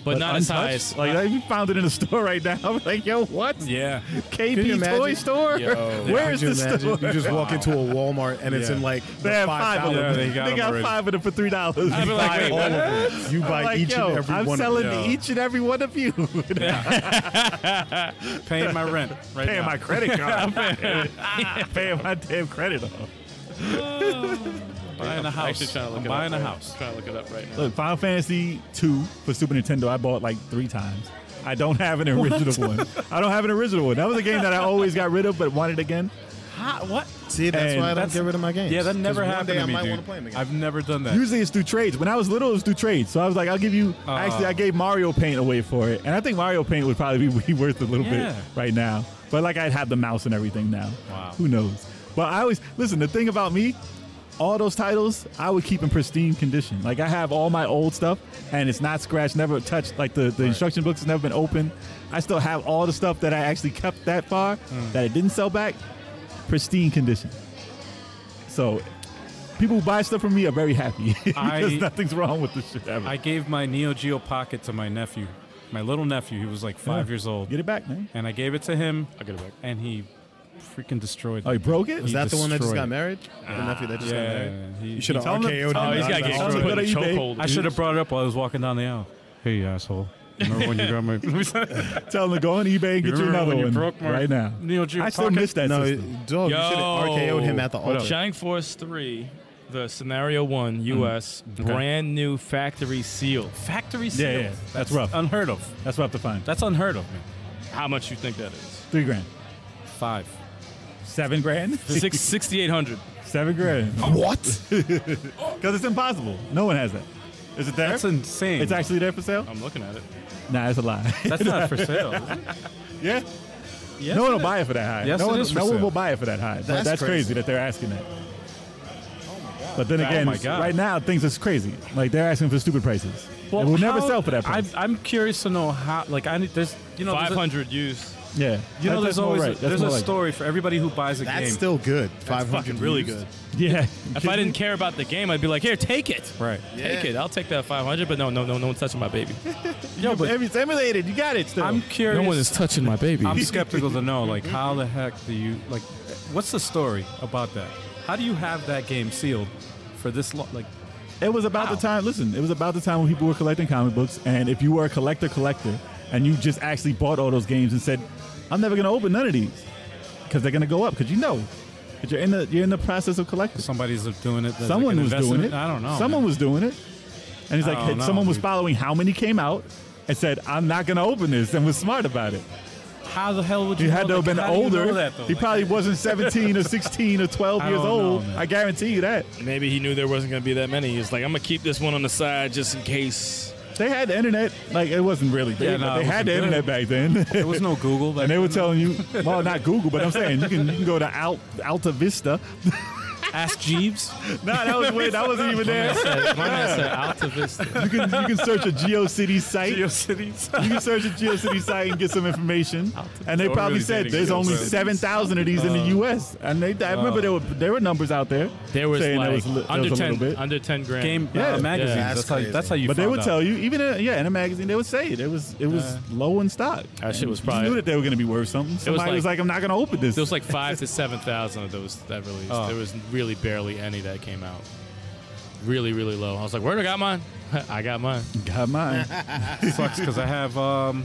but,
But
not as high
untouched?
as.
like if you found it in a store right now. I'm like, yo, what?
Yeah.
you
KP
imagine?
Toy Store? Where is
Could you
the
imagine?
store?
You just walk into a Walmart and it's
Yeah.
in like
They
the
have
five
five of
dollars.
Yeah,
them.
they got
they
them
got
already.
five of them for three dollars.
I'd be like, wait,
all
what?
of them. You buy
like,
each
yo,
and every
I'm
one
selling
of them.
them.
each and every one of you.
Paying my rent right
paying
now.
my credit card. paying my damn credit off.
buying a house.
Actually trying to look
I'm
it
buying
up
a
right-
house.
Trying to look it up right now.
Look, Final Fantasy two for Super Nintendo, I bought like three times. I don't have an original one. I don't have an original one. That was a game that I always got rid of, but wanted again.
See, that's
And
why I don't
that's-
get rid of my games.
Yeah, that
'Cause
never
one
happened
day
to
I
me,
might
dude.
wanna play them again.
I've never done that. Ah.
Usually it's through trades. When I was little, it was through trades. So I was like, I'll give you. actually, I gave Mario Paint away for it, and I think Mario Paint would probably be worth a little
Yeah.
bit right now. But like, I'd have the mouse and everything now.
Wow.
Who knows? But I always listen. The thing about me, all those titles, I would keep in pristine condition. Like I have all my old stuff, and it's not scratched, never touched. Like the, the instruction books has never been opened. I still have all the stuff that I actually kept that far
Hmm.
that it didn't sell back, pristine condition. So people who buy stuff from me are very happy because
I-
nothing's wrong with this shit ever.
I gave my Neo Geo Pocket to my nephew, my little nephew. He was like five
Yeah.
years old,
Get it back, man.
and I gave it to him,
I'll get it back.
and he freaking destroyed.
Oh,
it.
you broke it?
Is that the one that just
destroyed
got
it.
married? The nephew that just got married?
Yeah, he,
You should have
Tell him to-
RKO'd him.
tell
Oh,
him
he's
to
got to get
Also
destroyed.
put
Put
on
in a
eBay.
chokehold.
I should have brought it up while I was walking down the aisle. Hey, you asshole! Remember when you got my?
Tell him to go on eBay and get you
remember
another
when you
one
broke my
right now.
Neo Geo
I still
Pocket?
miss that
No,
system.
dog, you should have RKO'd him at the
What up?
altar.
Shining Force 3, the Scenario
Mm.
1 US, brand new factory seal.
Factory
Yeah,
sealed.
yeah, that's, rough.
Unheard of.
that's rough to find.
That's unheard of. Man.
How much you think that is?
Three grand,
Five.
seven grand,
Six- 6,800.
seven grand. What? Because it's impossible. No one has that. Is it there?
That's insane.
it's actually there for sale?
I'm looking at it.
Nah, it's a lie.
That's not for sale. is it?
yeah?
Yes,
no one
it
will
is.
buy it for that high.
Yes,
no
it
one,
is for
no one
sale.
will buy it for that high. But That's,
That's
crazy.
crazy.
that they're asking that. But then
Oh
again,
my God.
right now things is crazy. Like they're asking for stupid prices. Well, it will never
how-
sell for that price.
I, I'm curious to know how. Like, I need there's you know there's a-
500 used.
yeah,
You know,
That- that's
there's
more
always
right. That's
there's
more
a
like it.
story for everybody who buys a
That's
game.
still good. Five hundred
fucking really
views.
good.
Yeah,
If I didn't care about the game, I'd be like, here, take it.
right.
Take it. I'll take that 500. But no, no, no, no one's touching my baby.
Yo, but
it's emulated. You got it. Still.
I'm curious.
touching my baby.
I'm skeptical to know, like, how the heck do you like? What's the story about that? How do you have that game sealed for this long? Like,
It was about the time. Listen, it was about the time when people were collecting comic books, and if you were a collector, collector, and you just actually bought all those games and said, "I'm never going to open none of these because they're going to go up," because you know, 'Cause you're in the you're in the process of collecting.
somebody's doing it. that's
Someone
like an
was doing
investment-
it.
I don't know.
Someone was doing it, and he's
I
like,
don't know,
someone was
dude.
following how many came out, and said, "I'm not going to open this," and was smart about it.
was. How the hell would you?
He had
know?
to have
Like,
been
how do you
older.
know that, though?
he
Like,
probably wasn't 17 or 16 or 12
I
years
don't know,
old.
man.
I guarantee you that.
Maybe he knew there wasn't going to be that many. He's like, I'm going to keep this one on the side just in case.
They had the internet. Like it wasn't really big,
Yeah, no,
but
it
they
wasn't
had the
good.
internet back then.
There was no Google. Back
And they were
then.
telling you, well, not Google, but I'm saying you can you can go to Al, Alta Vista.
Ask Jeeves.
Nah, that was weird. That wasn't even there.
My man said Altavista.
You can you can search a GeoCity site. You
Cities.
can search a GeoCity site and get some information. And they
We're
probably
really
said
dating
there's only
GeoCities.
seven thousand of these in the
Uh,
U.S. And they I remember there were there were numbers out there.
There was
saying
like
there was, li- there
under,
was a
10,
little bit.
under 10 grand.
Game
Yeah.
uh, magazines.
Yeah.
that's,
That's
how.
crazy.
That's how you.
but they
found
would
out.
tell you, even in, yeah, in a magazine, they would say it. It was it was low in stock.
That shit was
You just
probably-
knew that they were going to be worth something. Somebody was like,
like-
"I'm not going to open this."
There was like five to seven thousand of those that released.
Oh.
There was really barely any that came out. Really, really low. I was like, "Where do I got mine? I got mine."
"Got mine."
sucks because I have um,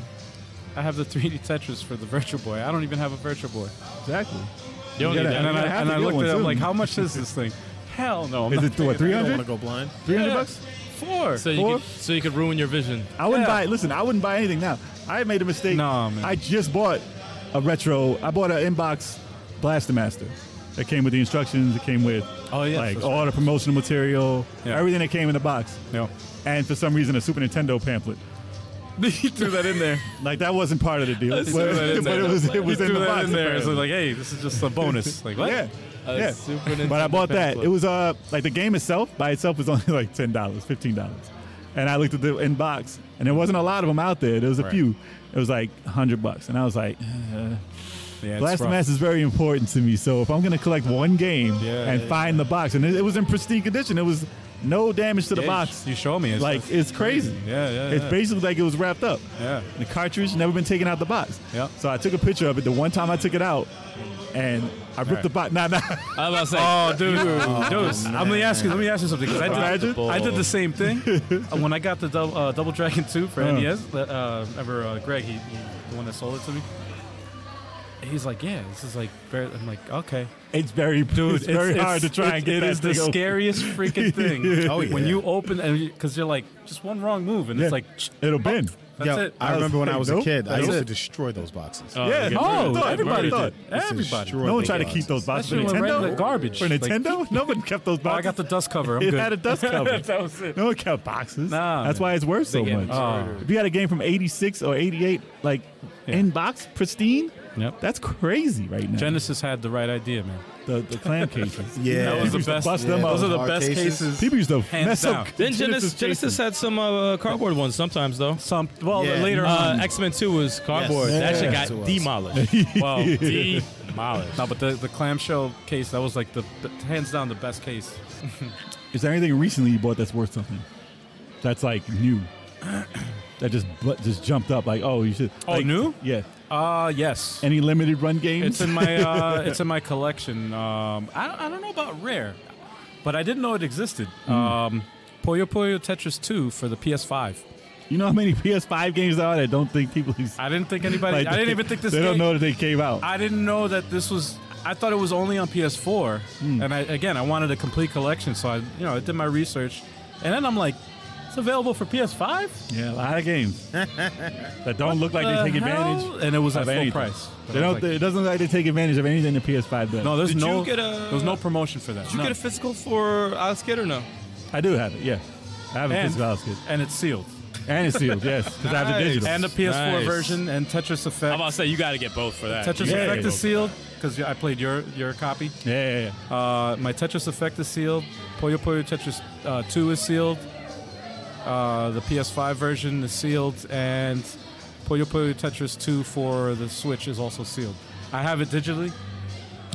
I have the 3D Tetris for the Virtual Boy. I don't even have a Virtual Boy.
exactly.
You don't
Yeah,
need
that-
that.
And then
gotta
I,
have
and
to
I
get
looked
one
at it. I'm
soon.
like, how much is this thing? Hell no. I'm
Is
not
it what three
I don't want
hundred?
to go blind.
Three hundred bucks?
four.
So you
Four?
could, so you could ruin your vision.
I wouldn't
Yeah.
buy. Listen, I wouldn't buy anything now. I made a mistake.
Nah, man.
I just bought a retro. I bought an inbox Blaster Master. That came with the instructions. It came with
Oh, yes,
like
that's
all the promotional material,
Yeah.
everything that came in the box.
no.
And for some reason, a Super Nintendo pamphlet.
you threw that in there.
Like that wasn't part of the deal, but,
Super Nintendo
but it was it was
you
in
threw
the
that
box.
in there. It's
apparently.
like, hey, this is just a bonus. Like what?
yeah. yeah.
Super
but I bought that. It was uh like the game itself by itself was only like ten dollars, fifteen dollars, and I looked at the inbox and there wasn't a lot of them out there. There was a few. It was like hundred bucks, and I was like,
Yeah, it's
Blast
rough.
Mass is very important to me. So if I'm gonna collect one game
Yeah,
and
yeah,
find the box, and it, it was in pristine condition, it was no damage to the
Yeah,
box.
You show me. It's
like
just-
it's crazy.
Yeah, yeah,
It's
yeah.
basically like it was wrapped up.
yeah.
The cartridge never been taken out the box.
Yep.
So I took a picture of it the one time I took it out, and I ripped
Alright.
the box. Nah, nah.
I was about
Oh, dude, dudes! I'm gonna ask you. Let me ask you something. 'cause I did,
Imagine.
I did the same thing when I got the Dou- uh, Double Dragon Two for
Uh-huh.
NES. That uh, remember uh, Greg, he, he- the one that sold it to me. He's like, yeah, this is like. bare-" I'm like, okay,
It's very dude. It's, very hard to try and get
It
that
is the
thing open.
scariest freaking thing.
Oh,
When
yeah.
you open, because you, are like, just one wrong move, and
Yeah.
it's like, tch,
It'll bend.
that's
Yo,
it.
I remember when I was a
Nope.
kid, I
That's
used to
it.
destroy those boxes.
to say.
Yeah.
you get
Oh,
murdered.
thought
You get murdered.
everybody thought.
Used to
Everybody.
destroy
No one
those
tried to keep
boxes.
those boxes for
That shit went right in the
Nintendo.
garbage.
For
Like-
Nintendo, no one kept those boxes.
Oh, I got the dust cover. I'm
it
good.
had a dust cover.
that was it.
no one kept boxes.
Nah,
That's
man.
why it's worth so
get
much.
murdered.
If you had a game from '86 or '88, like
Yeah.
in box, pristine,
Yep.
that's crazy right now.
Genesis had the right idea, man.
the, the clam cases.
Yeah. That was
People
the
used to
best-
Bust
yeah,
them up.
Those are the
Hard
best
cases.
cases.
People used to
Hands
mess
down.
up.
Then Genesis, Genesis had some uh, cardboard ones sometimes though.
Some well
Yeah.
later
Uh,
Hmm.
on.
X Men Two was cardboard.
Yes.
That shit
Yeah.
got
It was.
demolished.
well,
demolished.
no, but the the clamshell case that was like the, the hands down the best case.
Is there anything recently you bought that's worth something? That's like new. that just bu- just jumped up. Like oh, you should.
Oh,
like,
new?
Yeah.
Uh yes.
Any limited run games?
It's in my uh, it's in my collection. Um, I don't, I don't know about rare, but I didn't know it existed.
Hmm.
Um, Puyo Puyo Tetris 2 for the PS5.
you know how many PS5 games there are that don't think people.
I didn't think anybody.
like,
I didn't even think this.
They
game,
don't know that they came out.
I didn't know that this was. I thought it was only on PS4,
Hmm.
and I again I wanted a complete collection, so I you know I did my research, and then I'm like, it's available for PS5.
yeah, a lot of games that don't look like
The
they take
hell?
advantage.
and it was at
of
full
anything.
price. But
They
I
don't.
was like,
it doesn't look like they take advantage of anything the PS5 does.
no, there's
Did you
no
get a-
there's no promotion for that.
Did you
None.
get a physical for Outskid or no?
I do have it. Yeah, I have a
And,
physical house kit.
and it's sealed.
And it's sealed, yes, because I have the digital.
And the PS4
Nice.
version and Tetris Effect.
I'm about to say you got to get both for that.
Tetris
You gotta
Effect
get
is
both.
sealed because I played your your copy.
yeah, yeah, yeah.
Uh, my Tetris Effect is sealed. Puyo Puyo Tetris uh, 2 is sealed. Uh, the PS5 version is sealed, and Puyo Puyo Tetris 2 for the Switch is also sealed. I have it digitally.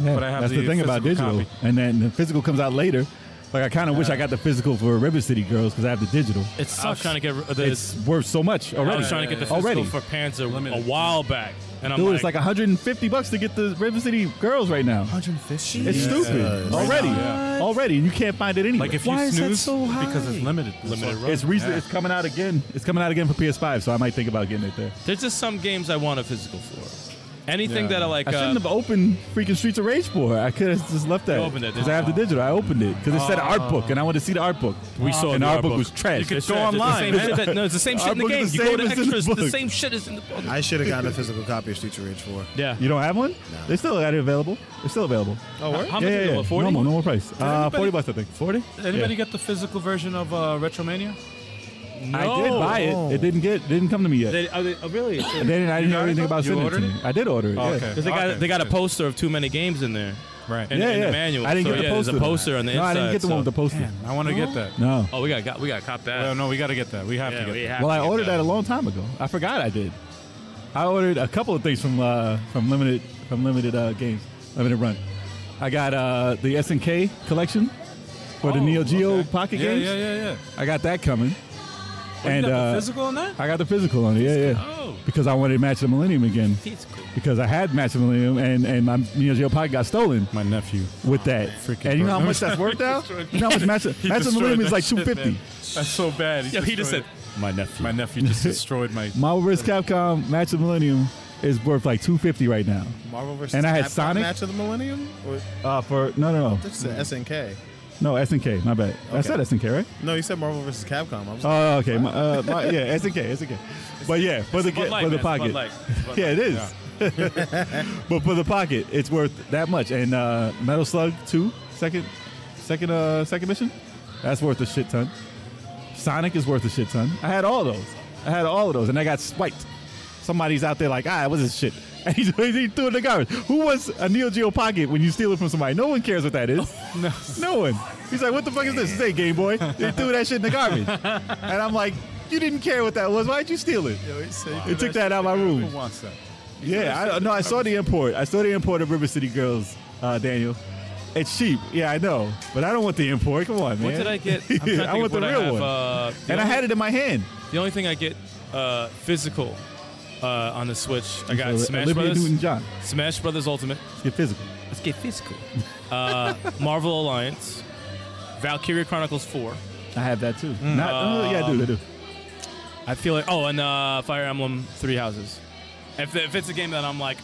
Yeah,
But I have
that's the,
the
thing about
physical
digital, and then the physical comes out later. Like I kind of wish I got the physical for River City Girls because I have the digital.
It sucks. I was trying to get the,
It's worth so much already.
I was trying to get the physical
already.
for Pants a, a while back, and I'm
Dude,
like,
it's like 150 bucks to get the River City Girls right now.
150.
It's stupid already. Already, you can't find it anywhere.
Like if you snooze, because it's limited.
limited run.
it's recent, it's coming out again. It's coming out again for PS5, so I might think about getting it there.
There's just some games I want a physical for. Anything that I like.
I
uh,
shouldn't have opened freaking Streets of Rage for. I could have just left that.
You opened it,
because I
didn't
have the digital. I opened it because it said art book, and I wanted to see the art book.
We saw
and
the art
book,
book.
was trash.
you could
It's
go
trash. It's the
online.
same
It's the- no, it's the same shit
Our
in the
book
game.
is the
You go
same
to
as in the
extras. The,
book.
same shit is in the book.
I should have gotten a physical copy of Streets of Rage 4.
Yeah.
You don't have one? They still got it available. It's still available.
Oh,
How
word?
how much is it? What, 40?
Normal, normal price. Uh,
anybody-
forty bucks, I think. Forty?
Anybody get the physical version of uh, Retromania?
I did buy it. It didn't get, didn't come to me yet. They,
They, are they, oh, really? Because
didn't, I didn't know
got it
anything
though?
about
You
sending it to
ordered
me. I did order it.
Oh,
yeah.
okay.
they got
Okay.
they got a poster of too many games in there.
Right.
In,
Yeah,
in
yeah.
the manual.
I didn't
so,
get the
yeah,
poster.
There's a poster on the
no,
inside.
I didn't get the
so.
one with the poster.
uh, I want to get that.
No.
Oh, we got got we got to cop that.
No, no, we got to get that. We have to
Yeah,
get
we
that.
have
Well,
to
I
get
ordered that
that.
a long time ago. I forgot I did. I ordered a couple of things from uh, from limited from limited uh, games, limited run. I got uh, the SNK collection for the
Oh,
Neo Geo
okay.
pocket
Yeah,
games.
yeah, yeah, yeah.
I got that coming.
Oh, you
and
got the
uh,
physical on that?
I got the physical on it. Yeah, yeah.
Oh.
Because I wanted Match of the Millennium again. Because I had Match of the Millennium and and my Neo Geo pocket got stolen
My nephew.
with that. and you know how much that's worth now? you know how much Match of, Match of the Millennium is like two fifty.
That's so bad.
Yo, he just said
My nephew.
my nephew just destroyed my.
Marvel vs. Capcom Match of the Millennium is worth like two fifty right now.
Marvel vs.
And I had
Capcom
Sonic?
Match of the Millennium? Or,
Uh, for no, no, no,
this is an SNK.
no. SNK, my bad. I
Okay.
said SNK, right?
No, you said Marvel vs. Capcom. I was
Oh, okay. My, uh, my, yeah, SNK, SNK. But yeah, for the
Bud Light,
for the
man, Bud
pocket,
Light. Bud
yeah,
Light.
it is. but for the pocket, it's worth that much. And uh, Metal Slug Two, second, second, uh, second mission, that's worth a shit ton. Sonic is worth a shit ton. I had all those. I had all of those, and I got swiped. Somebody's out there like, ah, what's this shit? And he, he threw it in the garbage. Who wants a Neo Geo Pocket when you steal it from somebody? No one cares what that is. no. one. He's like, what the fuck is this? This ain't Game Boy. They threw that shit in the garbage. and I'm like, you didn't care what that was. Why'd you steal it? It took that out of my room.
Who wants that?
Yeah, I, no, I saw the import. I saw the import of River City Girls, uh, Daniel. It's cheap. Yeah, I know. But I don't want the import. Come on, man.
What did I get? I'm trying to think
I
of
want the
what
real
I have,
one.
Uh, the
and I
only-
had it in my hand.
The only thing I get uh, physical uh, on the Switch, I got
So, uh,
Smash
Olivia
Brothers,
Newton-John.
Smash Brothers Ultimate.
Let's get physical.
Let's get physical. uh, Marvel Alliance, Valkyria Chronicles Four.
I have that too.
Mm.
Not, oh, yeah, I do. I do.
I feel like oh, and uh, Fire Emblem Three Houses. If, if it's a game that I'm like,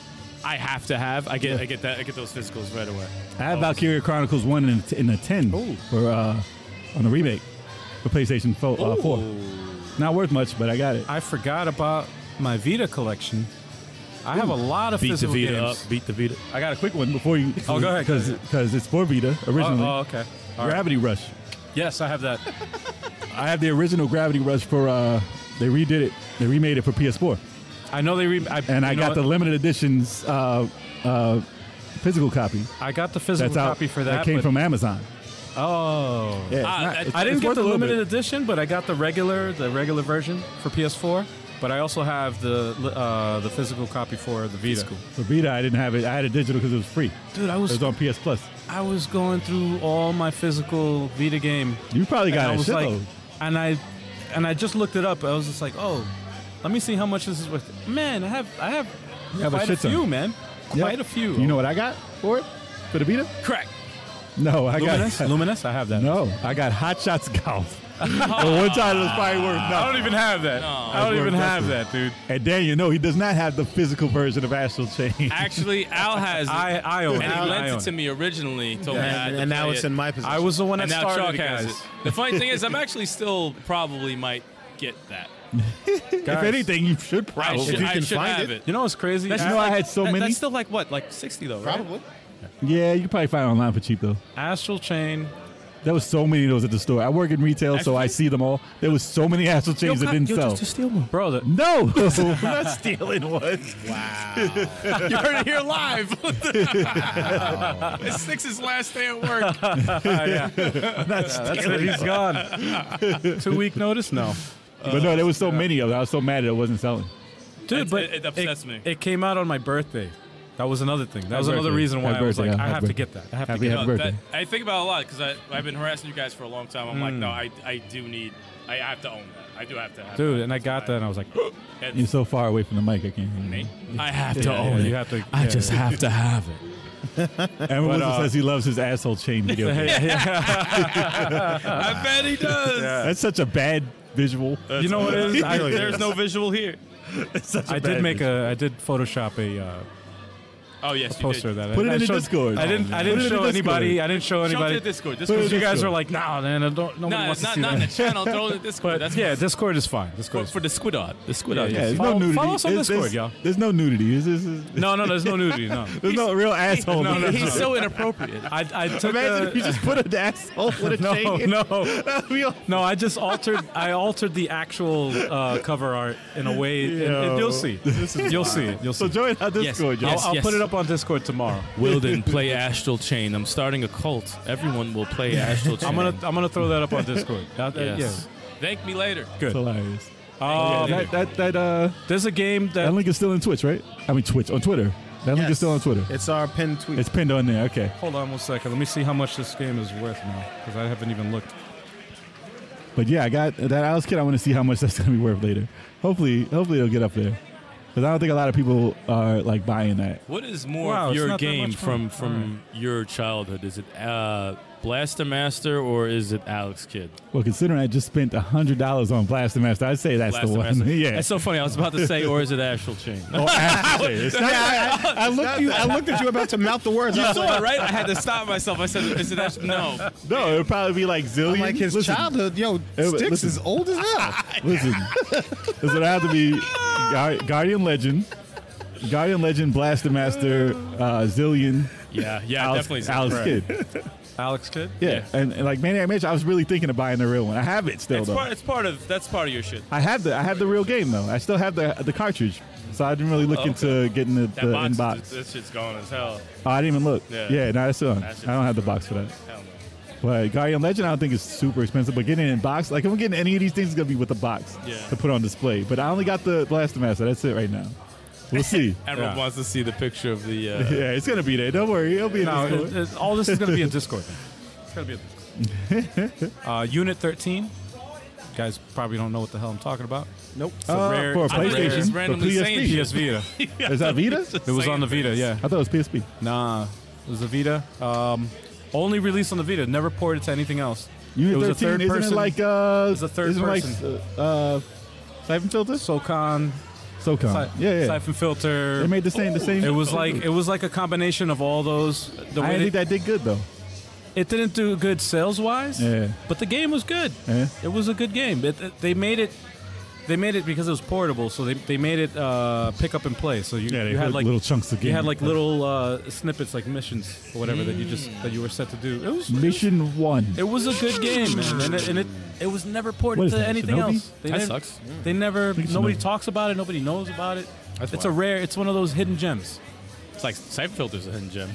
I have to have, I get I get that I get those physicals right away.
I have Valkyria Chronicles One in a, t- in a ten for uh, on the remake for PlayStation 4, uh, four. Not worth much, but I got it.
I forgot about my Vita collection. I have a lot of
Beat the
physical
Vita
games. Uh,
up. Beat the Vita.
I got a quick one before you.
Oh, go ahead, go
because because it's for Vita originally.
Oh, oh, okay. All right.
Gravity Rush.
Yes, I have that.
I have the original Gravity Rush for. Uh, they redid it. They remade it for PS4,
I know they. Re- I,
and
you
I
know
got
what?
the limited editions uh, uh, physical copy.
I got the physical
That's out.
copy for that.
came
but-
from Amazon.
Oh.
Yeah, it's
Ah,
not-
I-
it's-
I
it's
didn't get
worth a
the
little
limited
bit.
edition, but I got the regular, the regular version for PS4. But I also have the uh, the physical copy for the Vita.
For Vita, I didn't have it. I had it digital because it was free.
Dude, I
It was
was
on PS Plus.
I was going through all my physical Vita game
You probably
and
got
I
a
was
shitload.
like, and I, and I just looked it up. I was just like, oh, let me see how much this is worth. Man, I have, I have,
have a
quite a,
shit ton.
few, man,
Yep.
quite a few.
You know what I got for it? For the Vita?
Crack.
No, I
Luminous,
got
Luminous, I have that.
no. I got Hot Shots Golf. the one title is probably worth
I don't
nothing.
even have that. I don't
That's
even
worth
have that, dude.
And Daniel, no, he does not have the physical version of Astral Chain.
Actually, Al has it.
I, I own
and
it.
he
I
lent
own
it to me originally. Told me I had
and,
to
and now
play
it's
it.
in my position.
I was the one that
and now
started
Chuck
it,
has it.
guys.
The funny thing is, I'm actually still probably might get that.
if anything, you should
I
probably.
should,
you
I
can
should
find
have
it.
it.
You know what's crazy?
That's
You
As-
know, I had so
That-
many.
That's still like what, like sixty though, right?
Probably.
yeah, you can probably find it online for cheap though.
Astral Chain,
There was so many of those at the store. I work in retail, so I see them all. There was so many Astral chains that didn't sell.
steal one.
Bro, the,
no,
Uh,
I'm not stealing one.
You heard it here live. it's Six's last day at work.
that's it. He's gone. Two week notice? No.
But no, there was so many of them. I was so mad that it wasn't selling.
Dude,
It-
but
it- it upsets me.
It came out on my birthday. That was another thing. That was
Happy
another
birthday.
reason why
Happy
I was
birthday,
like,
yeah.
I have
Happy
to get that. I have
Happy,
to get
happy
No,
birthday.
that- I think about it a lot because I I've been harassing you guys for a long time. I'm like, no, I I do need. I have to own that. I do have to have.
that. Dude, and I got that and I was like,
That's
You're so far away from the mic, I can't hear you.
me. I have to
oh,
own it.
you have to.
I
yeah.
just have to have it.
Aaron Wilson
uh,
says he loves his asshole chain video. game.
I bet he does.
That's such a bad visual.
You know what it is? I,
There's no visual here.
Uh, I did make a. I did Photoshop a uh,
Oh yes, you
poster
did.
of that.
Put it
I
in the
showed-
Discord.
I didn't. I
Put
didn't
it in the
show anybody. I didn't show
Show it to
anybody.
the Discord.
Put it
Discord.
in
Because you guys
Discord.
were like, nah, man, I don't. Nobody
No,
wants to
not
see
not in the
that.
channel. Throw it in the Discord.
But
That's
yeah, Discord is fine. Discord. is
for the Squidard. The Squidard.
Yeah, there's
Follow-
no nudity.
follow us on
There's-
Discord,
there's-
y'all.
There's no nudity. This is-
fine. No, no, there's no nudity. No.
there's no real asshole.
no, no,
nudity.
no.
He's so inappropriate.
I, I took.
Imagine if you
A,
just put an asshole with a
no,
chain.
no.
That'd be all-
No, I just altered. I altered the actual uh, cover art in a way. and- and
Yo.
you'll see. You'll see it. You'll see. it.
So join our Discord, y'all.
I'll,
Yes,
I'll
yes.
put it up on Discord tomorrow.
Wilden, play Astral Chain. I'm starting a cult. Everyone will play Astral Chain.
I'm gonna. I'm gonna throw that up on Discord. Uh, uh,
Yes. Oh, Thank me later.
It's hilarious.
Yeah. Um,
that, that, that, uh,
there's a game
that
that.
link is still in Twitch, right? I mean, Twitch on Twitter. That link is still on Twitter.
It's our pinned tweet.
It's pinned on there. Okay,
Hold on one second. Let me see how much this game is worth now, because I haven't even looked.
but yeah, I got that Alice kid. I want to see how much that's gonna be worth later. Hopefully, hopefully it'll get up there. Because I don't think a lot of people are like buying that.
What is more
Wow,
of
it's
your
not that
game
much fun.
from from your childhood? Is it uh, Blaster Master or is it Alex Kidd?
Well, considering I just spent hundred dollars on Blaster Master, I'd say that's
Blaster
the one.
Master.
yeah.
That's so funny. I was about to say, or is it Astral Chain?
Oh, Astral Chain. It's not-
I, I looked you. I looked at you about to mouth the words. I
You
was like,
saw it, right? I had to stop myself. I said, "Is it Astral?" No.
no, it would probably be like zillion.
I'm like his
Listen,
childhood. Yo,
Hey,
Sticks
listen.
is old as hell.
Listen, this would have to be Guar- Guardian Legend, Guardian Legend, Blaster Master, uh, Zillion,
Yeah, yeah,
Alice,
definitely.
Alice Kid.
Alex Kidd.
Yeah, and, and like Maniac Mansion, I was really thinking of buying the real one. I have it still
It's
though.
part. It's part of. That's part of your shit.
I have the I have the real game though. I still have the the cartridge, so I didn't really look
Oh, okay.
into getting the,
That
the
box.
in
is-
box.
That shit's gone as hell.
Oh, I didn't even look. Yeah,
Yeah.
no, that's still on. I
That's
don't have the box for that.
Hell no.
But Guardian Legend, I don't think it's super expensive. But getting it in box, like if I'm getting any of these things, it's gonna be with the box
Yeah.
to put on display. But I only got the Blaster Master. That's it right now. We'll see.
Emerald
Yeah.
wants to see the picture of the. Uh,
Yeah, it's gonna be there. Don't worry, it'll be in
No,
the store.
it, it, all this is going to be in Discord. man. It's going to be in Discord. uh, Unit 13. You guys probably don't know what the hell I'm talking about.
Nope.
Uh,
rare-
for a
I thought
you were
PlayStation,
just
for
randomly
PSP.
saying shit.
PS Vita.
Is that Vita?
It was on the Vita, yeah.
I thought it was PSP.
Nah, it was a Vita. Um, only released on the Vita. Never ported to anything else.
Unit
it was
13,
a third
isn't
person.
it like uh,
was a third
isn't it
person.
like uh, uh, Siphon Filter?
SoCon,
SoCon.
si-
yeah, yeah.
Siphon Filter.
They made the same. The same.
it was like it was like a combination of all those. The
I
way
think
they,
that did good though.
it didn't do good sales wise,
Yeah.
but the game was good.
Yeah.
It was a good game. It, it- they made it. They made it because it was portable, so they, they made it uh, pick up and play. So you,
Yeah, they
you had
put
like
little chunks of
you
game.
had like little uh, snippets, like missions or whatever that you just that you were set to do. It was
Mission one.
it was a good game, man, and it and it, it was never
What
ported
is
to
that,
anything
Shinobi?
else. They
That
never,
sucks.
They never.
it's
Nobody
Shinobi.
talks about it. Nobody knows about it. it's a rare. It's one of those hidden gems.
It's like Siphon Filter's a hidden gem.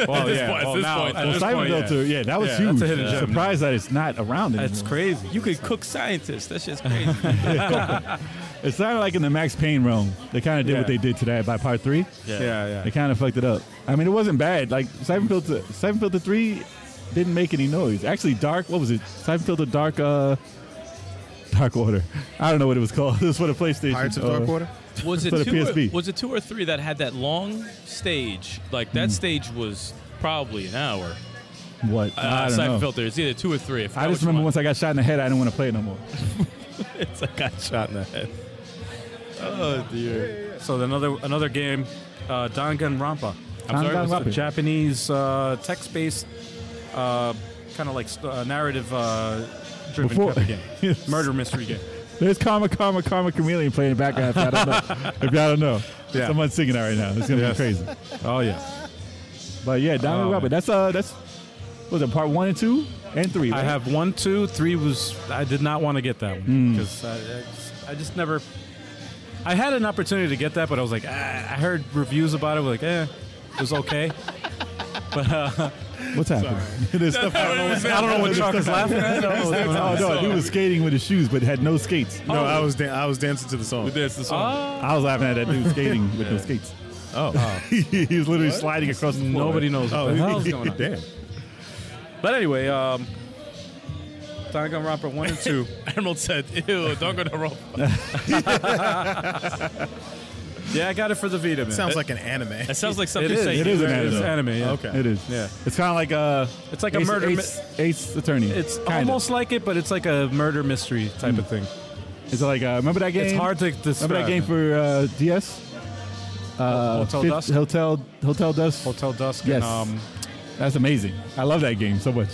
Oh,
Well,
yeah, point- at well, this now- point, at
Well,
this
Siphon Filter. Yeah. that was
Yeah,
huge.
that's a hidden
I'm
gem.
Surprised that it's not around anymore.
That's crazy.
You could cook scientists. That shit's crazy.
It's kind of like in the Max Payne realm. They kind of did what
Yeah.
they did to that by part three.
Yeah, yeah.
They kind of fucked it up. I mean, it wasn't bad. Like Siphon Filter, Siphon Filter three didn't make any noise. Actually, Dark. What was it? Siphon Filter Dark. Uh, Dark Order. I don't know what it was called. This was for the PlayStation.
Pirates of
Uh,
Dark Order.
was it
For the
two? Or,
PSP.
was it two or three that had that long stage? Like that stage was probably an hour.
What? I
Uh,
don't
Siphon
know.
Filter. It's either two or three.
I just remember once I got shot in the head, I didn't want to play it no more.
I got shot in the head.
So then another another game, uh, Danganronpa.
I'm sorry, what's
It's a
that?
Japanese uh, text-based, uh, kind of like st- uh, narrative-driven
Before-
type of game,
Yes.
murder mystery game.
There's Karma, Karma, Karma Chameleon playing in the background. If y'all don't know, if y'all don't know.
Yeah.
someone's singing that right now. It's gonna
Yes.
be crazy.
Oh yeah,
But yeah, Diamond
Oh,
Robert.
man.
That's uh, that's what was it part one and two? and three.
I
right?
have one, two, three was I did not want to get that one because I, I, just, I just never. I had an opportunity to get that, but I was like, ah, I heard reviews about it. Like, eh, it was okay.
What's happening? There's stuff-
I don't know, I don't know what Chuck is laughing at. I don't know what's going
oh
on.
no, he was skating with his shoes, but had no skates.
No, I was dan- I was dancing to the song.
That's the song.
I was laughing at that dude skating with no skates.
Oh,
he was literally sliding across the floor. Oh,
nobody knows what the hell is going on.
Damn.
But anyway, um, Danganronpa one and two.
Emerald Oh. said, "Ew, don't go to Rome."
yeah, I got it for the Vita. Man.
Sounds like an anime.
That sounds like something
is,
you say.
It is an
It's
anime.
anime, yeah.
Okay.
It is.
Yeah.
It's kind of like a.
It's like a murder mi-
Ace, Ace Attorney.
It's
Kinda.
almost like it, but it's like a murder mystery type of thing.
It's like uh, remember that game.
It's hard to describe.
Remember that game for uh, DS? Uh,
Hotel
Fif-
Dusk?
Hotel Hotel Dusk.
Hotel Dusk. And,
Yes.
um,
That's amazing. I love that game so much.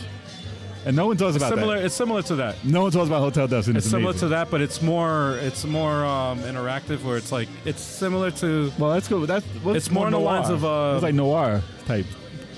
And no one talks about
similar.
that.
It's similar to that.
No one talks about Hotel Dusk. And
It's
it's,
similar to
amazing.
that, but it's more. It's more um, interactive, where it's like it's similar to.
Well, that's cool. That's well,
It's more in the
noir.
lines of, uh,
it's like noir type.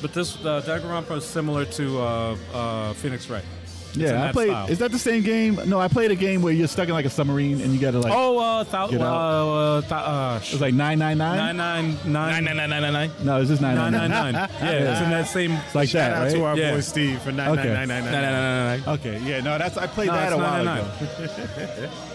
But this uh, Danganronpa is similar to uh, uh, Phoenix Wright. in
Yeah, I
that
played.
style.
Is that the same game? No, I played a game where you're stuck in like a submarine and you gotta like.
Oh, uh, thou-
Get
uh, uh, thou- uh, sh-
It's like nine nine
nine
nine.
nine nine
Nine nine nine nine nine nine.
No, it's just nine
nine
nine
nine nine. Yeah, it's in that same.
It's like
Shout
that,
out
right?
to our
Yeah.
boy Steve for nine
Okay.
nine nine nine
Nine,
nine.
nine, nine, nine,
Oh,
nine.
okay, yeah, no, that's I played
No,
that
it's
a while
999.
ago.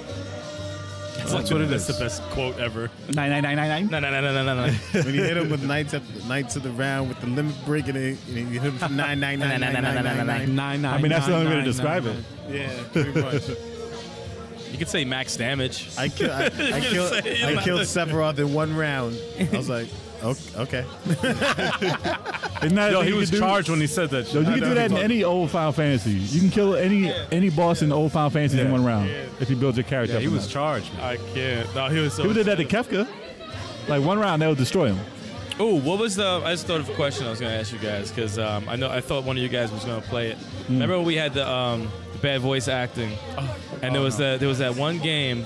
That's like what it is. That's the best quote ever.
Nine nine nine nine
Nine
nine.
nine nine nine nine nine.
When you hit him with nights at nights of the round with the limit break and it, you know, you hit him from nine nine nine nine nine nine nine.
Nine nine.
I mean, that's the only way to describe it.
Yeah, pretty much.
You could say max damage.
I killed I, I killed
say,
I
like-
killed Sephiroth in one round. I was like, okay, okay.
Isn't that
Yo,
a thing
he
you
was
could do?
charged when he said that.
Yo,
shit.
you can do that in any old Final Fantasy. You can kill any any boss in old Final Fantasy in
Yeah.
one round if you build your character.
Yeah,
up
he was
enough.
charged. Man.
I can't. No, he was so.
Who did that to Kefka? Like one round, they'll destroy him.
Oh, what was the? I just thought of a question I was going to ask you guys because um, I know I thought one of you guys was going to play it.
Hmm.
Remember when we had the, um, the bad voice acting,
Oh,
and there was that there was that one game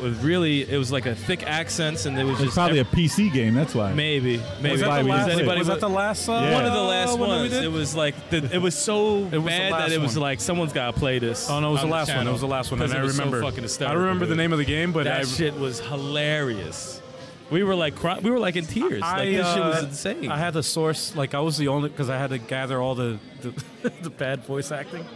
with really it was like a thick accents and there was
It's
just
probably a
ev-
PC game. That's why.
maybe maybe
that the last-
anybody
was that the last uh,
one of the last
one that we
ones?
did?
It was like the, it was so
the
bad
last
that it was
one.
like someone's got to play this.
Oh no, it was
on
the last one. It
channel.
was the last one, and
'Cause
I
it was so
remember.
fucking hysterical,
I remember the
dude.
name of the game, but
That
I,
shit was hilarious. We were like cry- we were like in tears.
I,
like this shit was
uh,
insane.
I had the source. Like I was the only because I had to gather all the the, the bad voice acting.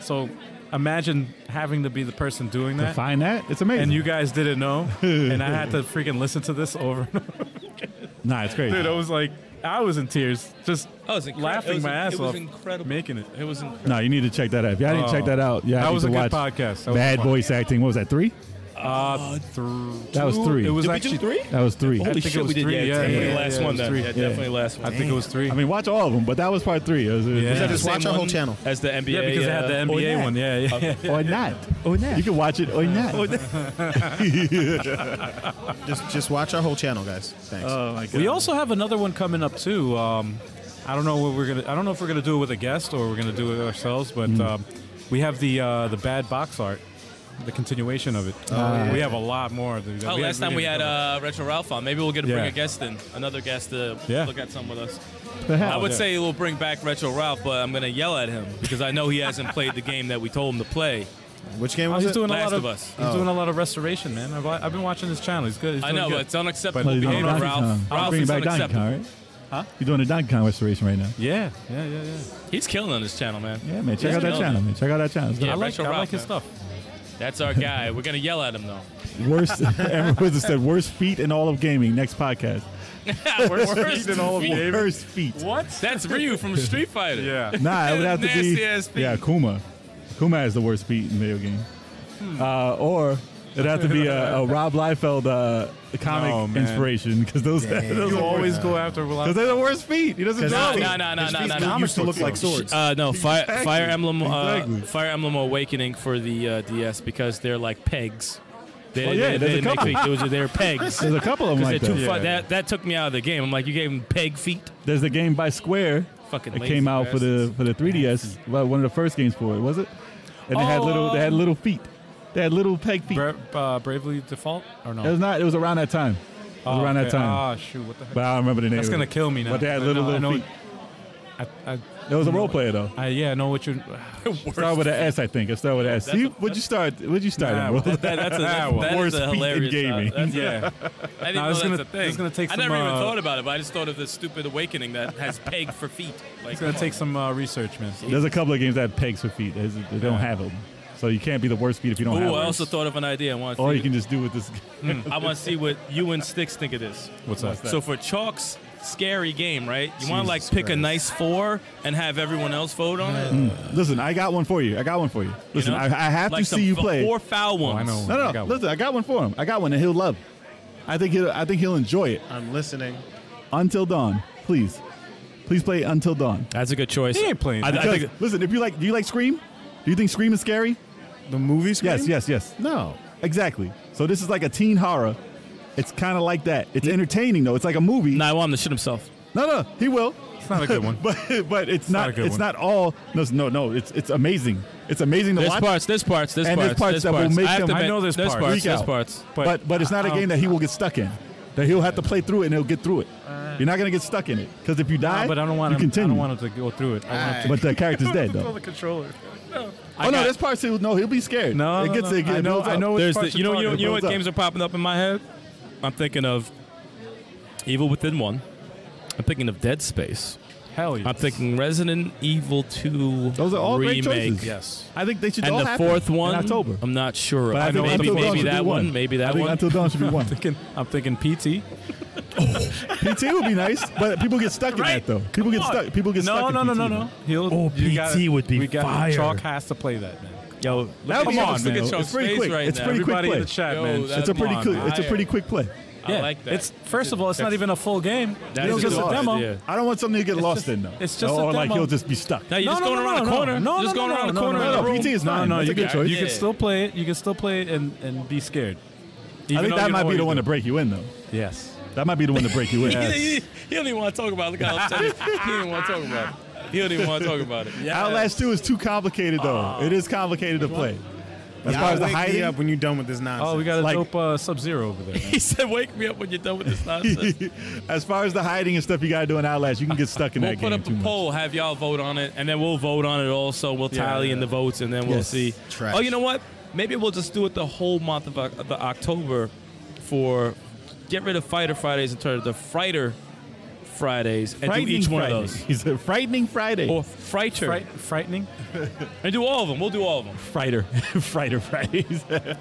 So imagine having to be the person doing
To
that,
find that, it's amazing.
and you guys didn't know, and I had to freaking listen to this over. and over.
nah, it's crazy.
Dude, I was like, I was in tears, just
Oh, it was incre-
laughing
it was-
my ass
it was
off,
incredible.
making it.
it was incredible.
no, you need to check that out. If y'all didn't
Oh.
check that out, yeah,
That
you
was
need
a
to
good
watch
podcast. That was
Bad
fun.
voice acting. What was that? Three?
Uh, th-
That was three.
It was
Did
actually three.
That was three.
I
Holy
think
shit,
it was
we did.
three.
Yeah,
Yeah,
definitely
yeah,
the last
yeah,
one
it was
though.
three.
Yeah,
Yeah.
definitely the last one.
I think it was three.
I mean, watch all of them, but that was part three. It was-
Yeah.
the
Just
same
watch our whole
one
channel.
as the NBA.
yeah, because it had
uh,
the NBA one. Yeah, yeah.
Or not. Or not. You can watch it or not.
Just just watch our whole channel, guys. Thanks.
my god.
We also have another one coming up too. Um, I don't know what we're gonna. I don't know if we're gonna do it with a guest or we're gonna do it ourselves. But
Hmm.
um, we have the uh, the bad box art, the continuation of it.
Oh,
We have a lot more. that- that
Oh, last time
didn't
we had
cover.
uh, Retro Ralph on. Maybe we'll get to
Yeah.
bring a guest in, another guest to
Yeah. Oh,
look at some with us.
the hell?
I would
yeah.
say we'll bring back Retro Ralph, but I'm gonna yell at him because I know he hasn't played the game that we told him to play.
Which game
Oh,
was
he's
it?
doing
Last
a lot
of Us.
He's
Oh.
doing a lot of restoration, man. I've, I've been watching his channel. He's good. He's
I
doing
know, but
good.
it's unacceptable
But you're doing
behavior,
a Donkey
Ralph.
Kong.
Ralph
bringing
is
back Donkey
unacceptable.
Kong, right? Huh? You're doing a Donkey Kong restoration right now.
yeah, yeah, yeah, yeah.
He's killing on his channel, man.
Yeah, man. Check
He's
out that
killing
channel, man. Check out that channel. It's
Yeah,
I like,
Retro
I
Ralph,
like his
man.
stuff.
it. That's our guy. We're gonna yell at him though.
the Worst. Amber Wizard said worst feet in all of gaming. Next podcast.
Worst feet in all of gaming.
Worst feet.
What? That's Ryu from Street Fighter.
Yeah.
Nah, it would have to be.
Nasty-ass feet.
Yeah, Kuma. Kuma has the worst feet in video game. Uh, or it'd have to be a, a Rob Liefeld uh, comic
No, man.
inspiration because those, those
You
are
always go after.
because they're the worst feet. He doesn't know.
No, no, no, no, no, no,
It
no.
used to look like swords.
Uh, no, Fire,
Exactly.
Fire Emblem, uh,
Exactly.
Fire Emblem Awakening for the uh, DS because they're like pegs. They,
Oh,
didn't-
yeah,
they,
there's a
didn't make
couple.
feet. Those are their pegs.
There's a couple of them
'Cause
like
they're
that.
too fu-
Yeah.
that that took me out of the game. I'm like, you gave him peg feet.
There's the game by Square.
Fucking
It
lazy
came out for the
bastards.
for the 3DS. Well, one of the first games for it was it? And they had
Oh,
little they had
um,
little feet. They had little peg feet.
Bra- uh, Bravely Default or no?
It was not. It was around that time. It was around that time.
Ah, shoot! What the heck?
But I don't remember the name.
That's
of
gonna
it.
kill me now.
But they had
I
little
know- I
little
know-
feet.
I, I,
It was a role player though.
I yeah, I know what you're.
Start with an S, I think. I start with an S. You, what'd you start? What'd you start?
Nah,
at, Will?
That, that, that's a,
That
that's,
one.
that is
Worst
a
feat in
hilarious.
gaming.
Uh, that's,
Yeah,
I
Nah,
didn't know
it's
that's
gonna-
a thing.
it's gonna take
I
some,
never even
uh,
thought about it, but I just thought of this stupid awakening that has peg for feet. Like,
it's gonna take some uh, research, man.
There's a couple of games that have pegs for feet. There's- They don't have them, so you can't be the worst feet if you don't have
Ooh,
them.
I also thought of an idea. I want to
All
see.
you can just do with this.
I want to see what you and Sticks think of this.
What's that?
So for Chalk's scary game, right? You want to like
Jesus
pick a
Christ.
nice four and have everyone else vote on it.
Listen, I got one for you. I got one for you. Listen,
know?
I, I have
like
to
some
see you
f-
play.
Four foul ones.
I know.
No, no,
I
no.
got one.
Listen, I got one for him. I got one that he'll love. I think he'll. I think he'll enjoy it.
I'm listening.
Until dawn, please, please play Until Dawn.
That's a good choice.
He ain't playing.
I, I
Because,
think
listen, if you like, do you like Scream? Do you think Scream is scary?
The movie screen?
Yes, yes, yes.
No.
Exactly. So this is like a teen horror. It's kind of like that. It's entertaining though. It's like a movie.
no, I want him to shit himself.
no, no, he will.
It's not a good one.
But but it's not.
a good
it's
one.
not all. No, no, no. It's it's amazing. It's amazing to
There's
watch.
parts. There's parts. There's
And there's
parts.
parts that will make
I have
them-
to
I
admit,
know there's
there's
parts.
parts.
Freak
There's
out.
parts.
But, but it's not a game that he will get stuck in. That he'll have to play through it and he'll get through it. You're not gonna get stuck in it because if you die,
Nah, but I don't want
you
him.
continue.
I don't want him to go through it. I want him
but the character's dead though.
the controller.
oh no,
got-
there's parts who no, he'll be scared.
No,
it gets
no,
it.
no.
it
I know.
builds
I
up.
know.
There's
which
the,
parts
you
you're
know you know,
talking
you know
It
what
blows
games are popping up in my head? I'm thinking of Evil Within One. I'm thinking of Dead Space.
about. Hell yeah.
I'm thinking Resident Evil Two.
Those are all great
remake.
choices.
Yes.
I think they should all
And the
happen
fourth
in
one,
October.
I'm not sure.
But I,
I
think
maybe
Until Dawn
maybe
should
that
be
one.
one.
Maybe
I
that
think
one.
Until Dawn should be one.
Thinking, I'm thinking PT.
PT would be nice, but people get stuck in that though. People get stuck. People get
no,
stuck.
no,
in
no,
PT,
no,
though.
no. He'll.
Oh,
you gotta-
PT would be
we got,
fire.
Chalk has to play that, man.
Yo, look
That
at-
would be
come on,
interesting.
man.
It's
Chuck's
pretty
face
quick.
Right
It's
now.
pretty quick
Everybody in
play.
the chat,
Yo,
man.
that-
It's a pretty
Come on,
quick. It's a
man.
pretty quick play.
I like that.
It's first of all, it's not even a full game.
That
you
is
don't get
a
the
good
demo.
idea.
I don't want something to get lost
just-
in though.
it's just
or
a
like
demo.
he'll just be stuck.
now you're just going around the corner.
No,
just
no,
going
no,
around
no,
the corner.
No,
of
no,
the room.
PT is
no,
fine.
no,
That's
you
a good
can,
choice.
You can
Yeah.
still play it. You can still play it and, and be scared.
I
Even
think
though
that
you
might
know
be the one
what
to break you in though.
you're doing. Yes.
That might be the one to break you in.
He, he, he don't even want to talk about it. Look how upset he is. He don't even want to talk about it. He don't even want to talk about it. Yeah.
Outlast 2 is too complicated though. it is complicated to play. As
Yeah,
far as
I'll wake
the
me
hiding,
up when you're done with this nonsense.
Oh, we got a
Like-
dope uh, Sub Zero over there. man.
He said, "Wake me up when you're done with this nonsense."
as far as the hiding and stuff you got to do in Outlast, you can get stuck in
We'll
that
put
game
up a
too much.
poll, have y'all vote on it, and then we'll vote on it also. We'll tally in the votes, and then we'll
Yes.
see.
Trash.
Oh, you know what? Maybe we'll just do it the whole month of, Oc- of the October for get rid of Fighter Fridays and turn it to Frighter Fridays and do each one of those.
He's a frightening Friday.
Or Frighter.
Fright, frightening.
And do all of them. We'll do all of them.
Frighter. Frighter Fridays. the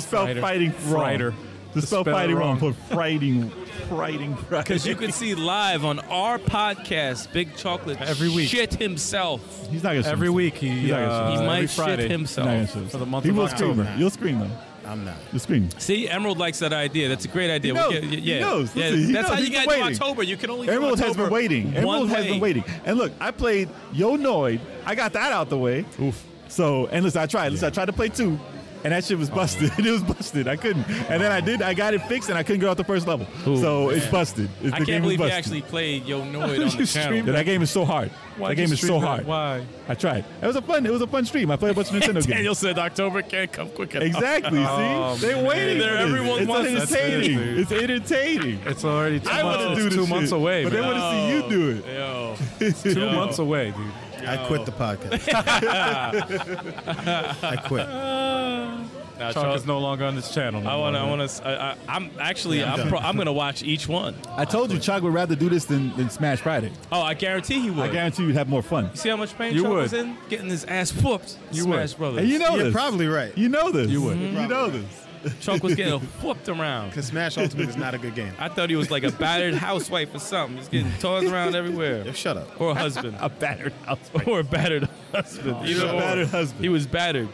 spell
Frighter.
fighting wrong.
Frighter.
The spell
spell
fighting wrong.
wrong.
Put frighting, frighting Friday.
Because you can see live on our podcast, Big Chocolate
Every week.
shit himself.
He's not gonna shoot
Every
himself.
week he,
He's not gonna
uh,
He
shoot
every
might
Friday.
shit
He's not gonna shoot
himself.
himself.
for the month
He
of
will
October.
scream. You'll scream though.
I'm not.
You'll scream.
See, Emerald likes that idea. That's a great idea.
knows.
We'll get-
He
yeah,
knows.
yeah.
Listen, he
That's
knows.
how you
He's
got
waiting.
to October. You can only do
Emerald has been
October
waiting.
one
Emerald has
way.
been waiting. And look, I played Yo Noid. I got that out the way. Oof. So, and listen, I tried. Listen, I tried to play two, and that shit was busted. it was busted. I couldn't. And then I did. I got it fixed, and I couldn't get off the first level. so it's busted. It's,
I can't
the game
believe
is
you
busted.
actually played Yo Noid on the
You
channel.
streamed
Yeah, that game is so hard.
Why
that
did
game
you
is so
stream that?
hard.
Why?
I tried. It was a fun. It was a fun stream. I played a bunch of Nintendo games.
Daniel said October can't come quick enough.
Exactly. see, they're waiting.
They're-
for this.
everyone
it's
wants- that's
entertaining.
it, dude.
it's entertaining.
It's already two,
I
months,
want to do
Oh, it's two
this
months
shit,
away.
but they
man.
want to see you do it.
Yo,
two months away, dude.
I quit the podcast. I quit.
nah,
Chalk
Charles,
is no longer on this channel. no
I want to. I
more, man.
want to. I'm actually.
Yeah, I'm
I'm.
done.
Pro, I'm gonna watch each one.
I told you, Chuck would rather do this than, than Smash Friday.
Oh, I guarantee he would.
I guarantee you'd have more fun.
See how much pain
You
Chuck
would.
was in getting his ass whooped.
You
Smash
would.
Brothers.
And you know
You're
this.
probably right.
You know this.
You would.
You know this.
Chuck was getting whooped around.
Because Smash Ultimate is not a good game.
I thought he was like a battered housewife or something. He's getting tossed around everywhere,
Shut up.
or a husband,
A battered housewife.
or a battered husband. Either
You're a
or.
battered
He
husband.
was battered.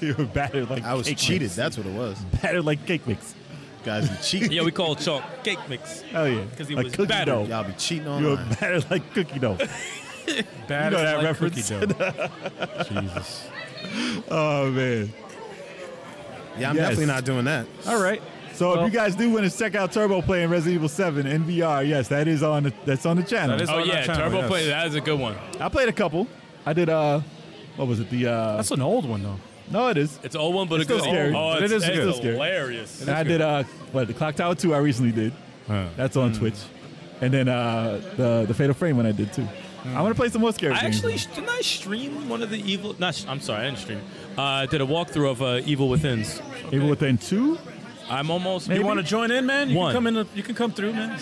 You were battered like
I was
cake
cheated.
Mix.
That's what it was.
Battered like cake mix.
Guys be cheating.
Yeah, we call Chuck cake mix.
Hell yeah.
'Cause he
like
was
cookie
battered.
dough.
Y'all be cheating
You were
online.
battered like cookie dough.
Bad
You
as
know that
like
reference.
cookie dough. Jesus.
oh man.
Yeah, I'm
Yes.
definitely not doing that.
All right.
So
Well-
if you guys do want to check out Turbo Play and Resident Evil 7 in VR, yes, that is on the, that's on the channel.
That is-
Oh
on our
yeah,
channel,
Turbo
yes.
Play. That is a good one.
I played a couple. I did uh what was it? The uh
That's an old one though.
No, it is.
It's an old one, but
It's
a good
still scary.
one. Oh,
It
it's,
is
it's
still scary.
hilarious.
And I did uh what the Clock Tower
Hmm.
2 I recently did. That's on Twitch. And then uh the the Fatal Frame one I did too. I want to play some more scary
Hmm. I
games.
actually didn't I stream one of the evil? Not sh- I'm sorry, I didn't stream. Uh, I did a walkthrough of uh, Evil Within's.
Evil Within 2?
I'm almost.
Maybe.
You want to join in, man? You
One.
can come in. the- You can come through, man.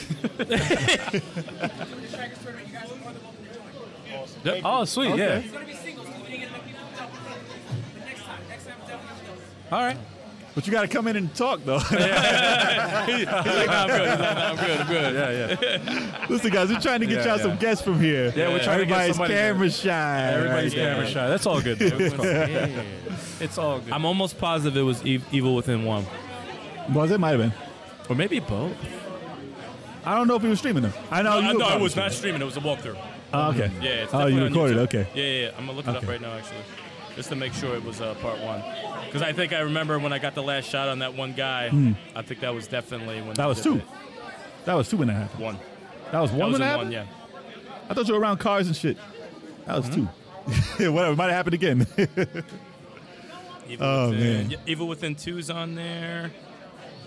oh, sweet. Yeah. All right.
But you got to come in and talk, though.
He's like, "No, I'm good. He's like,
Oh,
"No, I'm good. I'm good.
yeah, yeah. Listen, guys, we're trying to get
Yeah,
y'all
yeah.
some guests from here.
Yeah, we're trying to get
Everybody's
somebody there.
camera shy.
Everybody's
right?
camera shy. That's all good. though. It's all good. It's all good.
I'm almost positive it was ev- Evil Within one,
Was it? Might have been.
or maybe both.
I don't know if he was streaming them. I know Oh, you were
Uh, no, it
probably
was not streaming. It was a walkthrough.
streaming. Oh, okay.
Yeah. It's
oh,
definitely
you
on
recorded.
YouTube.
Okay.
Yeah, yeah, yeah. I'm gonna look it
Okay.
up right now, actually, just to make sure it was uh, part one. Because I think I remember when I got the last shot on that one guy. I think that was definitely when
Hmm. That
they
was
did
two.
it.
That was two when that happened.
One.
That was
That
one
was
when
in
that
one.
happened?
Yeah.
I thought you were around cars and shit. That was
Hmm.
two. Whatever. Might have happened again.
Evil
Oh,
Within.
man.
Yeah, Evil Within Two's on there.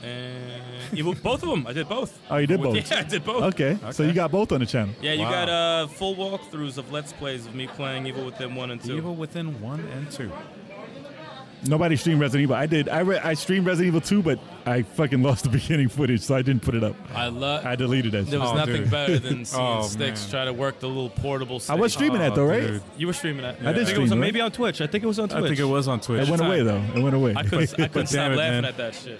And Evil, both of them. I did both.
Oh, you did
With-
both.
Yeah, I did both.
okay. So you got both on the channel.
Yeah, you
Wow.
got uh, full walkthroughs of Let's Plays of me playing Evil Within 1 and 2.
Evil within one and two.
Nobody streamed Resident Evil. I did. I re- I streamed Resident Evil 2, but I fucking lost the beginning footage, so I didn't put it up.
I love.
I deleted that.
There
shit.
was
Oh,
nothing
dude.
better than seeing
Oh,
Sticks
man.
try to work the little portable
I
station.
was streaming that though, right?
dude.
You were streaming that.
I did
think it
stream
was on,
it.
maybe on Twitch. I think it was on Twitch.
I think it was on Twitch.
It went away though. It went away.
I couldn't, I couldn't stop
Damn it,
laughing
man.
at that shit.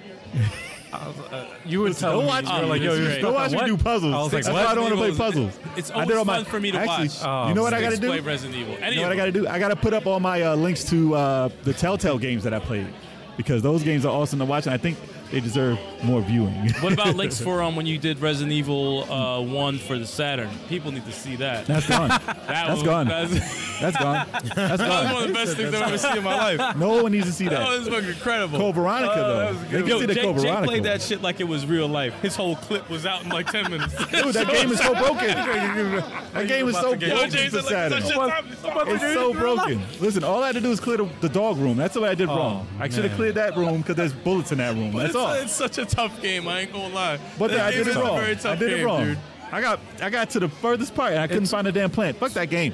You were telling me. You were
me. Oh,
like, yo,
It's
you're
great.
Don't watch me
What?
do puzzles.
I was like,
That's
what?
why I don't want to play
Resident Evil
puzzles.
is- it's
I did
always
all my,
fun for me to
actually,
watch.
you know what I
Sticks
got to do?
Play Resident Evil. Any
You know
of
what I got to
them.
do? I got to put up all my uh, links to uh, the Telltale games that I played because those games are awesome to watch, and I think they deserve more viewing.
What about links for um, when you did Resident Evil uh, 1 for the Saturn? People need to see that.
That's gone.
That
That's
was,
gone.
That's,
That's gone. That's
that was one
gone.
of the best things I've ever seen in my life.
No one needs to see
That
that.
was fucking incredible.
Cole Veronica though. they can
Uh, Yo,
see the
Jake,
Cole
Jake
Veronica.
played that shit like it was real life. His whole clip was out in like 10 minutes.
Dude, that game is so broken. that game is so
about to get-
broken.
Yo, James,
for
like,
Saturn.
such a-
It's so broken. Listen, all I had to do was clear the, the dog room. That's what I did wrong. I should have
man.
cleared that room because there's bullets in that room. That's
Oh, it's,
all.
it's such a tough game. I ain't gonna lie.
But
that
I
game
did it
is a
wrong. I
very
did
tough
it
game,
wrong.
dude.
I got I got to the furthest part and I couldn't find a damn plant. Fuck that game.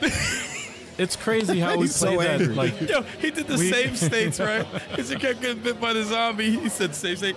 It's crazy how we play
He's so
that.
angry.
Like,
Yo, he did the
We-
save states, right? Because he kept getting bit by the zombie. He said save state.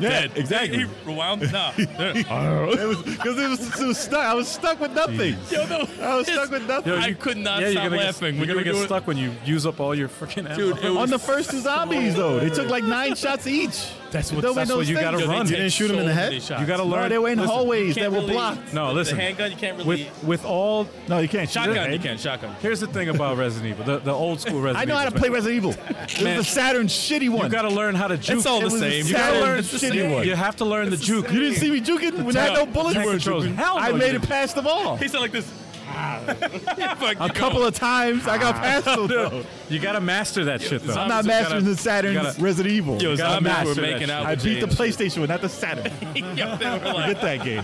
yeah,
He,
exactly.
rewound. Nah.
It was because it was, it was stuck. I was stuck with nothing.
Yo, no.
I was stuck with nothing.
Yo,
I
you-
could not
yeah, you're
stop
gonna
laughing.
Get, you're
when
gonna
you were
get
doing-
stuck when you use up all your freaking ammo.
Dude, it was
On the first two zombies though, they took like nine shots each.
That's what-
It don't make
that's what you gotta
Yo,
sense.
they
run.
take
You didn't
shoot him in
so
the head?
many shots.
you gotta learn.
No, they were in
listen,
hallways
You
that
can't
were
really-
blocked.
No,
with
listen.
The handgun, you can't really.
with with all.
No, you can't. shoot
shotgun, you
it.
can. Shotgun.
Here's the thing about Resident Evil, the, the old school Resident Evil.
I know how to play Resident Evil. This is
Man.
the Saturn shitty one.
You gotta learn how to juke.
all the
It was
same.
You gotta
Saturn
learn
is the shitty one.
You have to learn the juke.
You didn't see me juking when I had no
No,
bullets.
you weren't juking. Hell
I
no,
made
you
it past the ball.
He said like this. Fuck,
A
you
couple
go.
of times I got past them. though.
You gotta master that shit though.
I'm not
You gotta-
mastering the Saturn
you gotta-
Resident Evil.
Yo,
gotta
zombies were
master that
making
shit.
out.
I
with
beat the
James.
PlayStation one, not the Saturn. Get
Yo, they were like,
that game.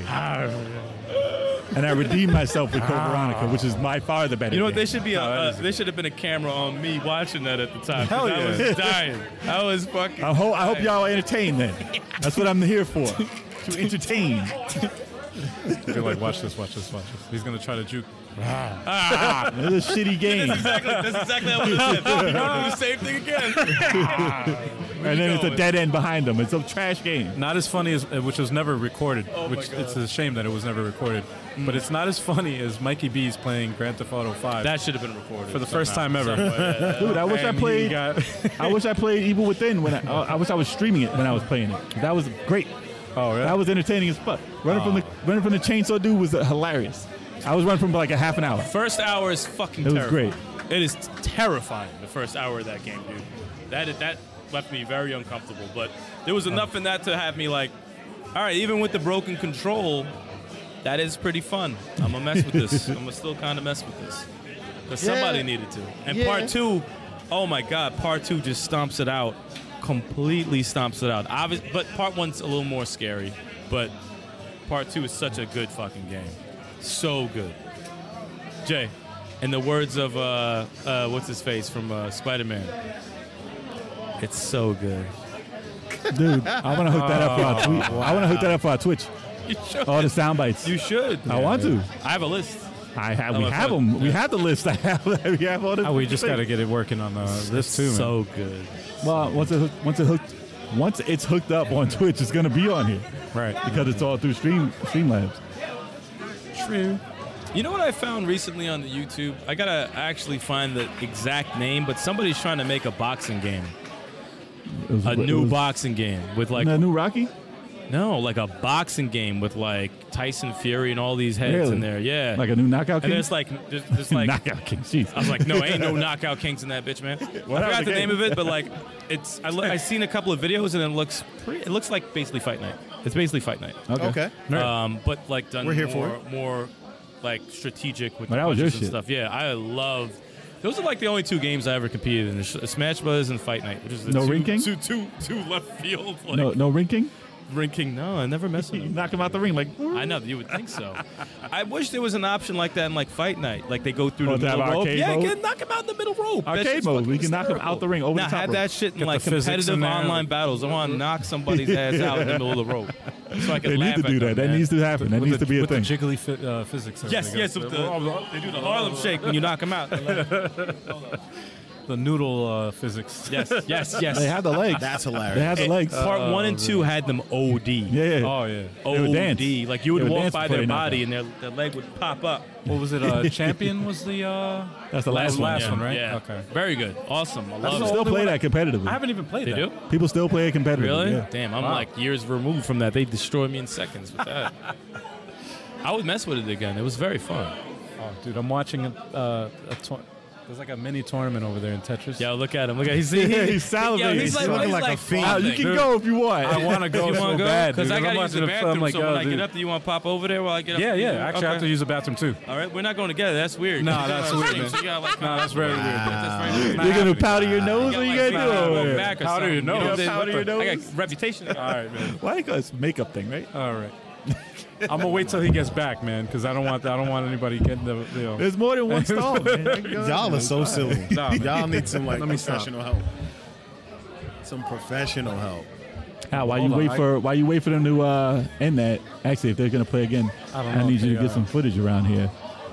and I redeemed myself with Code Veronica, which is by far the better.
You know what?
game.
They should be. A, uh, they should have been a camera on me watching that at the time. 'cause
Hell
I
yeah.
was dying. I was fucking.
I, ho- I hope y'all are entertained then. That's what I'm here for. To entertain.
You're like, watch this, watch this, watch this. He's gonna try to juke.
It's a shitty game.
That's exactly. That's exactly what I said. You're gonna do the same thing again.
And then it's a
going?
dead end behind them. It's a trash game.
Not as funny as uh, which was never recorded.
Oh
which it's a shame that it was never recorded.
Mm.
But it's not as funny as Mikey B's playing Grand Theft Auto Five
That should have been recorded
for the first time ever.
Dude, I wish I
And he
played.
got-
I wish I played Evil Within when I, I, I wish I was streaming it when I was playing it. That was great.
oh, really?
That was entertaining as fuck. Running from the running from the chainsaw dude was uh, hilarious. I was running from like a half an hour.
First hour is fucking.
It was
terrifying. It is terrifying. The first hour of that game, dude. That that left me very uncomfortable. But there
Uh-huh.
was enough in that to have me like, all right, even with the broken control, that is pretty fun. I'm gonna mess with this. I'm gonna still kind of mess with this. Cause somebody needed to. And part two, oh my god, part two just stomps it out. Completely stomps it out. Obvious, but part one's a little more scary. But part two is such a good fucking game. So good. Jay, in the words of uh, uh, what's his face from uh, Spider Man, it's so good.
Dude, I want to hook that up for our tweet. I want to hook that up for our Twitch.
You should.
All the sound bites.
you should.
I want to.
I have a list.
I have.
I'm
We
a
have
fuck-
them. We have the list. I have. We have all the.
Oh, we just got to get it working on uh, this too, man.
so good.
Well, once it hook- once it hooked, once it's hooked up on Twitch, it's gonna be on here
right.
because it's all through Stream Streamlabs.
True.
You know what I found recently on the YouTube? I gotta actually find the exact name, but somebody's trying to make a boxing game,
It was-
a
it
new
was-
boxing game with like
a new Rocky.
no, like a boxing game with like Tyson Fury and all these heads
Really?
in there. Yeah,
Like a new knockout.
and
King?
there's like there's, there's like
knockout king. Jeez.
I was like, no, ain't no knockout kings in that bitch, man. I
was
forgot
the
the
game?
name of it, but like, it's I, lo- I seen a couple of videos and it looks pretty. It looks like basically fight night. It's basically fight night.
okay.
Okay.
Um, but like done
We're here for
more, more like strategic with
But
the
that was
punches
your
and
shit.
stuff. Yeah, I love. Those are like the only two games I ever competed in: is Smash Brothers and Fight Night, which is the
No
two,
ranking?
two, two, two left field like
No, no rinking.
ranking. No, I never messed with
You
them.
knock him out the ring. Like
I know you would think so. I wish there was an option like that in like Fight Night, like they go through
Oh,
the
to have
middle rope.
arcade
Yeah,
mode?
get, knock him out the middle rope. That
Arcade
shit's
mode,
fucking
we can knock him
hysterical.
out the ring, over the
Nah,
top
have
rope.
that shit in
Get
like
the physics in
competitive
there.
online battles. I want to knock somebody's ass out in the middle of the rope, so I can
they
laugh
need to
at
do
them,
that. That
man.
needs to happen. That
With
needs
the-
to be a
with
thing.
The jiggly fi- uh, physics. and
Yes,
everything.
yes. With the, they do the Harlem Shake when you knock them out.
The noodle uh, physics.
yes, yes, yes.
They have the legs.
That's
They
hilarious.
have the
And
legs.
Part one and two had them OD.
Yeah, yeah.
Oh yeah.
would
OD.
dance.
Like you would
They would
walk
dance
by
before
their
they knock
body and their, their leg would pop up.
What was it? Uh, Champion was the. Uh,
That's the last one.
last
yeah.
one, right?
Yeah.
Okay.
Very good. Awesome. I
People
love it.
still
only
play
one I-
that competitively.
I haven't even played
They
that.
do?
People still play it competitively.
Really?
Yeah.
Damn, I'm like years removed from that. They destroyed me in seconds with that. I would mess with it again. It was very fun.
Oh, dude, I'm watching a. Uh, a tour- there's like a mini tournament over there in Tetris.
Yo, look at him. Look at he's, he,
Yeah, he's
Yo,
salivating.
he's like, what
He's looking
is
like
like,
a
fiend.
Ah, you can go if you want.
I want to go
You
so
want to go?
bad,
Because
dude.
I
I'm
got to use
watching
the
film,
bathroom.
like,
so
yo,
when I
dude.
get up, do you want to pop over there while I get up?
Yeah,
from
yeah.
here?
Actually, I
Okay.
have to use the bathroom too.
All right, we're not going together. That's weird.
No,
You
that's
know what
weird,
I'm saying? So you gotta, like,
No, that's very weird.
that's very weird.
You're gonna powder your nose, or you
gotta, like,
gonna do
go
over there?
back or
Powder
something.
your
You know
nose.
what I'm saying?
Powder your
I
nose?
got reputation. All right, man.
Why you guys makeup thing, right?
All right. I'm gonna wait till he gets back, man, because I don't want I don't want anybody getting the. You know.
There's more than one stall, man.
Y'all are so silly.
Nah, man.
Y'all need some like
Let me stop.
professional help. Some professional help.
How, while
Hold
you
on,
wait
I-
for while you wait for them to uh, end that, actually, if they're gonna play again,
I don't
I
know
need
if
you
they uh,
to get
are.
some footage around here,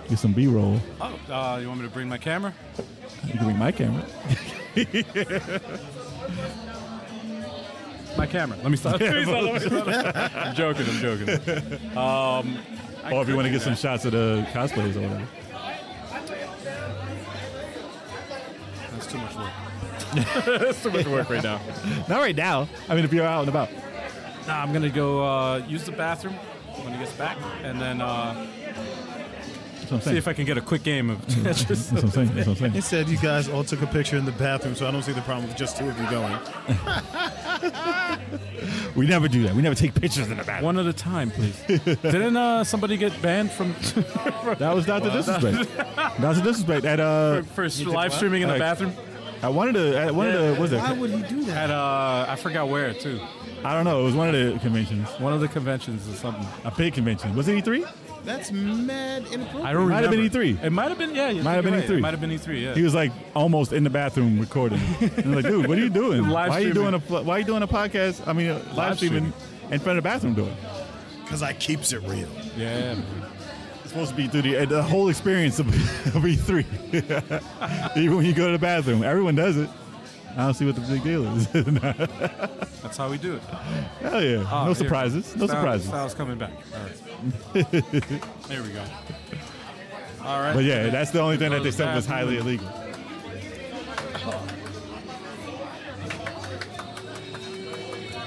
get some B-roll.
Oh, uh, you want me to bring my camera?
You can bring my camera.
My camera. Let me stop. Let me stop, let me stop. I'm joking. I'm joking.
Or if you want to get some shots of the cosplayers or whatever.
That's too much work. That's too much work right now.
Not right now. I mean, if you're out and about.
Nah, I'm gonna go uh, use the bathroom when he gets back, and then uh,
That's what I'm saying.
see if I can get a quick game of Tetris.
That's what I'm saying. That's what I'm
He
saying.
said you guys all took a picture in the bathroom, so I don't see the problem with just two of you going.
We never do that. We never take pictures in the back.
One at a time, please. Didn't uh, somebody get banned from
That was not the disrespect. that was the disrespect. At uh,
for live streaming in the
Like-
bathroom?
at one of the, at one of the, was it?
Why would he do that?
At uh, I forgot where too.
I don't know. It was one of the conventions.
One of the conventions or something.
A big convention. Was it E E3?
That's mad inappropriate.
I don't
Might have
remember.
been E3.
It might have been, yeah. you
Might have
think you're
been
right.
E3.
It might have been E3, yeah.
He was like almost in the bathroom recording. And I'm like, dude, what are you doing?
Live
why are you
streaming.
doing a pl- why are you doing a podcast? I mean, a live, streaming in front of the bathroom door.
Because I keeps it real.
yeah.
It's supposed to be through the, the whole experience of, of E3. Even when you go to the bathroom, everyone does it. I don't see what the big deal is.
That's how we do it.
Hell yeah!
Oh,
no
here.
surprises. No
Sound-
surprises.
Sound's coming back. All right. there we go. All right.
But yeah, that's the only thing that they said was
Bathroom.
highly illegal.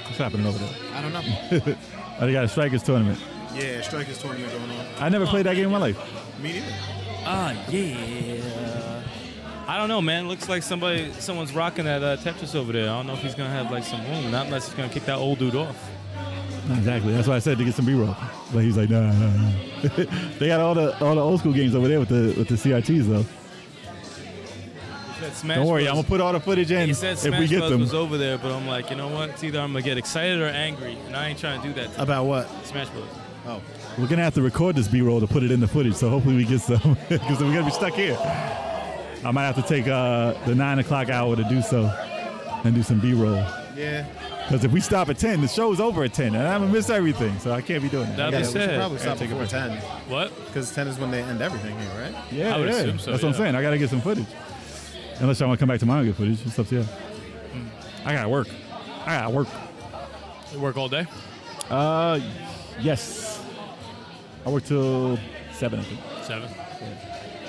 What's happening over there?
I don't know.
Oh, they got a strikers tournament.
yeah, strikers tournament going on.
I never played that game in my life.
Me neither.
Ah, yeah. I don't know, man. Looks like somebody, someone's rocking that uh, Tetris over there. I don't know if he's gonna have like some room, not unless he's gonna kick that old dude off.
Exactly. That's why I said to get some B-roll. But he's like, no, no, no. they got all the all the old school games over there with the with the CRTs though.
That Smash
Don't worry,
Bros.
I'm gonna put all the footage in
He said
if
Smash
we get
Bros
them.
was over there, but I'm like, you know what? It's either I'm gonna get excited or angry, and I ain't trying to do that. To
About what?
Smash Bros.
Oh.
We're gonna have to record this B-roll to put it in the footage. So hopefully we get some because we're gonna be stuck here. I might have to take uh, the nine o'clock hour to do so and do some B-roll.
Yeah.
Because if we stop at 10, the show's over at 10, and I'm going to miss everything. So I can't be doing that.
That'd
Yeah,
be
we should
sad.
probably stop before 10.
What?
Because 10 is when they end everything here, right?
Yeah,
I would
yeah.
assume so,
That's what I'm
yeah.
saying. I got to get some footage. Unless I want to come back tomorrow and get footage. It's up to you. I got to work. I got to work.
You work all day?
Uh, yes. I work till 7, I think.
Seven.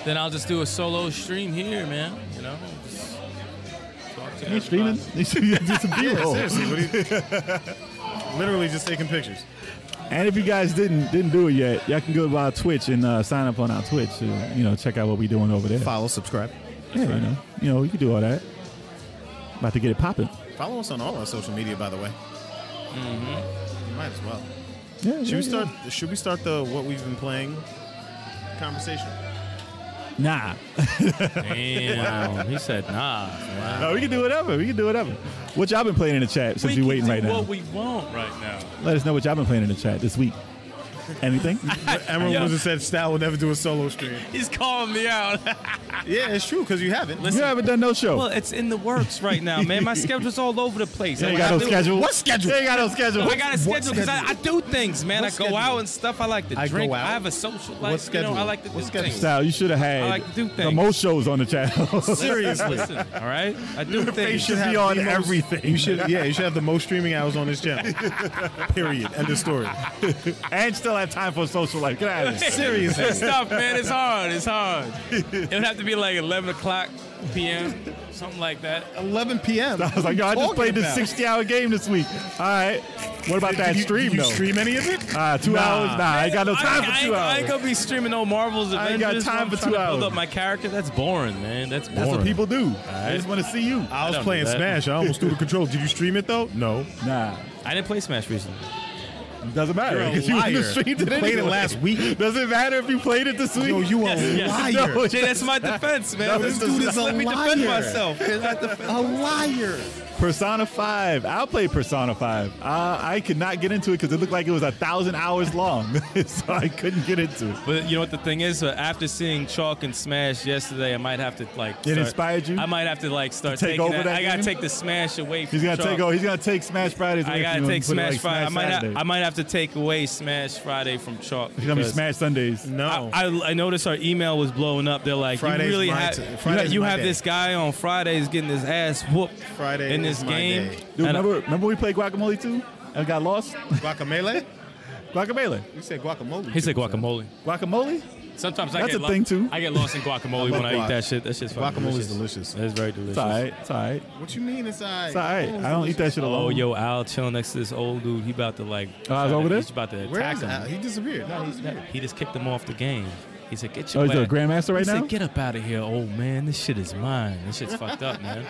Then I'll just do a solo stream here, man. You know. just talk to
You streaming?
everybody.
You should do some B-roll.
Seriously, what do you- Literally just taking pictures.
And if you guys didn't didn't do it yet, y'all can go to our Twitch and uh, sign up on our Twitch. To, you know, check out what we're doing over there.
Follow, subscribe.
yeah, you know, you know, you can do all that. About to get it popping.
Follow us on all our social media, by the way. You might as well.
Yeah, yeah,
Should we
yeah.
start? Should we start the what we've been playing conversation?
Nah.
Damn. he said, nah. Wow.
No, we can do whatever. We can do whatever. What y'all been playing in the chat since
we
you're
can
waiting
do
right now?
What we want right now.
Let us know what y'all been playing in the chat this week. Anything?
Emerald
Yeah.
Wizard said Stout will never do a solo stream.
He's calling me out.
yeah, it's true because you haven't.
you haven't done no show.
well, it's in the works right now, man. My schedule's all over the place.
You ain't
Like,
got
I
no
do-
schedule.
What schedule?
You ain't got no schedule.
I got a schedule because I, I do things, man.
What
I go
schedule?
out and stuff. I like to
I go
drink.
out?
I have a social life.
What schedule?
You know, I like to do
What schedule?
things.
Style, you should have had
I like to do
the
things.
most shows on the channel.
Seriously. Listen, all right? I do things.
should be on everything.
You should. Yeah, you should have the most streaming hours on this channel. Period. End of story.
and still have time for social life. Get out of here.
Seriously. It's tough, man. It's hard. It's hard. It would have to be like 11 o'clock p.m., something like that.
11 p.m.
I was like, yo, I just
Talking
played this
about.
60 hour game this week. All right. What about that
Did you,
stream,
did you
though?
stream any of it?
Uh, two hours? Nah, I ain't got no time
I,
for
I
two
ain't- I ain't
hours.
gonna be streaming no Marvels.
I ain't got
Avengers,
time
I'm
for
trying
two
to Build
hours.
up my character. That's boring, man. That's boring.
That's what people do. They just want to see you.
I was
don't
playing
do that.
Smash. I almost threw the control. Did you stream it though? No.
Nah,
I didn't play Smash recently.
doesn't matter.
You're a
'cause you wouldn't have
liar.
streamed
You
it
played it
anyway.
last week.
Does it matter if you played it this week?
Yo, you a
yes.
liar.
No,
Jay, that's my defense, man.
No,
What
this
this
is
dude is
not-
let me
a
defend
liar.
myself.
A liar.
Persona 5. I'll play Persona 5. Uh, I could not get into it because it looked like it was a thousand hours long. so I couldn't get into it.
But you know what the thing is? Uh, After seeing Chalk and Smash yesterday, I might have to like.
It inspired you?
I might have to like start
To take
taking
over that
I gotta
game?
take the Smash away. From
He's gonna
Chalk.
take oh, he's gonna take Smash Fridays.
I
away from
gotta
you and
take
put it,
Smash
like,
Friday. I might
Saturdays.
have, I might have to take away Smash Friday from Chalk.
It's gonna be
because
Smash Sundays.
No.
I, I, I noticed our email was blowing up. They're like,
Friday's
you really
my
have
t-
you ha-
Friday's
you
my
have
day.
this guy on Fridays getting his ass whooped
Friday
in
is
this
my
game.
day.
Dude,
And I-
remember, remember we played Guacamole 2 and got lost?
Guacamole?
Guacamole.
You said guacamole.
he said guacamole.
Guacamole?
Sometimes I
That's
get
a
lo-
thing, too.
I get lost in guacamole
love
when I
guac.
eat that shit. That shit's fucking
Guacamole's delicious.
It's very delicious.
It's all right. It's all right.
What you mean it's all right?
It's all right. I don't eat that shit alone.
Oh, yo, Al chilling next to this old dude. He about to like.
Oh, I was over there?
He's about to
Where
attack
is Al?
him.
He disappeared. No, he's
He just kicked him off the game. He said, "Get your
Oh, he's
ass-
a grandmaster right
he
now?
said, "Get up out of here, old man. This shit is mine. This shit's fucked up, man."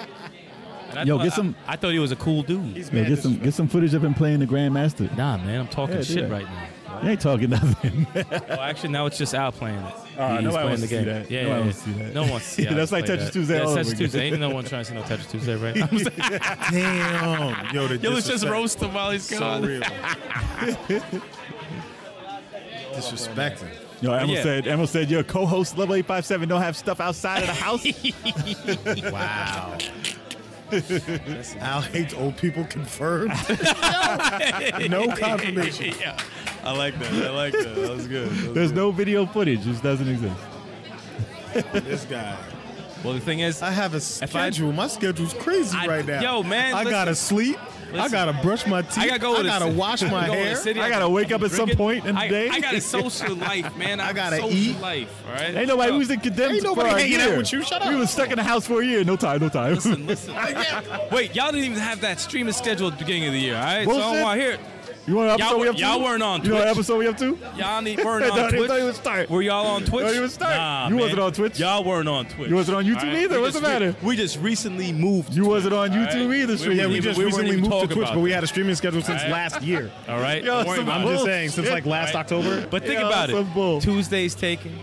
And I
Yo,
thought-
get some-
I, I thought he was a cool dude.
he's
Yo,
mad
get some get some footage of him playing the Grandmaster.
Nah, man, I'm talking
Yeah, do
shit
that.
right now.
You ain't talking nothing.
Well, actually, now it's just Al playing it.
Ah,
He's
nobody
playing
wants
the
to see
game.
that.
Yeah,
Nobody
yeah,
wants to
yeah.
see that.
No one wants to see
Yeah,
Al
that's like
play
Tetris
that.
Tuesday
Yeah,
all
Tetris
over again.
Tuesday. Ain't no one trying to see no Tetris Tuesday, right? I'm sorry.
Damn. Yo, the
Yo, let's just
disrespect.
roast him while he's
So
gone.
real. Disrespecting.
Yo, Emil
yeah.
said Emil said your co-host level eight five seven don't have stuff outside of the house.
Wow. Al hates old people confirmed. no confirmation.
yeah, I like that. I like that. That was good. That was
There's no video footage. It just doesn't exist.
This guy.
Well, the thing is,
I have a
I-
schedule. My schedule's crazy
I-
right now.
yo, man,
I
listen.
gotta sleep. I
Listen.
gotta brush my teeth.
I gotta go.
I
to the
gotta
ci-
wash
I gotta
my
go to the
hair.
city.
I gotta wake up at
drink
some
it.
point in the
I,
day.
I got a social life, man. I,
I
got a
gotta
social
eat.
life. All right.
Ain't nobody.
Yo,
We was in condemned
Ain't nobody
for a
hanging out
year.
with you. Shut
We
up.
was stuck in the house for a year. No time. No time.
Listen, listen. Wait, y'all didn't even have that streaming schedule at the beginning of the year, all right? So I
Bullshit.
don't want to hear it.
you want episode
Y'all
we
were-
up to?
y'all weren't on
You know what
Twitch.
episode we up to?
Y'all need, weren't
Don't
on
even-
Twitch.
don't even start.
Were y'all on Twitch?
even start.
Nah,
You
man.
wasn't on Twitch.
Y'all weren't on Twitch.
You wasn't on YouTube
All right?
either.
We
What's
just-
the matter?
We just recently moved.
You wasn't on
All right.
YouTube either.
We
Street.
were-
Yeah, we
even-
just
we weren't
recently
even
moved to
talking
Twitch,
about
but we had a streaming schedule since last year.
All right.
Yo,
Don't worry
some
about
I'm
it.
bull-
just saying, since like last
Right.
October.
But think
Yo,
about
some bull.
it. Tuesday's taken.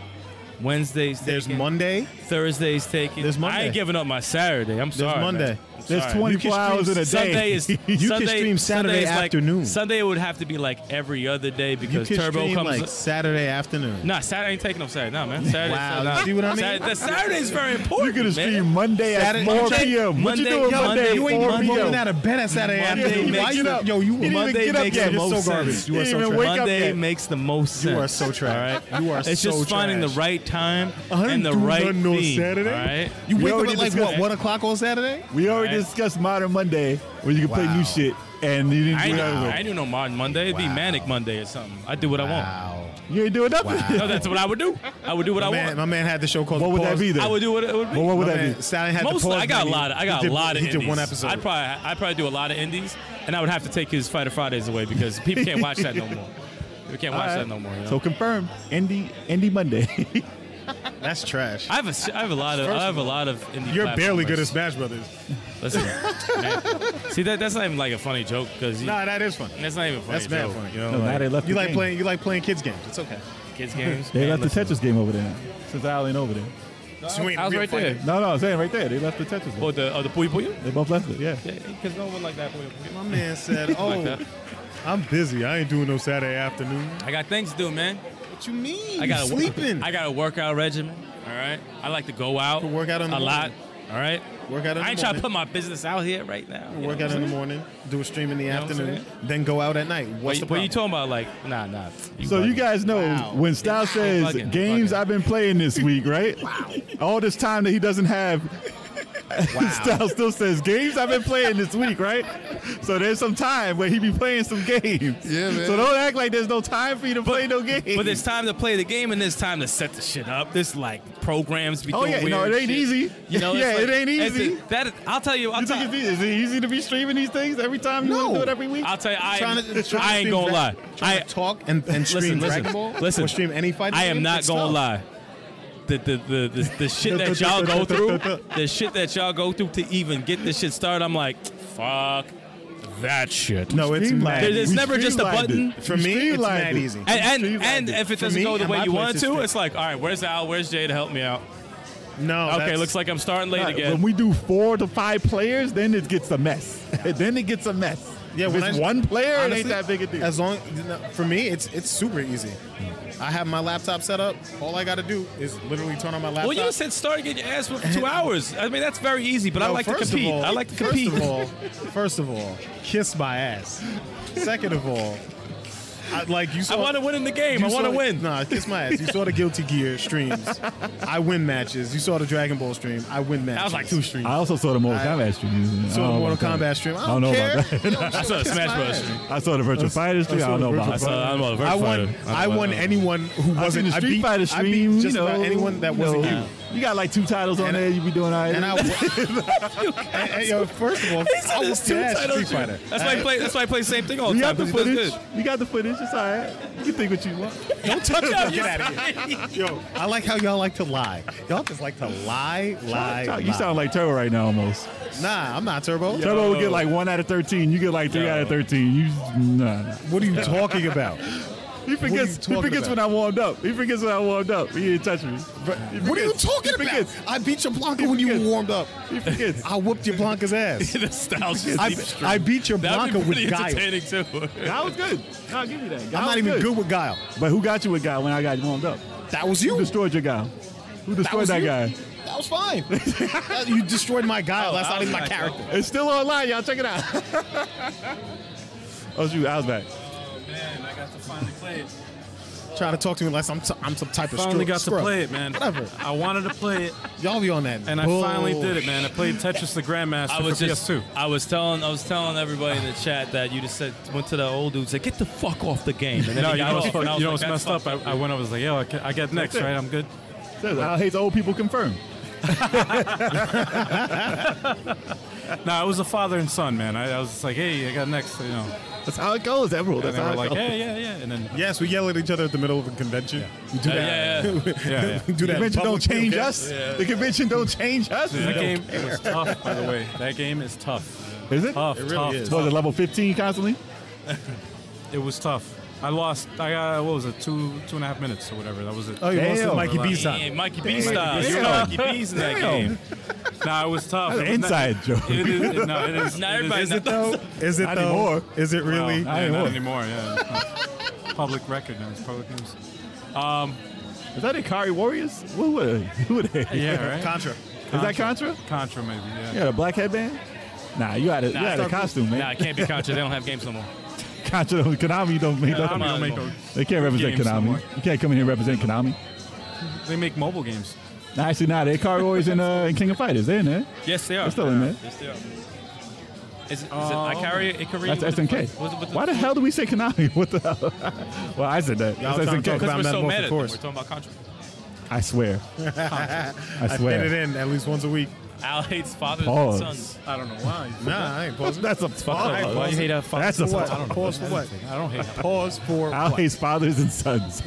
Wednesday's
There's
taken.
Monday.
Thursday's taking.
There's Monday.
I ain't giving up my Saturday. I'm sorry. man.
Monday.
I'm
There's
sorry.
24 hours in a day.
Sunday is you Sunday,
stream Saturday
Sunday is
afternoon.
Like, Sunday it would have to be like every other day
You
because
could
Turbo
stream
comes.
like Saturday afternoon.
nah, Saturday ain't taking up Saturday. Nah, man. Saturday.
Wow,
nah.
you see what I mean?
Saturday, Saturday's very important.
You're gonna
man.
stream Monday
Saturday-
at 4
Monday-
p.m. What you
Monday-
doing
yo,
Monday
you
at
ain't
4
even
p.m.?
rolling out of bed at Saturday
Monday
afternoon.
makes
Why you
it
not?
up.
Yo, you
didn't
Monday
even get up
makes
yet.
the
You're
most
so
sense.
garbage.
You
You
are
didn't
so
even
trash.
wake up
Monday
yet.
makes the most sense.
You are so trash.
All right,
You are
It's
so
just finding the
trash.
right time
I didn't
and the
do
right
nothing on
theme.
Saturday.
All right.
You
We
wake up
already
at like
discussed
what? One o'clock on Saturday?
We already
Right.
discussed Modern Monday, where you can play new
Wow.
shit, and you didn't
I
do
ain't,
none of
I
it.
ain't do no modern Monday. It'd be
Wow.
manic Monday or something. I do what I want.
Wow.
You ain't doing nothing.
Wow.
No, that's what I would do. I would do what I
My man,
want.
my man had the show called.
What
The
would that
Pause.
be then?
I would do what it would be.
Well, what would
My
that
man,
be?
Sally had the
Mostly,
pause
I got a
menu.
lot. Of, I
He
got
did-
a lot of
He
indies.
did one episode.
I'd probably, I'd probably do a lot of indies, and I would have to take his Fighter Fridays away because people can't watch that no more. People can't watch
All right.
that no more. You know?
So confirmed, Indie Indie Monday.
That's trash.
I have a, s- I have a lot of, I have a lot of indie.
You're barely
platformers.
good at Smash Brothers.
Listen, man. see that that's not even like a funny joke because
Nah, that is fun.
that's not even a funny.
That's
joke.
mad funny.
You know,
no, now
like,
they left.
You
the
like
game.
playing? You like playing kids games? It's okay.
kids games.
They
man,
left
listen.
the Tetris game over there. now, Since I ain't over there.
I was right there.
No, no, I'm saying right there. They left the Tetris. Game.
Oh, the oh, the puyo puyo.
They both left it. Yeah.
Because no one like that puyo puyo.
My man said, "Oh,
that.
I'm busy. I ain't doing no Saturday afternoon."
I got things to do, man.
What you mean?
I got a
sleeping.
I got a workout regimen. All right. I like to go out.
To work out in the
a lot. All right.
Work out in
I ain't
the
trying to
morning.
put my business out here right now. you know
Work
what
out
I'm
in the
saying?
morning. Do a stream in the
know what I'm
afternoon. Then go out at night.
What
What's
you,
the
what you
problem?
talking about? Like, nah, nah.
So you
bugging.
guys know
Wow.
when Style says
bugging,
games
bugging.
I've been playing this week, right? Wow. All this time that he doesn't have, Style still says games I've been playing this week, right? So there's some time where he be playing some games.
Yeah, man.
So don't act like there's no time for you to play no games.
But there's time to play the game and there's time to set the shit up. There's like programs. Be
Oh,
doing
yeah,
weird
no, it
shit.
ain't easy.
You know, it's
Yeah,
like-
it ain't
it's-
easy.
that I'll tell you. I'll
you
tell
think it's easy? Is it easy to be streaming these things every time you want to do it every week?
I'll tell you. I,
Trying to- trying
I
to
ain't
stream
gonna lie.
Dragon- trying
I,
to talk and, and
Listen,
stream
listen,
Dragon Ball.
listen.
or stream any fighting.
I am
game?
not
It's
gonna
tough.
lie. The the, the the the shit that y'all go through, the shit that y'all go through to even get this shit started, I'm like, fuck that shit.
No, it's mad.
There- there's
We
never just a
streamlined
button.
it.
For
We
me, it's
streamlined
mad
it.
easy.
And and, and if it
For
doesn't
me
go the
and
way
my
you want
place,
to,
it's
it's like, all right, where's Al? Where's Jay to help me out?
No.
Okay,
that's-
looks like I'm starting late
Nah, When
again.
we do four to five players, then it gets a mess. then it gets a mess.
Yeah,
if
when
it's
I-
one player, it ain't
honestly,
that big a deal.
As long you know, for me, it's it's super easy. I have my laptop set up. All I got to do is literally turn on my laptop.
Well, you said start getting your ass whooped for two hours. I mean, that's very easy, but I
No,
like to
first of
compete.
all-
I like to compete.
First of all, first of all, kiss my ass. Second of all, I, like you
I
saw.
want to win in the game.
you
I want to
saw-
win.
Nah, kiss my ass. You saw the Guilty Gear streams. I win matches. You saw the Dragon Ball stream. I win matches.
That was like two streams.
I also saw the Mortal Kombat stream.
Saw the Mortal Kombat stream. I don't,
know
care.
about that.
I saw a Smash Bros. stream.
I saw the Virtual Fighter stream. I don't know about
I saw,
that.
I don't know,
I
Virtua
won.
Fighter.
I won anyone who
I seen
wasn't.
the
I
Street
beat,
Fighter
I beat
stream.
just
you know,
about anyone that
you
wasn't
know,
you.
You got like two titles on
And I-
there. You be doing all right.
And I, and, and, yo, first of all, I was two Street Fighter.
That's why I play. That's why I play the same thing all
we
the
got
time.
the
'cause he does
footage. We got the footage. It's all right. You can think what you want.
Don't touch
good.
it. Get out of here. Yo, I like how y'all like to lie. Y'all just like to lie, lie, lie.
You sound like Turbo right now almost.
Nah, I'm not Turbo.
Turbo would get like one out of thirteen. You get like three
Yo.
out of thirteen. You nah. nah.
What are you talking about?
He forgets. He
talking
forgets
about?
when I warmed up. He forgets when I warmed up. He didn't touch me. He
What are you
forgets.
talking
he
about?
Forgets.
I beat your Blanca when you
forgets.
warmed up.
He forgets.
I whooped your Blanca's ass.
The nostalgia.
I, I beat your
That
Blanca
would be pretty
with Guile.
entertaining too.
Guy was good. I'll give you that. Guy
I'm
was
not even good with Guile.
But who got you with guy when I got warmed up?
That was
Who
you.
destroyed your guy? Who destroyed
was
that,
you.
guy?
That was fine. That- you destroyed my Guile.
Oh,
That's
I
not
was
even my
like,
character.
It's still online, y'all. Check it out. oh shoot, I was back.
Man, I got to finally play it.
Trying to talk to me like I'm, t- I'm some type of
Finally
scrub-
got to
scrub.
play it, man.
Whatever.
I wanted to play it,
Y'all be on that.
and I finally
Oh.
did it, man. I played Tetris the Grandmaster
I was
for
just.
PS2.
I was telling. I was telling everybody in the chat that you just said went to the old dude said get the fuck off the game. And then
No,
he
you
got
know,
off,
what's-
and I was
you know
like,
what's
that's
messed up? I,
fucked
I went. I was like, yo, I get, I get next,
it.
right? I'm good.
Says, I hate old people confirmed.
No, it was a father and son, man. I, I was just like, hey, I got next, you know.
That's how it goes, Emerald.
And
That's
they
how
were
it
like,
goes.
yeah, yeah, yeah. And then
Yes, we yell at each other at the middle of a convention. We do
Uh,
that.
yeah,
yeah, yeah.
we do that.
The convention don't
publicly,
change
okay?
us. The convention don't change us.
that game was tough, by the way. That game is tough.
Is it?
Tough,
really
tough,
is.
tough.
Was it level 15 constantly?
It was tough. I lost. I got what was it? Two two and a half minutes or whatever. That was it.
Oh, you lost to
Damn.
Mikey B.
Damn.
Side.
Hey, Mikey B style. You know Mikey B's in that game.
Nah, it was tough.
That's an
It was not-
inside joke.
It is, no, it is. it
Not
is-
everybody
is
knows.
it though?
Is it
Not
though?
anymore.
Is it really?
Wow. Yeah, not anymore. Yeah. public record now. It's public news.
Is that Ikari Warriors? What were they? Who were they?
Yeah, right.
Contra.
Is that Contra?
Contra maybe. Yeah.
You had a black headband? Nah, you had a, you had a costume, man.
Nah, it can't be Contra. They don't have games no more.
Contra, Konami don't make
Konami
nothing.
don't make
Come
They can't represent
games no
Konami.
more.
you can't come in here and represent Konami.
those- They make mobile games.
Nah, actually, nah, they Ikari Warriors in, uh, in King of Fighters. They're in there.
Yes, they are. Um,
They're still in there.
Yes, they are. Is, it- is it Icaria? Icaria?
That's
What the
SNK.
fuck- what- what
Why the hell do we say Konami? What the hell? well, I said that.
Y'all
That's
trying to talk
SNK.
Because
about
we're so
Metal
mad
Morphin
at them. We're
Force.
talking about Contra.
I swear. I
Fit it
swear.
in at least once a week.
Al hates fathers
Pause.
and sons.
I don't know why.
Nah, I ain't pausing.
That's a pause.
Why you hate uh, our fathers?
That's a
What?
pause.
Pause for what?
I don't hate. It.
Pause for
Al
what?
hates fathers and sons.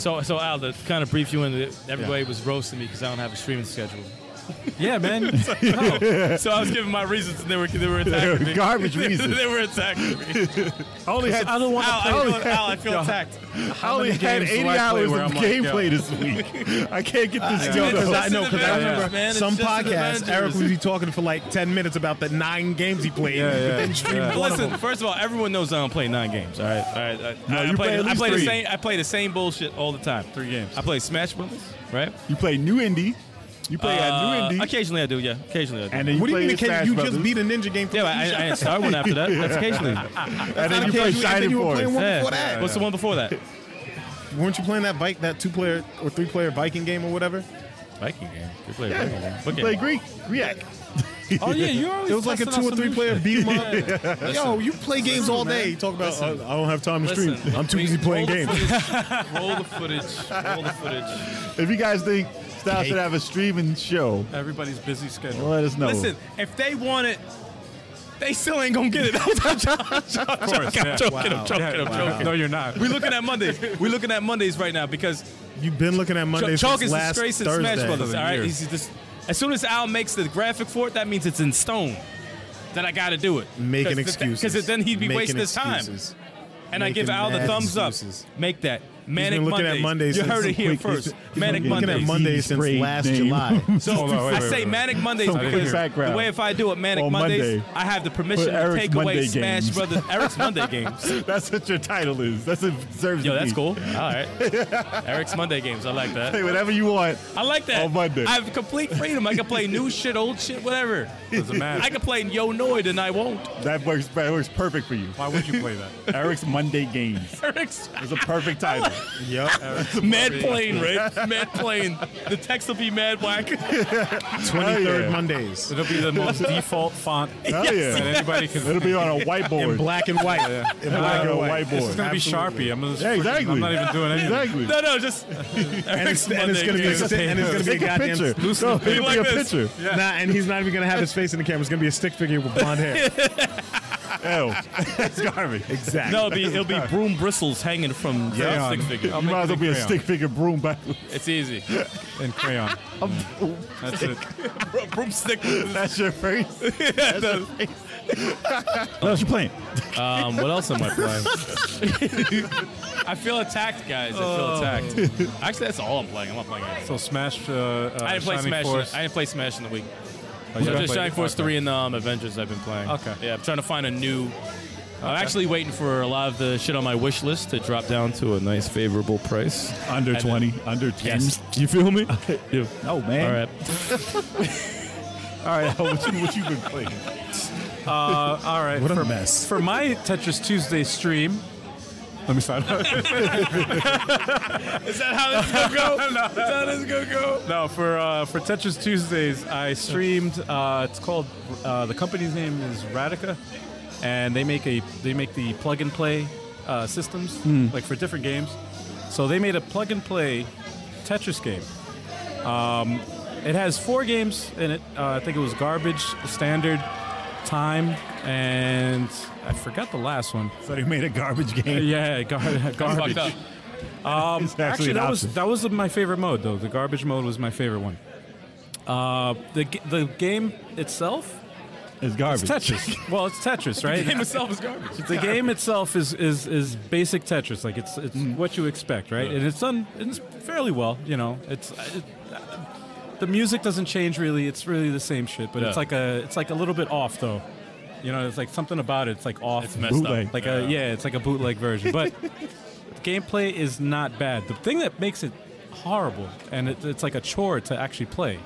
So, so Al, to kind of brief you in, everybody was roasting me because I don't have a streaming schedule.
Yeah, man.
so I was giving my reasons, and they were they were attacking me.
Garbage reasons.
they were attacking me.
I only had,
I don't want
Al,
to.
I feel, Al, I feel attacked.
I only
many
had
games do
80
I play
hours
where
of
I'm like, yo.
gameplay this week. I can't get this
It's
done.
Because I
just
know,
an
because I
Avengers,
remember
man. It's
some
just an
podcasts,
Avengers.
Eric would be talking for like 10 minutes about the nine games he played.
Yeah, yeah, yeah.
But listen, first of all, everyone knows I don't play nine games. All right, all right. I,
No,
I,
you
I
play
play,
at
I
least
play the
three.
same. I play the same bullshit all the time.
Three games.
I play Smash Brothers, right?
You play new indie. You play
Uh,
a new indie.
Occasionally I do, yeah. Occasionally I do.
And then you
What do you
play
mean,
Smash
can you
Brothers,
just beat a ninja game?
yeah, but I, I didn't start one after that. That's occasionally.
and then you play
occasionally, and then
Shining
you were
Force.
playing one-
Yeah.
before that.
What's the one before that?
Weren't you playing that bike, that two player or three player biking game or whatever?
Viking game. Good play. Viking game.
You
Book
play
game.
Greek. React.
Oh yeah, you're always.
It was like a
testing
two
out some
or three
new
player
shit.
beat 'em up. Yo, you play games all
man.
day. You talk about,
Listen.
"Oh, I don't have time to stream.
Listen,
I'm too
we-
busy playing
roll the
games.
footage. roll the footage. Roll the footage.
If you guys think Style should have a streaming show,
Everybody's busy schedule.
let us know.
Listen, if they want it, they still ain't gonna get it. I'm joking. I'm joking. I'm joking. I'm joking. I'm joking.
No, you're not.
We're looking at Mondays. We're looking at Mondays right now because
You've been looking at Mondays
Chalk
since
is
last
disgracing
Thursday.
Smash Brothers. All right,
year.
He's just- as soon as Al makes the graphic for it, that means it's in stone. That I got to do it.
Making excuses.
Because then he'd be
Making
wasting his time.
excuses.
And I
Making
give Al the
mad
thumbs
excuses.
up. Make that.
He's
Manic
been looking at Mondays.
You
since-
heard it here
he's been-
first.
he's been
Manic
looking at
Mondays.
Mondays since
Great
last
name.
July.
So
Hold on, wait,
I
wait,
say
wait.
Manic Mondays
Something
because
background.
the way if I do it Manic
On
Mondays,
Monday.
I have the permission
Put
to
Eric's
take away
Monday
Smash
games.
Brothers Eric's Monday games.
That's what your title is. That's what it deserves
Yo,
to
that's
be.
cool. All right, Eric's Monday games. I like that.
Play whatever you want.
I like that.
On Monday.
I have complete freedom. I can play new shit, old shit, whatever.
Doesn't matter.
I can play Yo Noid and I won't.
That works. That works perfect for you.
Why would you play that?
Eric's Monday Games.
Eric's
It's a perfect title.
mad plane, right? Mad plane. The text will be mad whack.
Hell
23rd
yeah.
Mondays.
It'll be the most default font
Hell
that
yeah.
anybody can.
It'll be on a
In
whiteboard.
black and white. In black
Like a
and white.
It's
whiteboard.
gonna
Absolutely.
be Sharpie. I'm gonna.
Yeah, exactly.
I'm not even doing anything.
Exactly.
No, no, just
And it's,
Eric's
and it's
Monday
gonna be
games.
a, and it's gonna be a
Take a
goddamn
picture. No,
Loose
it'll be
like
a
this.
picture.
Nah, and he's not even gonna have his face in the camera. It's gonna be a stick figure with blonde hair.
Ew. That's garbage.
exactly.
no, it'll be, it'll be broom bristles hanging from
Hang
yeah,
on.
stick figure.
You might as well be a stick figure broom back.
It's easy.
And crayon. That's it.
broom stick.
That's your face. That's your face. what else you playing?
Um, what else am I playing? I feel attacked, guys.
Oh.
I feel attacked. Actually, that's all I'm playing. I'm not playing anything.
So Smash. Uh, uh,
I didn't play
Shining
Smash.
Force.
I didn't play Smash in the week.
Oh, you
So
don't
just
play-
Shining Force
okay.
3 and um, Avengers I've been playing.
Okay.
Yeah, I'm trying to find a new. I'm actually waiting for a lot of the shit on my wish list to drop down to a nice favorable price.
Under
And-
20, under 10.
Yes. You feel me? yeah.
No,
All
man.
right.
All right, what you, what you been playing?
Uh, all right.
What a mess.
For my Tetris Tuesday stream. Let me start.
Is that how this is going to go?
No.
Is that how this is going to go?
No, for uh, for Tetris Tuesdays, I streamed. Uh, it's called uh, the company's name is Radica, and they make a they make the plug and play uh, systems
Hmm.
like for different games. So they made a plug and play Tetris game. Um, it has four games in it. Uh, I think it was garbage, standard, time, and I forgot the last one.
So they made a garbage game.
Yeah, gar- garbage.
Fucked up.
It's
Actually,
an
that was
option.
that was my favorite mode though. The garbage mode was my favorite one. Uh, the g- the game itself
is garbage.
Tetris. well, it's Tetris, right?
Game itself is garbage.
the game itself is, is, is basic Tetris. Like it's it's
Mm.
what you expect, right? And it's done it's fairly well. You know, it's it, the music doesn't change really. It's really the same shit, but it's
Yeah.
like a it's like a little bit off though. You know, it's like something about it. It's like off.
It's messed
Bootleg.
up.
like uh, a yeah, it's like a bootleg version. But gameplay is not bad. The thing that makes it horrible and it, it's like a chore to actually play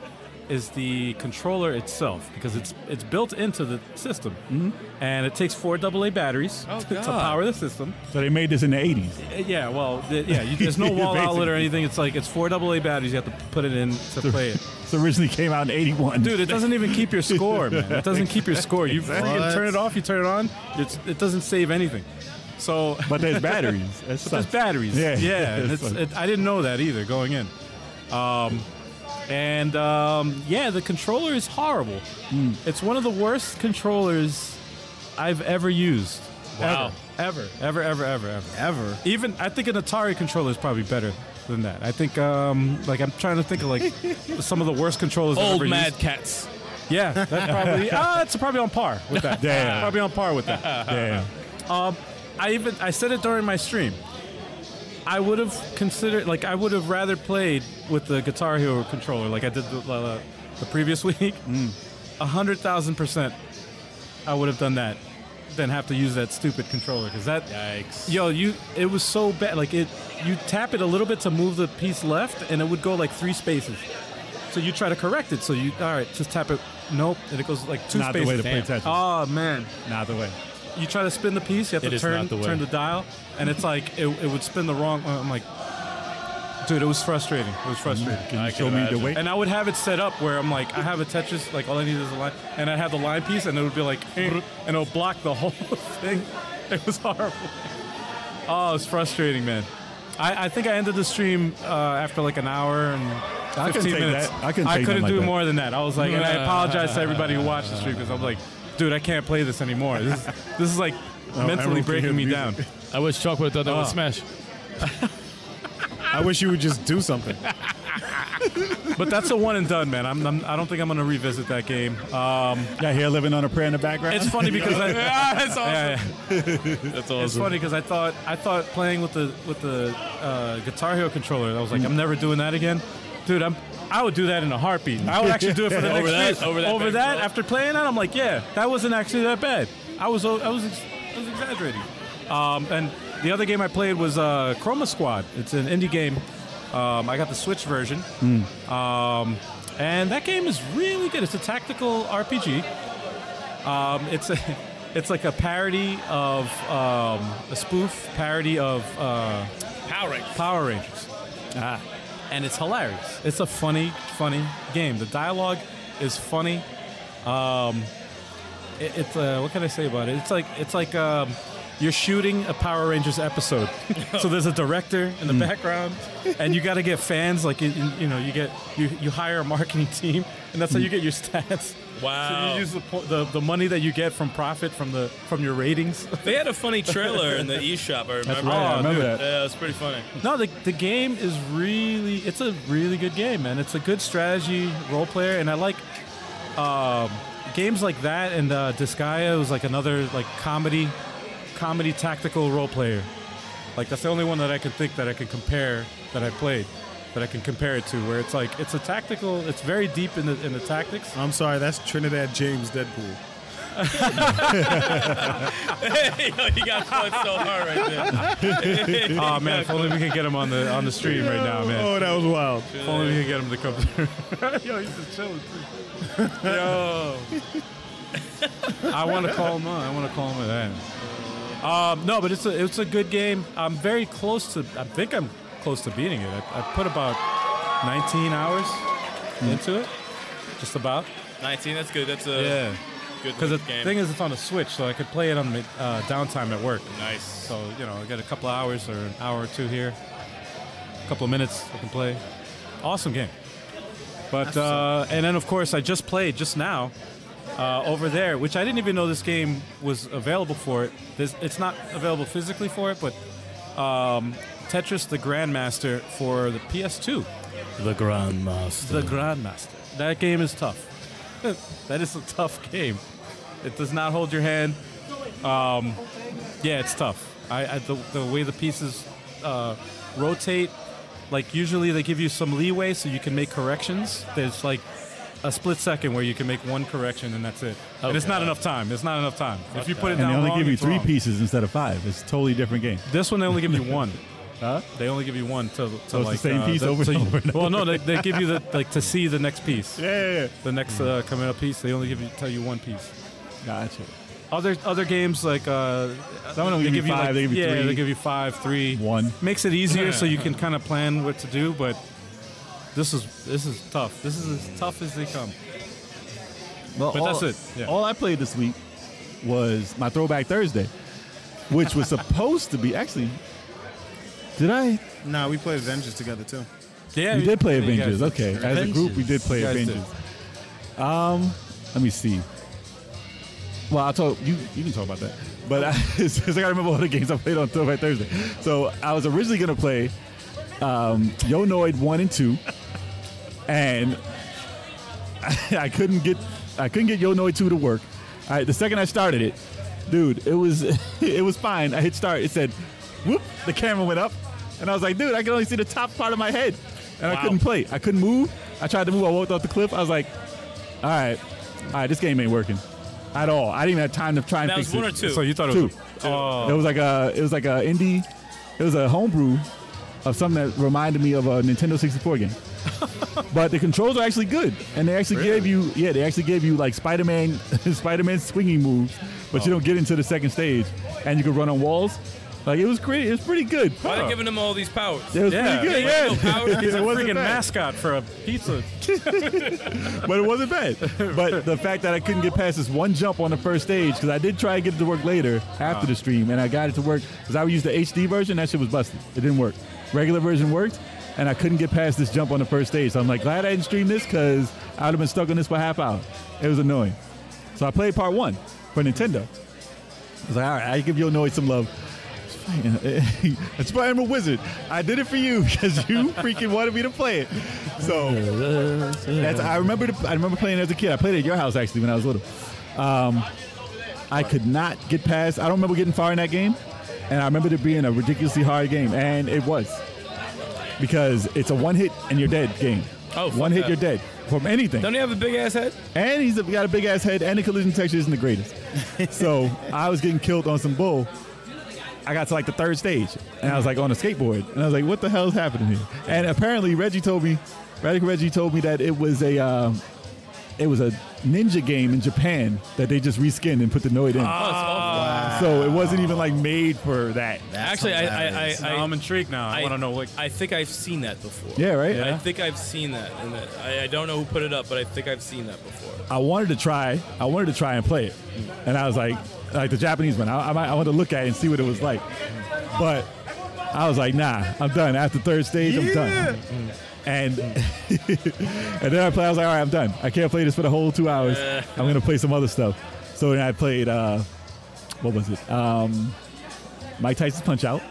is the controller itself because it's it's built into the system and it takes four AA batteries
Oh,
to, to
God.
power the system.
So they made this in the 80s.
Uh, Yeah, well, the, yeah, you, there's no wall outlet or
Basically.
anything. It's like it's four AA batteries. You have to put it in to play it.
This originally came out in 81.
Dude, it doesn't even keep your score, man. It doesn't keep your score. You, you turn it off, you turn it on. It's, it doesn't save anything. So
But there's batteries. That
There's
sucks.
batteries.
Yeah.
Yeah, yeah. and it's,
It's
it, I didn't know that either going in. Um, and um, yeah, the controller is horrible. It's one of the worst controllers I've ever used.
Wow.
Ever, ever, ever, ever, ever.
Ever.
Even I think an Atari controller is probably better than that. I think um, like I'm trying to think of like some of the worst controllers I've
Old
ever
Mad
used.
Cats.
Yeah, that's probably uh, it's probably on par with that.
Damn.
probably on par with that.
Damn.
Um, I even I said it during my stream. I would have considered like I would have rather played with the Guitar Hero controller like I did the, uh, the previous week. A hundred thousand percent, I would have done that than have to use that stupid controller because that
Yikes.
yo you it was so bad like it you tap it a little bit to move the piece left and it would go like three spaces. So you try to correct it. So you all right, just tap it. Nope, and it goes like two
Not the
spaces.
way to play Tetris.
Oh man
Not the way.
you try to spin the piece, you have
It
to
is
turn
not the way.
turn the dial, and it's like it, it would spin the wrong. I'm like, dude, it was frustrating. It was frustrating.
Can you
I can
show me the
imagine.
way?
And I would have it set up where I'm like, I have a Tetris, like all I need is a line, and I have the line piece, and it would be like, and it'll block the whole thing. It was horrible. Oh, it was frustrating, man. I, I think I ended the stream uh, after like an hour and 15
couldn't take
minutes.
that. I couldn't take
couldn't
nothing
do
like that.
more than that. I was like, and I apologize to everybody who watched the stream because I'm like, dude, I can't play this anymore. This is, this is like mentally
everyone can Oh, hear
breaking me
the
down.
I wish Chalk would have done that with
Oh.
Smash.
I wish you would just do something.
But that's a one and done, man. I'm, I'm I don't think I'm gonna revisit that game. Um,
Got hair living on a prayer in the background.
it's funny because I,
That's awesome.
yeah, yeah.
That's
It's
awesome.
funny because I thought I thought playing with the with the uh, Guitar Hero controller. I was like, I'm never doing that again, dude. I'm I would do that in a heartbeat. I would actually do it for the
Over
next
that-
year.
over that
over
big
that
blow.
after playing that, I'm like, yeah, that wasn't actually that bad. I was o- I was ex- I was exaggerating. Um, and the other game I played was uh, Chroma Squad. It's an indie game. Um, I got the Switch version, um, and that game is really good. It's a tactical RPG. Um, it's a, it's like a parody of um, a spoof parody of uh,
Power Rangers.
Power Rangers. Ah. And it's hilarious. It's a funny, funny game. The dialogue is funny. Um, it- it's uh, what can I say about it? It's like it's like um, you're shooting a Power Rangers episode. so there's a director in the background, and you got to get fans. Like you, you know, you get you, you hire a marketing team, and that's how you get your stats. So
Wow.
you use the, po- the the money that you get from profit from the from your ratings.
They had a funny trailer in the eShop, I remember.
right,
Oh,
I remember
dude.
that.
Yeah, it was pretty funny.
No, the, the game is really it's a really good game, man. It's a good strategy role player, and I like um, games like that. And uh, Disgaea was like another like comedy, comedy tactical role player. Like that's the only one that I can think that I can compare that I played, that I can compare it to. Where it's like it's a tactical, it's very deep in the in the tactics.
I'm sorry, that's Trinidad James Deadpool.
Yo, he got caught so hard right there.
Oh man, if only we could get him on the on the stream right now, man.
Oh, that was wild.
If only we could get him to come through. Yo, he's just chilling. Too. Yo. I want to call him on. I want to call him on that. Um, no, but it's a it's a good game. I'm very close to. I think I'm close to beating it. I, I put about 19 hours into it, just about.
19, that's good. That's a
Hmm. Yeah,
good
because the
game.
thing is, it's on a Switch, so I could play it on uh, downtime at work.
nice.
So you know, I got a couple of hours or an hour or two here, a couple of minutes I can play. Awesome game. But uh, and then of course I just played just now uh, over there, which I didn't even know this game was available for it. There's, it's not available physically for it, but um, Tetris the Grandmaster for the PS2.
The Grandmaster.
The Grandmaster. That game is tough. that is a tough game. It does not hold your hand. Um, yeah, it's tough. I, I the, the way the pieces uh, rotate, like usually they give you some leeway so you can make corrections. There's like a split second where you can make one correction and that's it. And it's not enough time. It's not enough time. If you put it
And
down
they only
wrong,
give you
it's
three
wrong.
pieces instead of five. It's a totally different game.
This one they only give you one. Huh? They only give you one to, to
it's the
like
same
uh,
piece
the-
over
so
and
you-
over and
Well, no, they, they give you the like to see the next piece,
Yeah.
the next uh, coming up piece. They only give you tell you one piece.
Gotcha.
Other other games like uh,
Some of them
they
give you
like-
five, they give you
yeah,
three.
they give you five, three,
One.
Makes it easier so you can kind of plan what to do, but this is this is tough. This is as tough as they come.
Well,
But
all,
that's it, yeah.
All I played this week was my Throwback Thursday, which was supposed to be actually. Did I?
Nah, we played Avengers together too.
Yeah,
We did play
you guys
Avengers.
did.
Okay, as a group, we did play
You guys did.
Avengers. Um, let me see. Well, I'll talk. You you can talk about that, but I, since I gotta remember all the games I played on Throwback Thursday. So I was originally gonna play um, Yonoid one and two, and I couldn't get I couldn't get Yonoid two to work. All right, the second I started it, dude, it was it was fine. I hit start. It said, whoop, the camera went up, and I was like, dude, I can only see the top part of my head, and I couldn't play. I couldn't move. I tried to move. I walked off the cliff. I was like, all right, all right, this game ain't working at all. I didn't even have time to try and
That
fix
was one
it.
or two.
So you thought it
Two.
was Oh,
It was like a it was like a indie. It was a homebrew of something that reminded me of a Nintendo 64 game. but the controls are actually good, and they actually gave you yeah they actually gave you like Spider-Man Spider-Man swinging moves, but you
Oh.
don't get into the second stage, and you can run on walls. Like it was pretty, it was pretty good.
Why are they giving him all these powers?
It was
Yeah.
pretty good,
They
yeah.
ain't no powers.
he's a
It wasn't
freaking
bad.
mascot for a pizza.
but it wasn't bad. But the fact that I couldn't get past this one jump on the first stage, because I did try to get it to work later after the stream, and I got it to work because I used the HD version. That shit was busted. It didn't work. Regular version worked, and I couldn't get past this jump on the first stage. So I'm like, glad I didn't stream this because I would have been stuck on this for a half hour. It was annoying. So I played part one for Nintendo. I was like, all right, I give your noise some love. It's why I'm a wizard. I did it for you because you freaking wanted me to play it. So that's, I remember. The, I remember playing as a kid. I played at your house actually when I was little. Um, I could not get past. I don't remember getting far in that game, and I remember it being a ridiculously hard game, and it was because it's a one hit and you're dead game.
Oh, fuck
one hit
that.
you're dead from anything.
Don't he have a big ass head?
And he's got a big ass head, and the collision texture isn't the greatest. so I was getting killed on some bull. I got to like the third stage, and I was like on a skateboard, and I was like, "What the hell is happening here?" And apparently, Reggie told me, Radical Reggie told me that it was a, um, it was a ninja game in Japan that they just reskinned and put the Noid in.
Oh, it's awful.
So it wasn't even like made for Ah. that.
Actually, I, I, I,
Now
I,
I'm intrigued now. I,
I-
want to know what.
I think I've seen that before.
Yeah, right.
I think I've seen that, and that- I, I don't know who put it up, but I think I've seen that before.
I wanted to try. I wanted to try and play it, and I was like, like the Japanese one. I, I, might- I wanted to look at it and see what it was like, but I was like, nah, I'm done. After third stage, I'm done. And and then I played. I was like, all right, I'm done. I can't play this for the whole two hours. I'm gonna play some other stuff. So then I played. Uh, what was it? Um, Mike Tyson's Punch Out.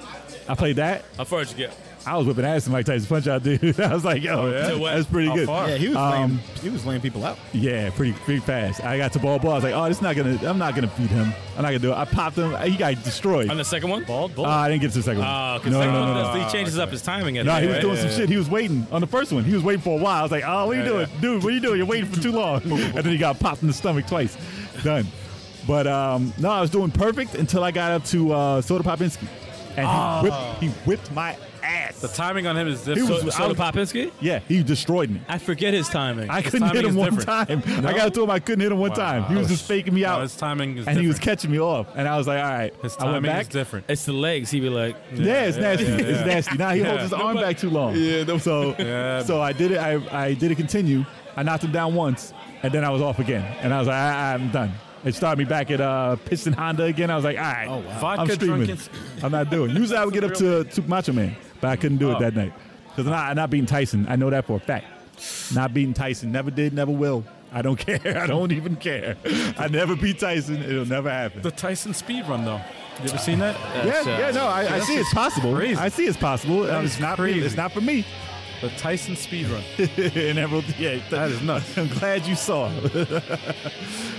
I played that.
How far did you get?
I was whipping ass in Mike Tyson's Punch Out, dude. I was like, yo,
To what?
that's pretty
How
good.
far?
Yeah, he was
Um,
laying, he was laying people out.
Yeah, pretty pretty fast. I got to ball ball. I was like, oh, this not gonna. I'm not gonna beat him. I'm not gonna do it. I popped him. He got destroyed.
On the second one? Bald,
Uh, I didn't get to the second one.
Oh, because
no, no,
second
no,
one,
no, no.
he changes up his timing at
No,
the
he
end,
was
right?
doing some shit. He was waiting on the first one. He was waiting for a while. I was like, oh, what are you doing, dude? What are you doing? You're waiting for too long. and then he got popped in the stomach twice. Done. But um, no, I was doing perfect until I got up to uh, Soda Popinski, and
Ah.
he, whipped, he whipped my
The
ass.
timing on him is different.
was-
So,
I
Soda Popinski?
Yeah, he destroyed me.
I forget his timing.
I
His
couldn't hit
timing
him
is
one
different.
time. I got to him. I couldn't hit him one
Wow.
time. He was just faking me
No,
out.
his timing is
and he was
different.
catching me off. And I was like, all right.
His
I went
timing
back.
is different.
It's the legs. He'd be like,
Yeah, it's nasty. It's nasty. Now he holds his arm back too long. Yeah, so
Yeah.
so I did it. I, I did it. Continue. I knocked him down once, and then I was off again. And I was like, I, I'm done. It started me back at uh, Piston Honda again. I was like, all right, oh, wow.
Vodka
I'm streaming.
drunken-
I'm not doing. it. Usually I would get up to, to Macho Man, but I couldn't do it
Oh.
that night because I'm not, I'm not beating Tyson. I know that for a fact. Not beating Tyson. Never did. Never will. I don't care. I don't even care. I never beat Tyson. It'll never happen.
The Tyson speed run though. You ever seen that?
uh,
Yeah, yeah, no, I, I see it's possible.
crazy.
I see it's possible. Um,
is
it's not
crazy.
It's not for me.
The Tyson speedrun.
and Emerald, yeah, that is nuts. I'm glad you saw.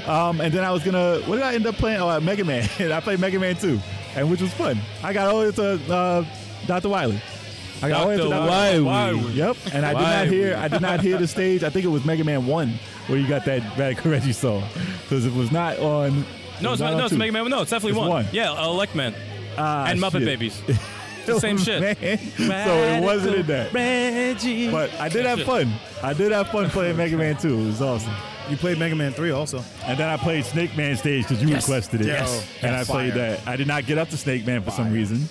um, and then I was gonna, what did I end up playing? Oh, uh, Mega Man. I played Mega Man 2, and which was fun. I got all into uh, Dr. Wily. I got all into
Dr. Wily.
Yep. And I did not hear, I did not hear the stage. I think it was Mega Man 1 where you got that Radical Reggie song because it was not on.
No, it's,
not
no,
on
it's
two.
Mega Man. No, it's definitely
It's
one.
one.
Yeah, uh, Electman
Ah,
and Muppet
shit.
Babies. the same shit.
Oh, Man. So it wasn't in that.
Reggie.
But I did have
shit.
fun. I did have fun playing Mega Man 2. It was awesome.
You played Mega Man 3 also.
And then I played Snake Man stage because you requested it.
Yes.
And I
That's
played
fire.
that. I did not get up to Snake Man for some reason.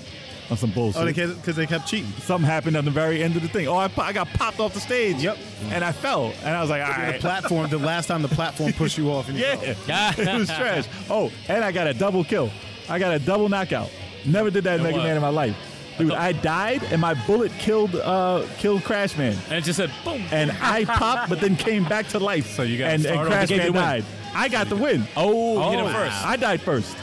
On some bullshit.
Oh, they because they kept cheating.
Something happened on the very end of the thing. Oh, I, po- I got popped off the stage.
Yep.
And I fell. And I was like, all
The
right.
platform, the last time the platform pushed you off. And you fell.
Yeah. it was trash. Oh, and I got a double kill. I got a double knockout. Never did that in Mega
what?
Man in my life. Dude, I died and my bullet killed uh killed Crash Man.
And it just said boom.
And I popped, but then came back to life. So
you gotta
and,
start
and
over.
Crash
They gave
Man
you the win.
died. I got the win.
Oh, you hit
Oh,
him first.
I died first.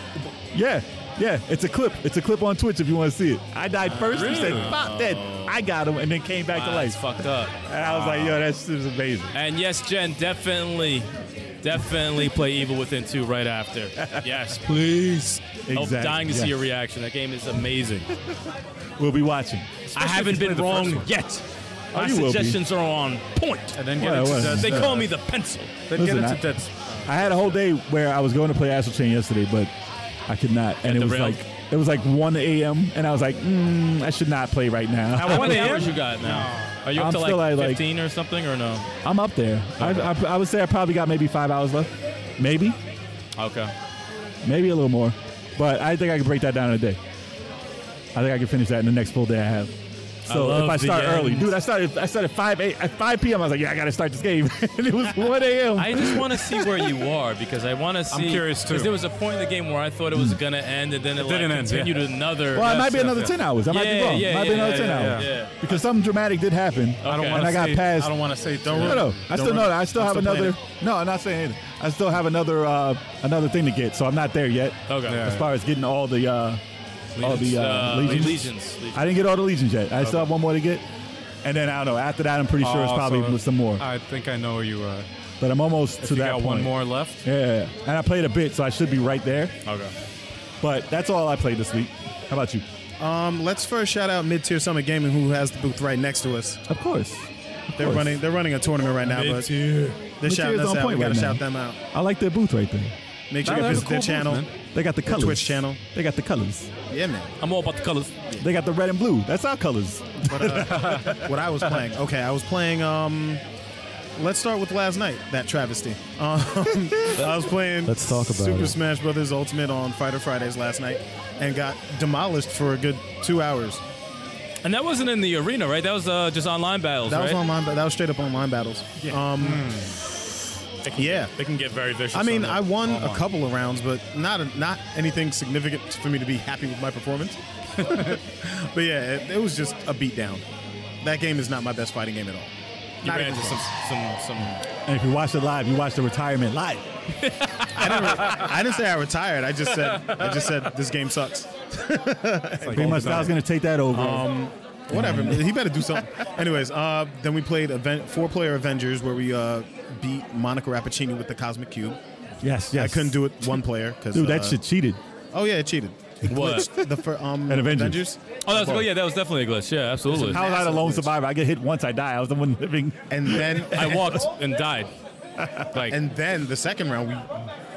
Yeah, yeah. It's a clip. It's a clip on Twitch if you want to see it. I died first. He said, "Pop that." I got him, and then came back
Ah,
to
Oh. Wow, that's
life.
fucked up.
And I was like, "Yo, that's was amazing."
And yes, Jen, definitely, definitely play Evil Within 2 right after. Yes, please. I'm
Exactly,
dying to see your
yes.
reaction. That game is amazing.
We'll be watching.
I haven't been wrong yet. My
Oh, you will be. uh,
suggestions are on point. Uh,
And then
Well,
get
it
into
was.
Dead.
They call me the pencil.
Then
Listen,
get
I-
into Dead.
I had a whole day where I was going to play Astral Chain yesterday, but I could not, and it was
derailed.
like it was like 1 a.m. and I was like, mm, "I should not play right now."
How many hours you got now? Are you up
I'm
to
still
like
at, like-
15 or something or no?
I'm up there. I, I, I would say I probably got maybe five hours left, maybe,
Okay.
maybe a little more, but I think I could break that down in a day. I think I can finish that in the next full day I have. So
love
if I
the
start early,
end.
dude, I started I started 5 8, at 5 p.m. I was like, yeah, I gotta start this game, and it was 1 a.m.
I just want to see where you are because I want to see.
curious, too.
Because there was a point in the game where I thought it was
Hmm.
going to end and then it, like,
didn't end, yeah.
continued another.
Well, it might be
yes,
another
yes.
10 hours. I might be
Yeah,
wrong.
yeah,
might be
yeah,
another
yeah,
10
yeah,
hours
yeah.
because something dramatic did happen.
I don't
and
wanna
I got
say-
past.
I don't want to say
Don't
too
No,
ruin
much.
no, I still
ruin
know
it.
that. I still
I'm
have
still playing
another. No, I'm not saying anything. I still have another uh, another thing to get, so I'm not there yet.
Okay.
As far as getting all the uh, all the uh, legions.
legions. Legions.
I didn't get all the legions yet. I still have one more to get, and then I don't know. After that, I'm pretty sure it's
Oh,
probably
so
with some more.
I think I know where you are.
But I'm almost
If
to
you
that
got
point.
one more left.
Yeah, yeah, yeah. and I played a bit, so I should be right there.
Okay.
But that's all I played this week. How about you?
Um, let's first shout out Mid Tier Summit Gaming, who has the booth right next to us.
Of course.
They're
course.
running. They're running a tournament right now, but
Mid-tier.
they're shouting
Mid-tier's
us
on
out. We
point
gotta
right now.
shout them out.
I like their booth right there.
Make sure
Nah,
you
that's
visit
a
their
cool
channel,
booth,
They got the colors.
Twitch channel.
They got the colors.
Yeah, man.
I'm all about the colors.
They got the red and blue. That's our colors.
uh, what I was playing. Okay, I was playing. Um, let's start with last night. That travesty. Um, I was playing.
Let's talk about
Super
it.
Smash Brothers Ultimate on Fighter Fridays last night, and got demolished for a good two hours.
And that wasn't in the arena, right? That was uh, just online battles,
That
right?
was online. That was straight up online battles. Yeah. Hmm. Um, yeah.
They can get very vicious.
I mean,
on
I
that.
won a couple of rounds, but not a, not anything significant for me to be happy with my performance. but yeah, it, it was just a beatdown. That game is not my best fighting game at all.
you
not
ran
even
into some, some, some.
And if you watch it live, you watch the retirement live.
I didn't say I retired. I just said I just said this game sucks.
Pretty much, I was gonna take that over.
Um, Whatever.
Mm-hmm.
he better do something. Anyways, uh, then we played Aven- four player Avengers where we uh, beat Monica Rappaccini with the Cosmic Cube.
yes,
I
yes.
couldn't do it one player because
Dude, that shit cheated.
Oh yeah, it cheated. It
What?
glitched. the fir- um,
At Avengers.
Oh, that was, oh, yeah, that was definitely a glitch. Yeah, absolutely.
How was I the
massive
lone
glitch.
survivor? I get hit once, I die. I was the one living.
And then
I walked and died. Like,
and then the second round we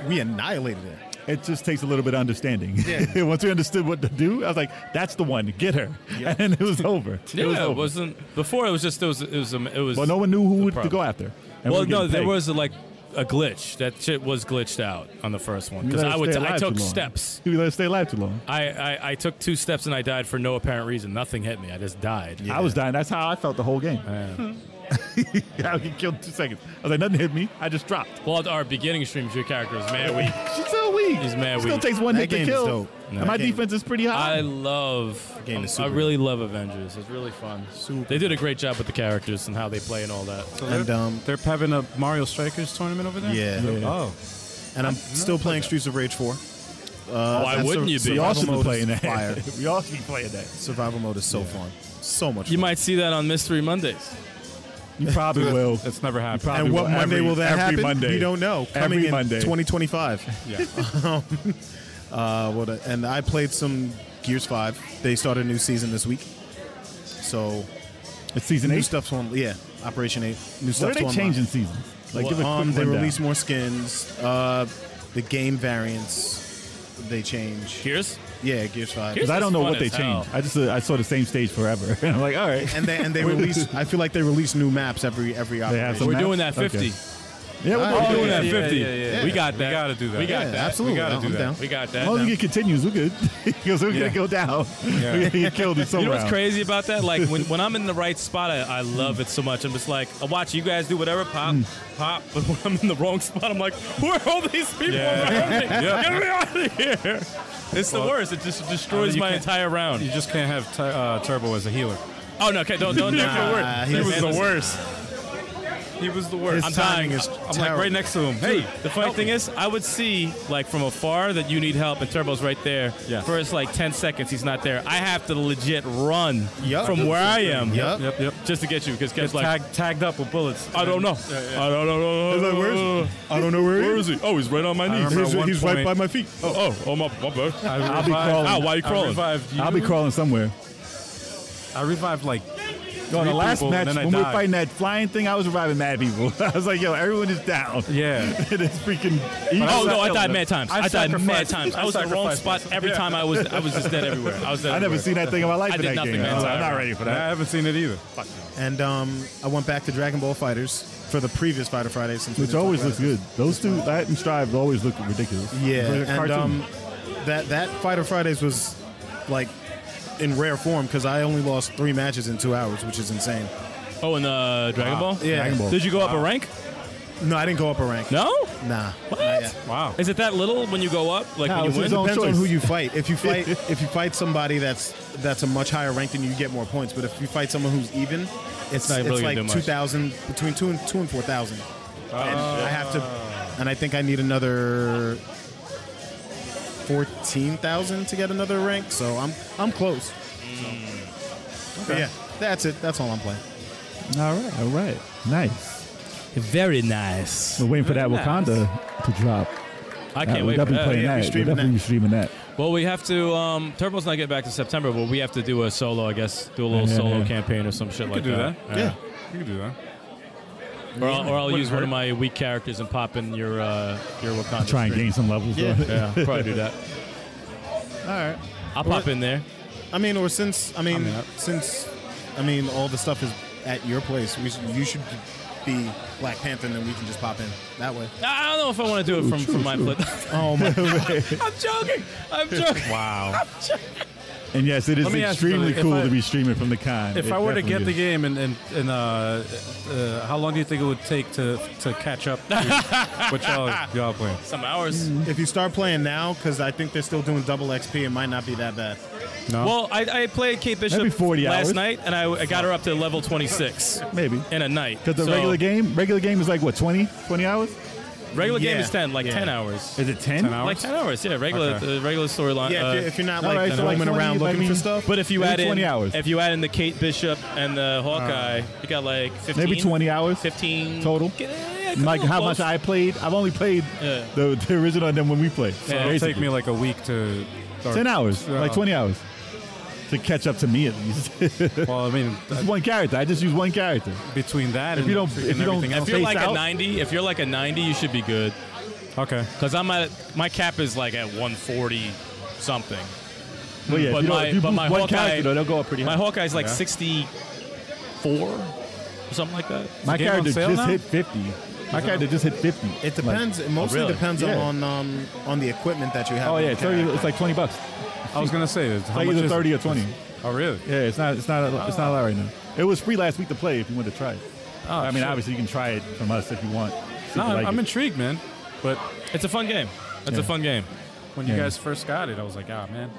we annihilated it.
It just takes a little bit of understanding. Once we understood what to do, I was like, "That's the one. Get her." And it was over.
yeah, it,
it was over.
was not before. It was just it was it was um, it was.
well, no one knew who
the
to go
problem.
after. And we
Well,
were
no,
getting
there
pegged.
was like a glitch. That shit was glitched out on the first one
You
because
let
I
it
would
stay
I
alive
took
too long.
steps.
You let it stay alive too long.
I, I I took two steps and I died for no apparent reason. Nothing hit me. I just died.
I was dying. That's how I felt the whole game. I would get killed in two seconds. I was like, "Nothing hit me. I just dropped."
Well, at our beginning streams, your character was mad weak.
She's so weak.
He's mad
Still
weak.
takes one
That
hit to
game is
kill.
dope.
And
That
my
game-
defense is pretty high.
I love.
game
um,
is
I
super
really love Avengers. It's really fun. They did a great job with the characters and how they play and all that.
So
And,
they're,
um,
they're having a Mario Strikers tournament over there.
Yeah.
Oh,
And I'm still playing Streets of Rage 4. Uh,
Why
and
wouldn't you be?
survival
Y'all should be
mode is
playing that.
Fire.
we all should be playing that.
Survival mode is so fun. So much
You
fun.
might see that on Mystery Mondays.
You probably will.
That's never happened.
probably
And what
will
Monday
every-
will that
every
happen?
Monday.
We don't know. Coming
Every
in
Monday.
2025.
Yeah.
Uh, what? a- and I played some Gears Five. They started a new season this week, so
It's season
new
eight.
stuff's on. Yeah, Operation Eight. New
What
stuff.
are they changing seasons? Like, give a quick
um, they
rundown.
release more skins. Uh, the game variants they change.
Gears?
Yeah, Gears Five.
Gears-
'Cause I don't know
It's fun
what they
as hell.
changed. I just uh, I saw the same stage forever, and I'm like, all right.
And they and they release. I feel like they release new maps every every operation.
have some
We're
Maps?
doing that 50.
Okay. yeah, we'll
All
do
right.
it.
We're doing
Yeah,
that
yeah,
50.
yeah, yeah.
We got
We
that.
gotta do that.
We got
yeah,
that.
absolutely.
We gotta
I'm
do that.
down.
We got
As
that.
long as
now.
it continues, we're good. Because we're
Yeah.
gonna go down.
Yeah.
We're gonna get killed in some
You know what's
round.
crazy about that? Like when, when I'm in the right spot, I, I love it so much. I'm just like, I watch you guys do whatever, pop,
Mm.
pop. But when I'm in the wrong spot, I'm like, who are all these people around me? Get me out of here! It's the
Well,
worst. It just destroys
you
my
can't-
entire round.
You just can't have tu- uh, Turbo as a healer.
oh no! Okay, don't don't nah,
Nah,
He
he's-
was the worst.
He was the worst.
His
I'm
timing
dying.
is
I'm like right next to him. Hey,
The funny thing is, I would see like from afar that you need help, and Turbo's right there.
Yes.
First like ten seconds, he's not there. I have to legit run
Yup.
from where I am
Yup.
yep, yep.
just to get you because Kev's
Gets
like,
tag- tagged up with bullets.
I don't know. I don't know.
He's like, "Where's- I don't know where he
Where
is.
is he? Oh, he's right on my knees.
remember
He's,
At one
he's right
point-
by my feet.
Oh, oh, oh my, my bad.
I
I'll be
revived-
crawling.
Ow, why you
I
crawling?
revived you.
I'll be crawling somewhere.
I revived like
Yo, in the
Three
last
people,
match,
and then I
when we were
died.
fighting that flying thing, I was reviving mad people. I was like, yo, everyone is down.
yeah.
it is freaking. Easy.
Oh no! I
sacrificed-
died mad times.
I
I, died mad
sacrificed-
times.
I
I was in the wrong
sacrificed
spot
myself.
every time. I was I was just dead everywhere. I was dead.
I never
everywhere.
seen that thing in my life
I
in
did
that
nothing
game.
my
I was like, I'm
entire
not
life.
ready for
I
that.
haven't seen it either.
And um, I went back to Dragon Ball Fighters for the previous Fighter Friday since we
Which
didn't talk
always
about
looks
it.
good. Those two, that and Strive, always look ridiculous.
Yeah,
Like a
and
cartoon.
um, that that Fighter Fridays was like in rare form because I only lost three matches in two hours, which is insane.
Oh, in uh, Dragon Ball.
Yeah.
Dragon Ball.
Did you go up a rank?
No, I didn't go up a rank.
No.
Nah.
What?
Not yet.
Wow.
Is it that little when you go up? Like
No,
when
it's
you win?
his own-
Depends on
choice.
who you fight. If you fight, if you fight somebody that's that's a much higher rank than you, you get more points. But if you fight someone who's even, it's,
not
it's
really gonna do
like
much. Oh,
two thousand between two and two and four thousand. and I have to, and I think I need another fourteen thousand to get another rank. So I'm I'm close.
Mm.
So. But Yeah, that's it. That's all I'm playing.
all right, all right, nice.
Very nice.
We're waiting for that Wakanda to drop.
I
Uh,
can't
we'll
wait. For
definitely playing
that.
we're
that. We'll
streaming
definitely
that.
be streaming that.
Well, we have to. Um, Turbo's not get back to September, but we have to do a solo. I guess do a little
Yeah,
solo
yeah.
campaign or some shit
You
like
could do that.
Yeah.
You could do that.
Or I'll, or I'll
Wouldn't
use one
hurt.
of my weak characters and pop in your uh, your Wakanda.
Try and
string.
gain some levels.
Yeah.
though.
Yeah, I'll probably do that.
All right.
I'll pop in there.
I mean, or since I mean,
mean, I-
since I mean, all the stuff is at your place. We should, you should be Black Panther, and then we can just pop in that way.
I don't know if I want to do it from, from my foot.
Oh my!
I'm joking. I'm joking.
Wow.
And yes, it is
Let me ask you
extremely
something.
cool
If I-
to be streaming from the con.
If
It
I were to get the
definitely is.
game and and, and uh, uh, how long do you think it would take to to catch up to what y'all y'all playing?
Some hours.
if you start playing now, because I think they're still doing double XP, it might not be that bad.
Uh, No.
Well, I, I played Kate Bishop
Maybe 40
last
hours.
night, and I, I got her up to level 26
maybe
in a night.
because
So,
the regular game, regular game is like what 20, 20 hours?
regular game
Yeah.
is 10, like
Yeah.
10 hours.
Is it 10?
hours?
Like 10 hours, yeah. Regular
Okay.
the regular storyline.
Yeah,
uh,
if, you're, if you're not
all
like
right, so, like,
roaming
20,
around
like,
looking
I
for
mean-
stuff.
but if you
Maybe
add in
20 hours. Uh,
if you add in the Kate Bishop and the Hawkeye, you got like 15,
Maybe 20 hours
15
total.
Yeah, yeah, come
Like
on,
how
close.
much I played. I've only played
Yeah.
the, the original and then when we played.
Yeah,
It'll
basically.
take me like a week to. uh, or-
10 hours,
Yeah.
like 20 hours to catch up to me at least.
Well, I mean, uh,
one character. I just use one character.
between that
If
and
you don't-
freaking
if you don't-
everything
If
else.
you're
Face
like
out.
a 90, if you're like a 90, you should be good.
Okay.
Cause I'm at my cap is like at 140 something.
Well, yeah,
But
if you, don't-
my-
if you
but
move
my
one
Hawkeye-
character, though, they'll go up pretty
My
high.
Hawkeye's like
Yeah.
64 or something like that.
My
game on
character
sale
just
now?
hit 50. My character just hit 50.
It depends.
oh,
it mostly
really?
depends
Yeah.
on um, on the equipment that you have.
oh,
on
yeah,
the
it's, already,
character.
it's like 20 bucks.
I was gonna say it's
It's
how
like
much
either
is
30
it?
or 20.
Oh really?
Yeah, it's not, it's, not a, it's not a lot right now. It was free last week to play if you want to try it.
Oh,
I mean,
shit.
obviously, you can try it from us if you want. if
No,
you like
I'm
it.
intrigued, man. But
It's a fun game. It's a
Yeah.
fun game.
when you
Yeah.
guys first got it, I was like, ah, man,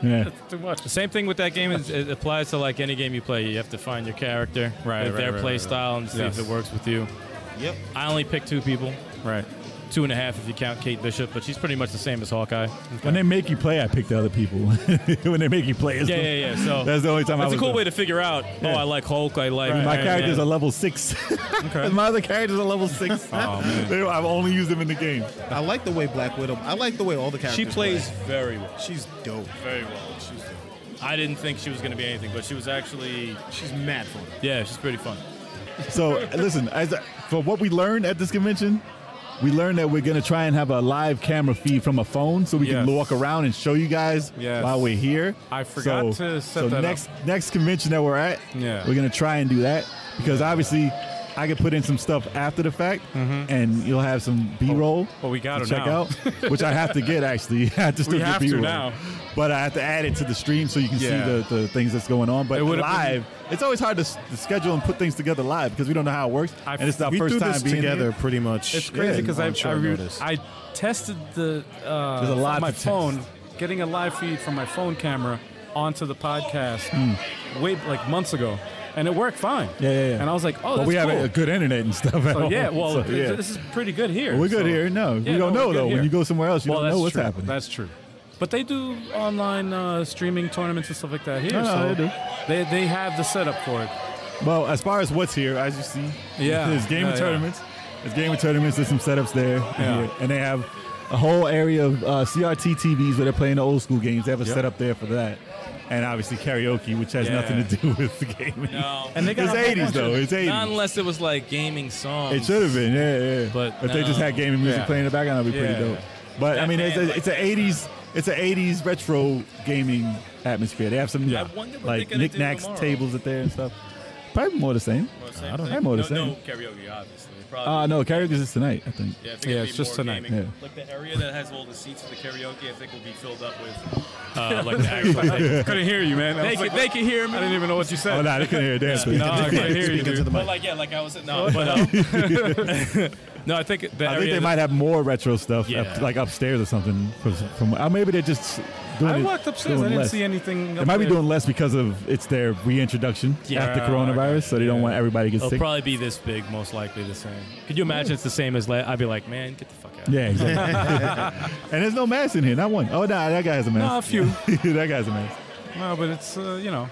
Yeah.
too much.
The same thing with that game. Is, it applies to like any game you play. You have to find your character,
Right,
with
right,
their
right,
play
right,
style, and see
Yes.
if it works with you. Yep. I only pick two people.
Right.
two and a half if you count Kate Bishop, but she's pretty much the same as Hawkeye.
When they make you play, I pick the other people. when they make you play, it's
Yeah,
the-
yeah, yeah. So
That's the only time I
That's a
was
cool
done.
way to figure out. Oh, I like Hulk. I like
My
Iron
character's
Man.
a level six. My other character's a level six. They- I've only used them in the game.
I like the way Black Widow. I like the way all the characters.
She plays
play.
very well.
She's dope.
Very well. She's I didn't think she was going to be anything, but she was actually.
She's mad for it.
Yeah, she's pretty fun.
So listen, as for what we learned at this convention, we learned that we're gonna try and have a live camera feed from a phone, so we
Yes.
can walk around and show you guys
Yes.
while we're here.
I forgot
so,
to set
so
that up.
next next convention that we're at,
Yeah.
we're gonna try and do that because obviously. I could put in some stuff after the fact, and you'll have some B-roll.
Mm-hmm. well, we got
to
it
check
now.
out, which I have to get actually. I have to still
We
get
have to
B-roll.
now.
but I have to add it to the stream so you can
Yeah.
see the, the things that's going on. But
It would've been-
live, it's always hard to, s- to schedule and put things together live because we don't know how it works,
I-
and it's our
we
first
threw
time
this
being
together
Here.
pretty much.
It's crazy because
on
I, I,
short
re-
notice.
I tested the uh,
There's a lot
my
to test.
phone, getting a live feed from my phone camera onto the podcast way like months ago, and it worked fine.
Hmm. Yeah, yeah, yeah.
And I was like, oh,
But
that's
we have
cool.
a good internet and stuff. at
So, yeah,
home,
well,
so,
th- this is pretty good here.
we're good
so-
here. No,
Yeah,
you don't
no,
know
we're good
though.
here.
When you go somewhere else, you
well,
don't
that's
know what's
true.
happening.
That's true. But they do online uh, streaming tournaments and stuff like that here.
No, no,
so
they do.
They, they have the setup for it.
well, as far as what's here, as you see,
Yeah,
there's game
yeah,
of
yeah.
tournaments. There's game of tournaments. There's some setups there, and
Yeah.
here. and they have a whole area of uh, CRT TVs where they're playing the old school games. They have a setup there for that, and obviously karaoke, which has
Yeah.
nothing to do with the gaming.
No.
And they got
It's
a whole
80s
bunch of-
though. It's 80s.
Not unless it was like gaming songs.
It should have been, yeah, yeah.
But
if they just
no.
had gaming music
Yeah.
playing in the background, that'd be
Yeah.
pretty dope. But I
That
mean, it's
band,
a, it's a '80s, it's a '80s retro gaming atmosphere. They have some
I wonder what they're
like
gonna do
knickknacks
tomorrow.
tables up there and stuff. Probably more the same. I don't know. More the
no,
same.
no karaoke, obviously. Probably.
Uh, no, karaoke is tonight, I think.
Yeah, I think
Yeah,
it'd be
it's just
more
tonight,
gaming.
yeah.
Like the area that has all the seats for the karaoke, I think will be filled up with uh, like the actual. they,
Couldn't hear you, man. I was
can,
like,
they can hear
I
me.
didn't even know what you said.
Oh no, they couldn't hear a damn thing.
No, I couldn't hear you, dude.
But like yeah, like I was no, but uh, no, I think the
I
area
think they
that-
might have more retro stuff,
Yeah.
up, like upstairs or something. From, from or maybe they're just doing.
I
it-
walked upstairs. I
doing
didn't
less.
see anything.
They
up
might be
there.
doing less because of it's their reintroduction
Yeah.
after coronavirus, so they don't
Yeah.
want everybody to get
It'll
sick.
probably be this big, most likely the same. Could you imagine it's the same as? La- I'd be like, man, get the fuck out.
Yeah, exactly. and there's no mask in here, not one. Oh, nah, that guy has a
No, a
mask.
few.
that guy's a mask.
No, but it's uh, you know.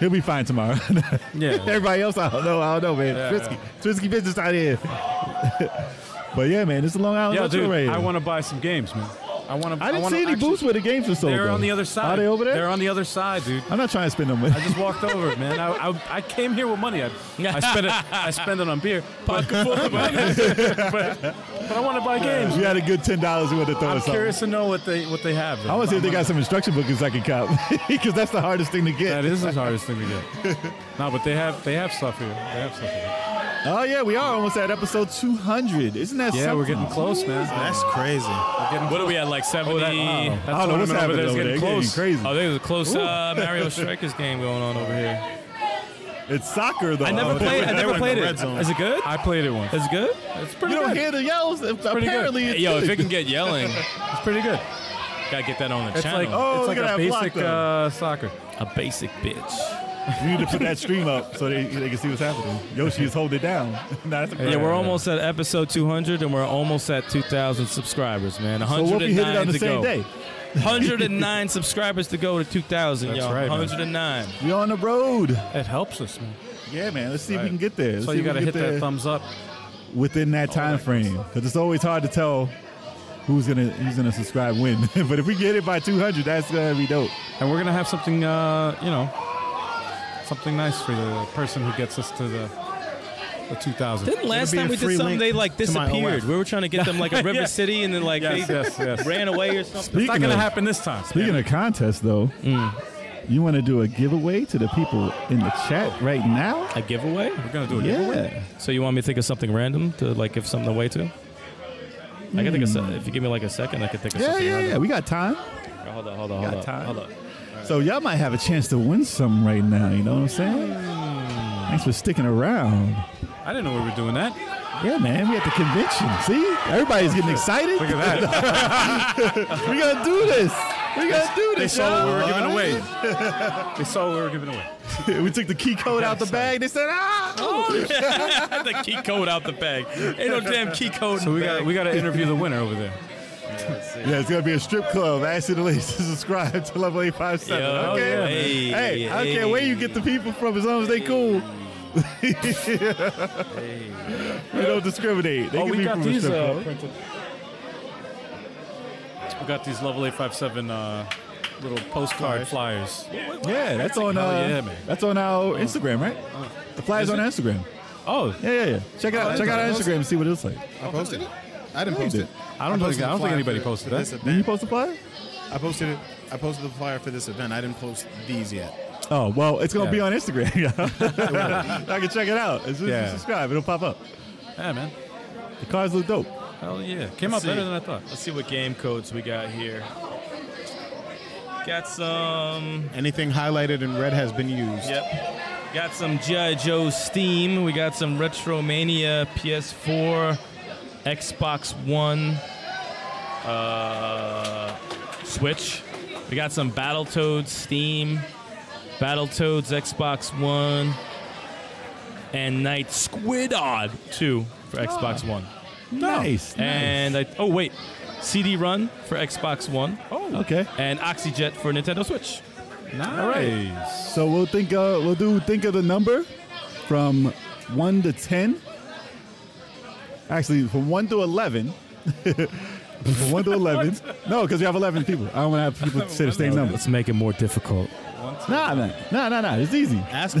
He'll be fine tomorrow.
Yeah.
Everybody else, I don't know. I don't know, man.
Yeah,
Trisky, Trisky business out here. but yeah, man, it's a Long Island
Yo,
Retro
dude,
Radio.
I want to buy some games, man. I want to.
Oh, I didn't
wanna
see any
actually-
booths where the games were sold.
They're on
though.
the other side.
Are they over there?
They're on the other side, dude.
I'm not trying to spend no money.
I just walked over, it, man. I, I, I came here with money. I, I spent it. I spent it on beer. But, but, but I want to buy games.
we had a good ten dollars. We would have thrown
I'm
something.
curious to know what they what they have.
I want to see if they got some instruction bookings I can cop because that's the hardest thing to get.
That is the hardest thing to get. no, but they have they have stuff here. They have stuff here.
Oh yeah, we are almost at episode 200. Isn't that
Yeah,
something?
we're getting close, man.
That's crazy.
What are we at? Like seventy?
Wow.
Oh, I
I don't know what's
That tournament over
happening
there's
over there.
getting
It's
close.
Getting crazy.
think there's a close uh, Mario Strikers game going on over here. Oh,
It's soccer though. Oh,
I never played. I never played
Red
it.
zone.
Is it good?
I played it once.
Is it good? It's pretty
You don't hear the yells. Apparently, it's
Yo, if
good.
it can get yelling,
It's pretty good.
gotta get that on the
It's
channel.
like
Oh,
it's
look
like
at
a
that block,
basic
though.
uh, soccer.
a basic bitch.
You need to put that stream up so they, they can see what's happening. Yoshi is holding it down. nah, that's a
Yeah, we're almost at episode 200, and we're almost at 2,000 subscribers, man.
So
109
what if you hit it on the
to go.
same day?
109 subscribers to go to 2,000,
That's
y'all.
right, man.
109.
We on the road.
It helps us, man.
Yeah, man. Let's see if
Right.
we can get there. Let's
So
see
you
if we
got to
can
hit
get there
that thumbs up.
within that time frame because it's always hard to tell who's gonna who's gonna subscribe when. but if we get it by 200, that's gonna be dope.
And we're gonna have something, uh, you know, something nice for the person who gets us to the the 2000.
Didn't last
be
time
a
we did
free
something,
link
they like
to my
disappeared.
OF.
We were trying to get them like a River
Yeah.
City, and then like
Yes,
they
yes, yes.
ran away or something.
it's not gonna
of,
happen this time.
Speaking of contests, though,
Mm.
you want to do a giveaway to the people in the chat right now?
A giveaway?
we're gonna do it.
Yeah.
So you want me to think of something random to like give something away to? I can think of se- if you give me like a second, I can think of
Yeah,
something.
yeah, yeah.
random.
We got time.
Hold on, hold on,
Got
hold on,
time.
hold on.
So y'all might have a chance to win something right now. You know what I'm saying? Thanks for sticking around.
I didn't know we were doing that.
Yeah, man, we at the convention. See, everybody's getting excited. Look at that. we gonna do this. We gonna do
They
this.
saw what we
y'all.
were giving away. Oh, they saw what we were giving away.
we took the key code out the bag. They said, ah!
the key code out the bag. Ain't no damn key code.
So we got we got to interview the winner over there.
Yeah, it's gonna be a strip club. Ask you to least to subscribe to level eight five seven.
Yo,
Okay.
yeah, man.
hey,
Hey,
I don't care where you get the people from as long as they cool. We don't discriminate. They
Oh,
can
we
be
got
from a
these.
strip
Uh,
club.
printed. we got these level eight five seven uh, little postcard flyers.
yeah, that's on.
hell
Uh,
yeah, man.
That's on our Instagram, right? the flyers on our Instagram.
Oh,
Yeah, yeah, yeah. Check it out.
that's
check out
on
our
us?
Instagram and see what it looks like.
I posted it. I didn't
Yeah, you
post
did.
it.
I don't think
posted
I don't think
the flyer
anybody
for-
posted
for
that.
this
Did you
event.
post a flyer?
I posted it. I posted the flyer for this event. I didn't post these yet.
Oh well, it's gonna
Yeah.
be on Instagram. y'all. I can check it out. As soon as
Yeah.
you subscribe, it'll pop up.
yeah, man.
The cars look dope.
Hell yeah, came out
Let's see.
better than I thought.
Let's see what game codes we got here. Got some.
Anything highlighted in red has been used.
Yep. Got some G.I. Joe Steam. We got some Retromania PS4, Xbox One, uh, Switch. We got some Battletoads Steam, Battletoads Xbox One, and Night Squid Odd 2 for
Oh,
Xbox One.
Nice.
And I, oh, wait. CD Run for Xbox One.
Oh, okay.
and OxyJet for Nintendo Switch.
Nice.
So we'll think. Uh, we'll do think of the number from one to ten. Actually, from one to eleven. from one to eleven. no, because we have eleven people. I don't want to have people say the same number.
make it more difficult.
Nah, man. Nah, nah, nah. It's easy.
Ask a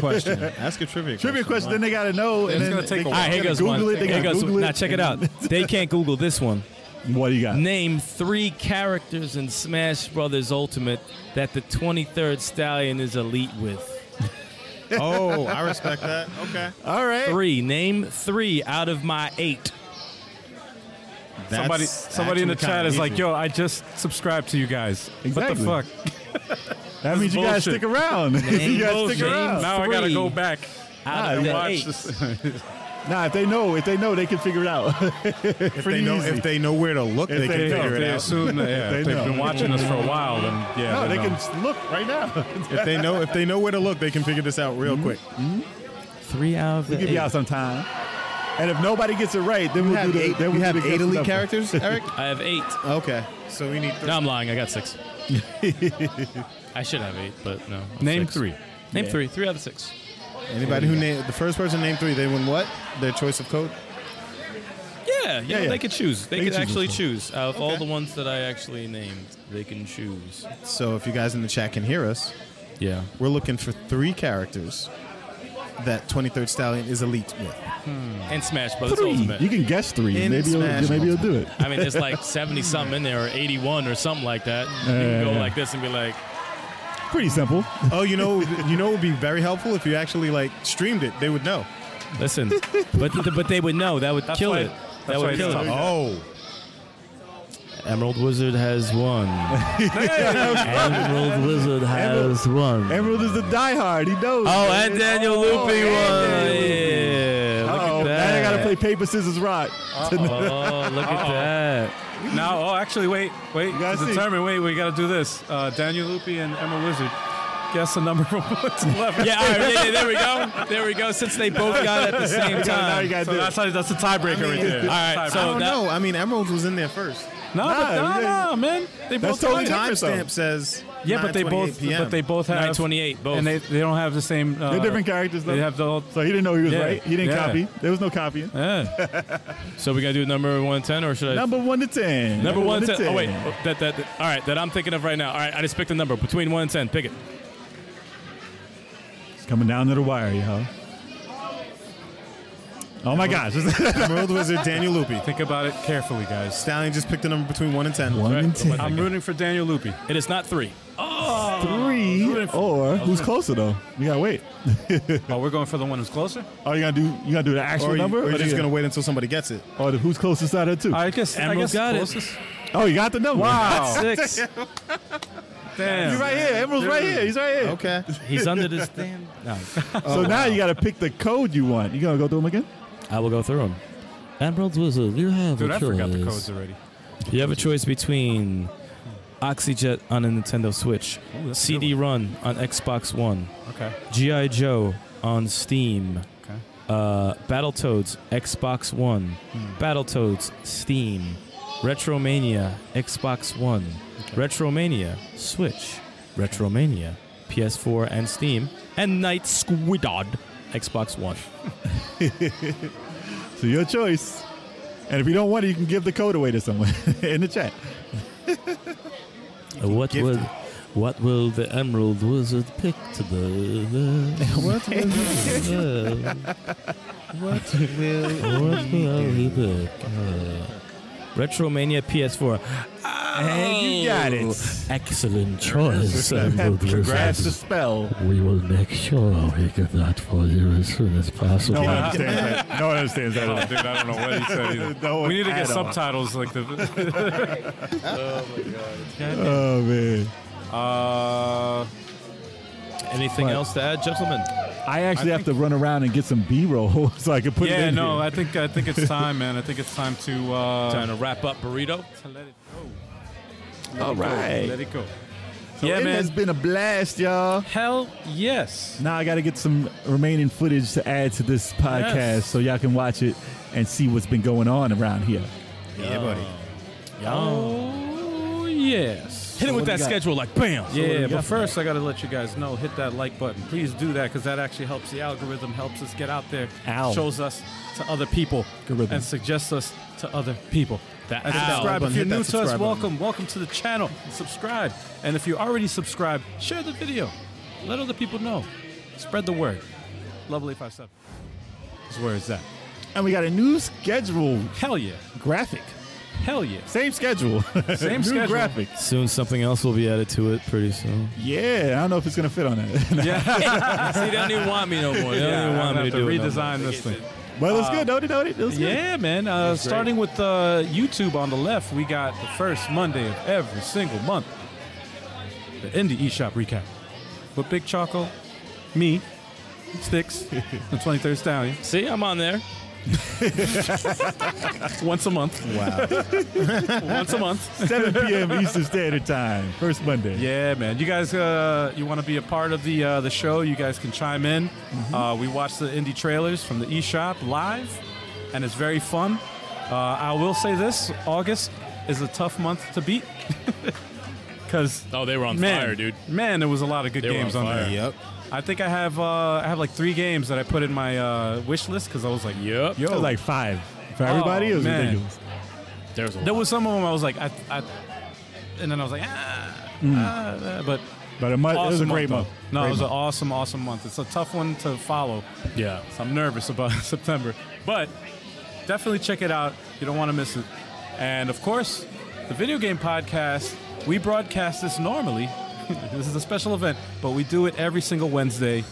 question. Ask a trivia question.
Trivia question. Then they gotta know.
It's
And then
gonna take
they
a
All right, here
gotta
goes
Google
one.
It, they
here
gotta
goes.
Google it.
Now check it out. They can't Google this one.
What do you got?
Name three characters in Smash Brothers Ultimate that the 23rd Stallion is elite with.
Oh, I respect that. Okay.
All right.
Three. Name three out of my eight.
Somebody,
That's
somebody in the
actually
chat
kinda
is like,
easy.
"Yo, I just subscribed to you guys.
Exactly.
What the fuck?
That means you guys
bullshit.
stick around. you guys stick
bullshit.
around.
Now I gotta
Three.
go back
Out
Ah,
of
and
yeah.
the
watch
eight.
this."
Nah, if they know, if they know, they can figure it out.
If
Pretty
they know
easy.
if they know where to look,
If
they,
they
can
know,
figure
If
it
they
out.
assume that yeah,
They
if they've
know.
been watching us for a while, then yeah,
no, they
know.
can just look right now.
if they know if they know where to look, they can figure this out real quick.
Three out of the
We'll give
eight.
y'all some time. And if nobody gets it right, then we'll do the then
we
we'll
have
do the
eight
guess
elite
number.
characters, Eric.
I have eight.
Okay, so we need three.
No, I'm lying. I got six. I should have eight, but no.
name
Six.
three.
Name three. Three out of six.
Anybody who named the first person named three, they win what? Their choice of code.
Yeah, yeah,
yeah.
they could choose. They,
They
could
can choose
actually
which
choose. Out of all
Okay.
the ones that I actually named, they can choose.
So if you guys in the chat can hear us,
Yeah.
we're looking for three characters that 23rd Stallion is elite with.
And Smash Brothers
Three.
Ultimate.
You can guess three.
In
maybe
Smash
you'll, maybe you'll do it.
I mean, there's like 70 something in there, or 81 or something like that. You can go
yeah.
like this and be like,
Pretty simple.
Oh, you know, you know, it would be very helpful if you actually like streamed it. They would know.
listen, but but they would know that would kill
why-
it. That
that's why
would
it's
kill it.
Oh,
Emerald Wizard has one. Emerald Wizard has one.
Emerald is the diehard. He knows.
Oh, and Daniel Loopy
Oh,
one.
and Daniel Lupi.
Yeah. Look
Uh-oh,
at
now
that.
they gotta play paper scissors rock.
Oh, look at that.
Now, oh, actually, wait, wait.
gotta
To
see.
determine, wait, we gotta do this. Uh, Daniel Loopy and Emma Wizard. Guess the number from one to eleven.
Yeah, all right, yeah, yeah, there we go. There we go. Since they both got it at the same
now you
time.
gotta
So
do
that's,
it.
how, that's a tiebreaker right there.
All right,
Oh,
I
so
don't
that-
know. I mean, Emerald was in there first.
no, but
Nah,
no,
yeah.
no, man. They
That's
both
totally
got it.
different, though.
Timestamp says
Yeah, but they
9:28
both,
PM.
but they both have
928, both.
and they, they don't have the same. Uh,
They're different characters though.
They have the whole.
so he didn't know he was
Yeah.
right. He didn't
Yeah.
copy. There was no copying.
Yeah.
So we gotta do number one ten, or should I?
Number one to ten.
Number one ten. Oh wait,
10.
Oh, that, that that- All right, that I'm thinking of right now. All right, I just picked a number between one and ten. Pick it.
It's coming down to the wire, y'all. Oh my gosh.
Emerald Wizard, Daniel Loopy.
Think about it carefully, guys.
Stallion just picked a number between one and ten.
one and
Right.
ten.
I'm rooting for Daniel Loopy.
It is not three.
Three or who's closer though? You gotta wait.
Oh, we're going for the one who's closer.
Are you gonna do? You gonna do the actual
Or, you,
number?
or you're
the-
just gonna wait until somebody gets it.
or the who's closest out of the two?
I guess I guess
Emerald's got it.
closest.
Oh, you got the number.
Wow.
Six.
Damn.
He's right here. Emerald's right here. He's right here.
Okay.
He's under this damn. No,
so now you gotta pick the code you want. You gonna go through them again?
I will go through them.
Emerald Wizard, you have
Dude,
a
I
choice.
forgot the codes already.
You have a choice between Oxyjet on a Nintendo Switch,
Ooh, that's a good
CD Run on Xbox One,
Okay.
GI Joe on Steam,
Okay.
uh, Battletoads Xbox One, Battletoads Steam, Retromania Xbox One, Retromania Switch, Retromania PS4 and Steam, and Night Squidod Xbox One.
So your choice. And if you don't want it, you can give the code away to someone in the chat.
What will, what will the Emerald Wizard pick today? what will, what will, what will he pick? Uh,
Retromania PS4.
And you got it.
excellent choice, Emerald
That's the
Wizard.
spell.
We will make sure we get that for you as soon as possible.
No one understands that. No one understands
Oh,
that.
dude, I don't know what he said. either.
No one
we need to get
at all.
subtitles like the.
Oh, man.
Uh,
Anything else to add, gentlemen?
I actually have to run around and get some B roll so I can put it
yeah,
in.
no,
here.
I think I think it's time, man. I think it's time to uh,
Time to wrap up burrito.
to let it go.
All right.
Let it go.
So
yeah,
it
man.
has been a blast, y'all.
Hell yes.
Now I got to get some remaining footage to add to this podcast
Yes.
so y'all can watch it and see what's been going on around here.
Yeah, buddy.
Oh yes.
Hit it with that schedule like bam.
Yeah, but first I gotta let you guys know. Hit that like button. Please do that because that actually helps the algorithm, helps us get out there,
Ow.
shows us to other people,
Algorithm.
and suggests us to other people.
That
and
owl.
subscribe if
Button,
you're
hit
new
that
to us.
subscribe
Welcome,
button.
welcome to the channel. Subscribe, and if you're already subscribed, share the video. Let other people know. Spread the word. Lovely five seven. Where is that?
And we got a new schedule
Hell yeah!
graphic.
Hell yeah!
Same schedule.
Same
new
schedule.
graphic.
Soon something else will be added to it pretty soon.
Yeah, I don't know if it's going to fit on that.
See, they don't even want me no more. They don't
Yeah,
even
I'm
want
gonna
me
have
to
to
do it. no more.
redesign this thing.
but it
Uh,
was good. Don't it? Don't it? It was good.
Yeah, man. Uh, starting with uh, YouTube on the left, we got the first Monday of every single month. The Indie eShop recap with Big Choco, me, Sticks, the 23rd Stallion,
See, I'm on there.
once a month. Wow. once a month.
7 p.m. Eastern Standard Time. First Monday.
Yeah, man. You guys, uh, you want to be a part of the uh, the show? You guys can chime in.
Mm-hmm.
Uh, we watch the indie trailers from the eShop live, and it's very fun. Uh, I will say this: August is a tough month to beat because
Oh, they were on
man,
fire, dude.
man, there was a lot of good
were
games
on
on,
fire.
there.
Yep.
I think I have uh, I have like three games that I put in my uh, wish list because I was like,
Yep.
It
yo,
was like five. For everybody, it was
Oh, man.
ridiculous.
There was a
there was some of them I was like, I, I and then I was like, ah,
Mm.
ah, but
But a month,
awesome
it was a great
though.
month.
No,
Great
it was
month.
an awesome, awesome month. It's a tough one to follow.
yeah.
So I'm nervous about September, but definitely check it out. You don't want to miss it. And of course, the video game podcast. We broadcast this normally. this is a special event, but we do it every single Wednesday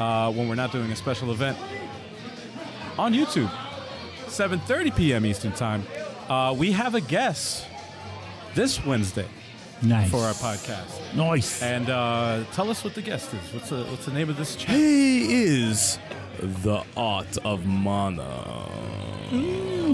uh, when we're not doing a special event on YouTube, 7:30 p.m. Eastern Time. Uh, we have a guest this Wednesday
nice.
for our podcast.
Nice.
And uh, tell us what the guest is. What's the, what's the name of this channel?
He is the art of mana.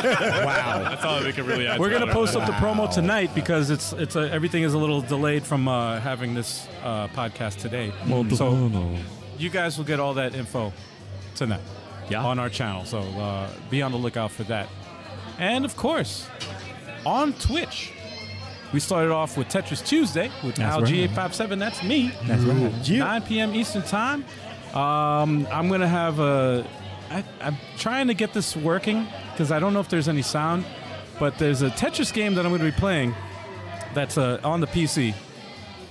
That's all we could really add.
We're
to
gonna
it.
post up the promo tonight because it's it's a, everything is a little delayed from uh, having this uh, podcast today. So you guys will get all that info tonight
Yeah.
on our channel. So uh, be on the lookout for that. And of course, on Twitch, we started off with Tetris Tuesday with
That's
Al
right.
GA57. That's me.
That's right.
9 p.m. Eastern Time. Um, I'm gonna have a. I, I'm trying to get this working because I don't know if there's any sound, but there's a Tetris game that I'm gonna be playing that's uh, on the PC,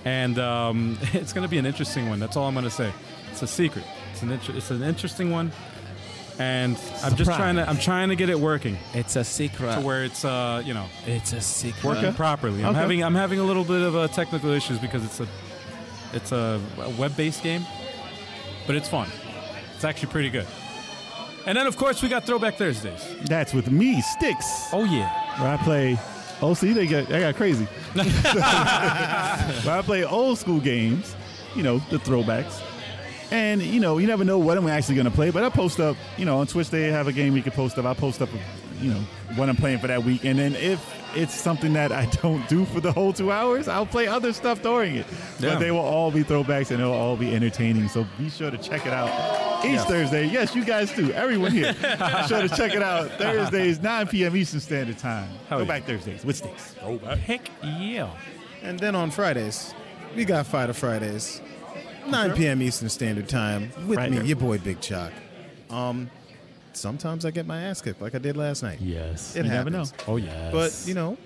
and um, it's gonna be an interesting one. That's all I'm gonna say. It's a secret. It's an inter- it's an interesting one, and I'm just trying to I'm trying to get it working
It's
to
a secret.
where it's uh you know
It's a secret.
working properly. I'm
Okay.
having I'm having a little bit of uh, technical issues because it's a it's a, a web-based game, but it's fun. It's actually pretty good. And then of course we got Throwback Thursdays.
That's with me, Sticks.
Oh yeah,
Where I play. Oh, see, they got, they got crazy. where I play old school games, you know, the throwbacks. And, you know, you never know what I'm actually going to play, but I post up, you know, on Twitch they have a game we can post up. I post up you know what I'm playing for that week, and then if it's something that I don't do for the whole two hours, I'll play other stuff during it.
Yeah.
But they will all be throwbacks and they'll all be entertaining. So be sure to check it out each Thursday. Yes, you guys too. Everyone here, be sure to check it out Thursdays 9 p.m. Eastern Standard Time. Go
yeah.
back Thursdays with sticks.
Heck yeah.
And then on Fridays, we got Fighter Fridays, 9 p.m. Eastern Standard Time, with
Friday.
me, your boy Big Chalk. Um, sometimes I get my ass kicked like I did last night.
Yes.
It
never
happens.
Oh yes.
But, you know,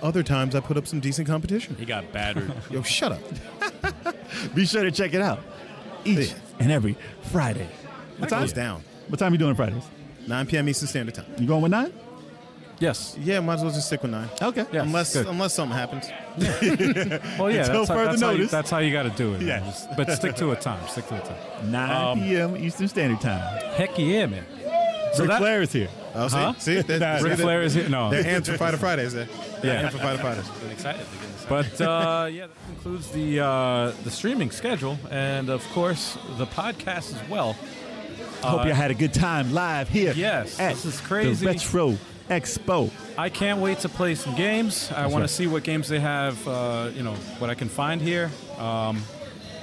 other times I put up some decent competition.
he got battered.
Yo, shut up.
Be sure to check it out each
Yeah.
and every Friday.
What time? down.
What time you doing Fridays?
9 p.m. Eastern Standard Time.
You going with nine?
Yes.
Yeah, might as well just stick with 9.
Okay.
Yes,
unless
good.
unless something happens.
Well, Oh, yeah.
Until
that's, how-
further
that's how you-
notice.
that's how you got to do it. man.
Yeah.
Just- but stick to a time. Stick to a time.
9 p.m. Eastern Standard Time.
Heck yeah, man. So
Ric
that-
Flair is here.
Oh, see?
Huh?
See? They're,
Nah,
Ric Flair is here. No.
they're amped for Fighter Fridays there. They're
Yeah.
amped for Fighter Fridays.
But uh, yeah, that concludes the uh, the streaming schedule, and of course the podcast as well.
Hope you had a good time live here.
Yes,
at
this is crazy.
The Retro Expo.
I can't wait to play some games. I want to see what games they have. Uh, you know what I can find here. Um,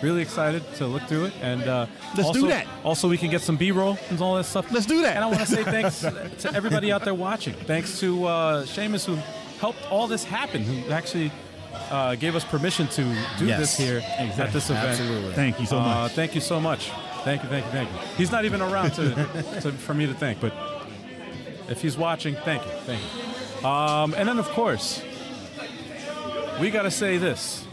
really excited to look through it, and uh,
Let's
also,
do that.
Also, we can get some B roll and all that stuff.
Let's do that.
And I want to say thanks to everybody out there watching. Thanks to uh, Seamus who helped all this happen. Who actually. Uh, gave us permission to do
Yes.
this here at this event.
Absolutely.
Thank you so much.
Uh, thank you so much. Thank you, thank you, thank you. He's not even around to, to for me to thank, but if he's watching, thank you, thank you. Um, and then, of course, we got to say this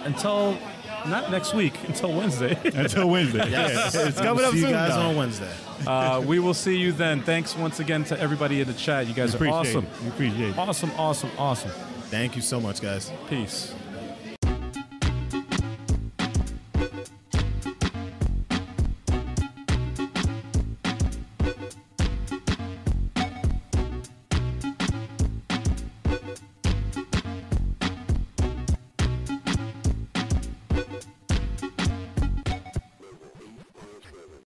until not next week, until Wednesday.
Until Wednesday.
Yes.
It's coming up
see
soon.
you guys
though.
on Wednesday.
uh, we will see you then. Thanks once again to everybody in the chat. You guys are
Appreciate
awesome,
it. We appreciate it.
awesome, awesome, awesome.
Thank you so much, guys.
Peace.